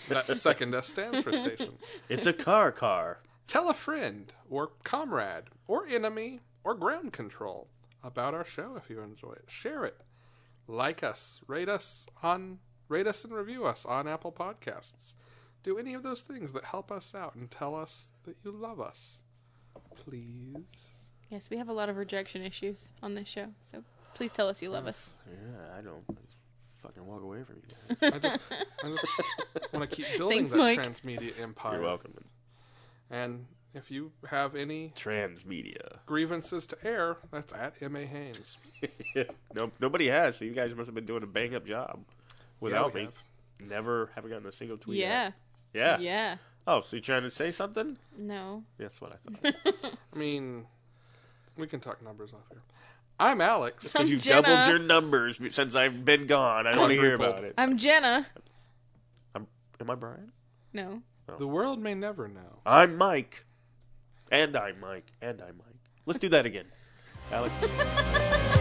S1: that second S stands for station
S3: It's a car car.
S1: tell a friend or comrade or enemy or ground control about our show if you enjoy it share it like us rate us on rate us and review us on apple podcasts do any of those things that help us out and tell us that you love us please
S2: Yes, we have a lot of rejection issues on this show, so please tell us you love us.
S3: Yeah, I don't I just fucking walk away from you. guys.
S1: i just i just want to keep building
S2: Thanks,
S1: that
S2: Mike.
S1: transmedia empire
S3: You're welcome.
S1: and if you have any
S3: Transmedia.
S1: grievances to air that's at ma haynes
S3: no, nobody has. So you guys must have been doing a bang up job. without
S1: we
S3: me.
S1: have.
S3: Never have gotten a single tweet. out.
S2: Yeah.
S3: yeah.
S2: Yeah.
S3: Oh, so you trying to say something?
S2: No.
S3: That's what I thought.
S1: I mean, we can talk numbers off here. I'm Alex.
S2: I'm
S3: Because you've
S2: Jenna.
S3: doubled your numbers be- since I've been gone. I don't want to hear about it.
S2: I'm Jenna.
S3: I'm, am I Brian?
S2: No.
S1: the world may never know.
S3: I'm Mike. And I'm Mike. And I'm Mike. Let's do that again. Alex.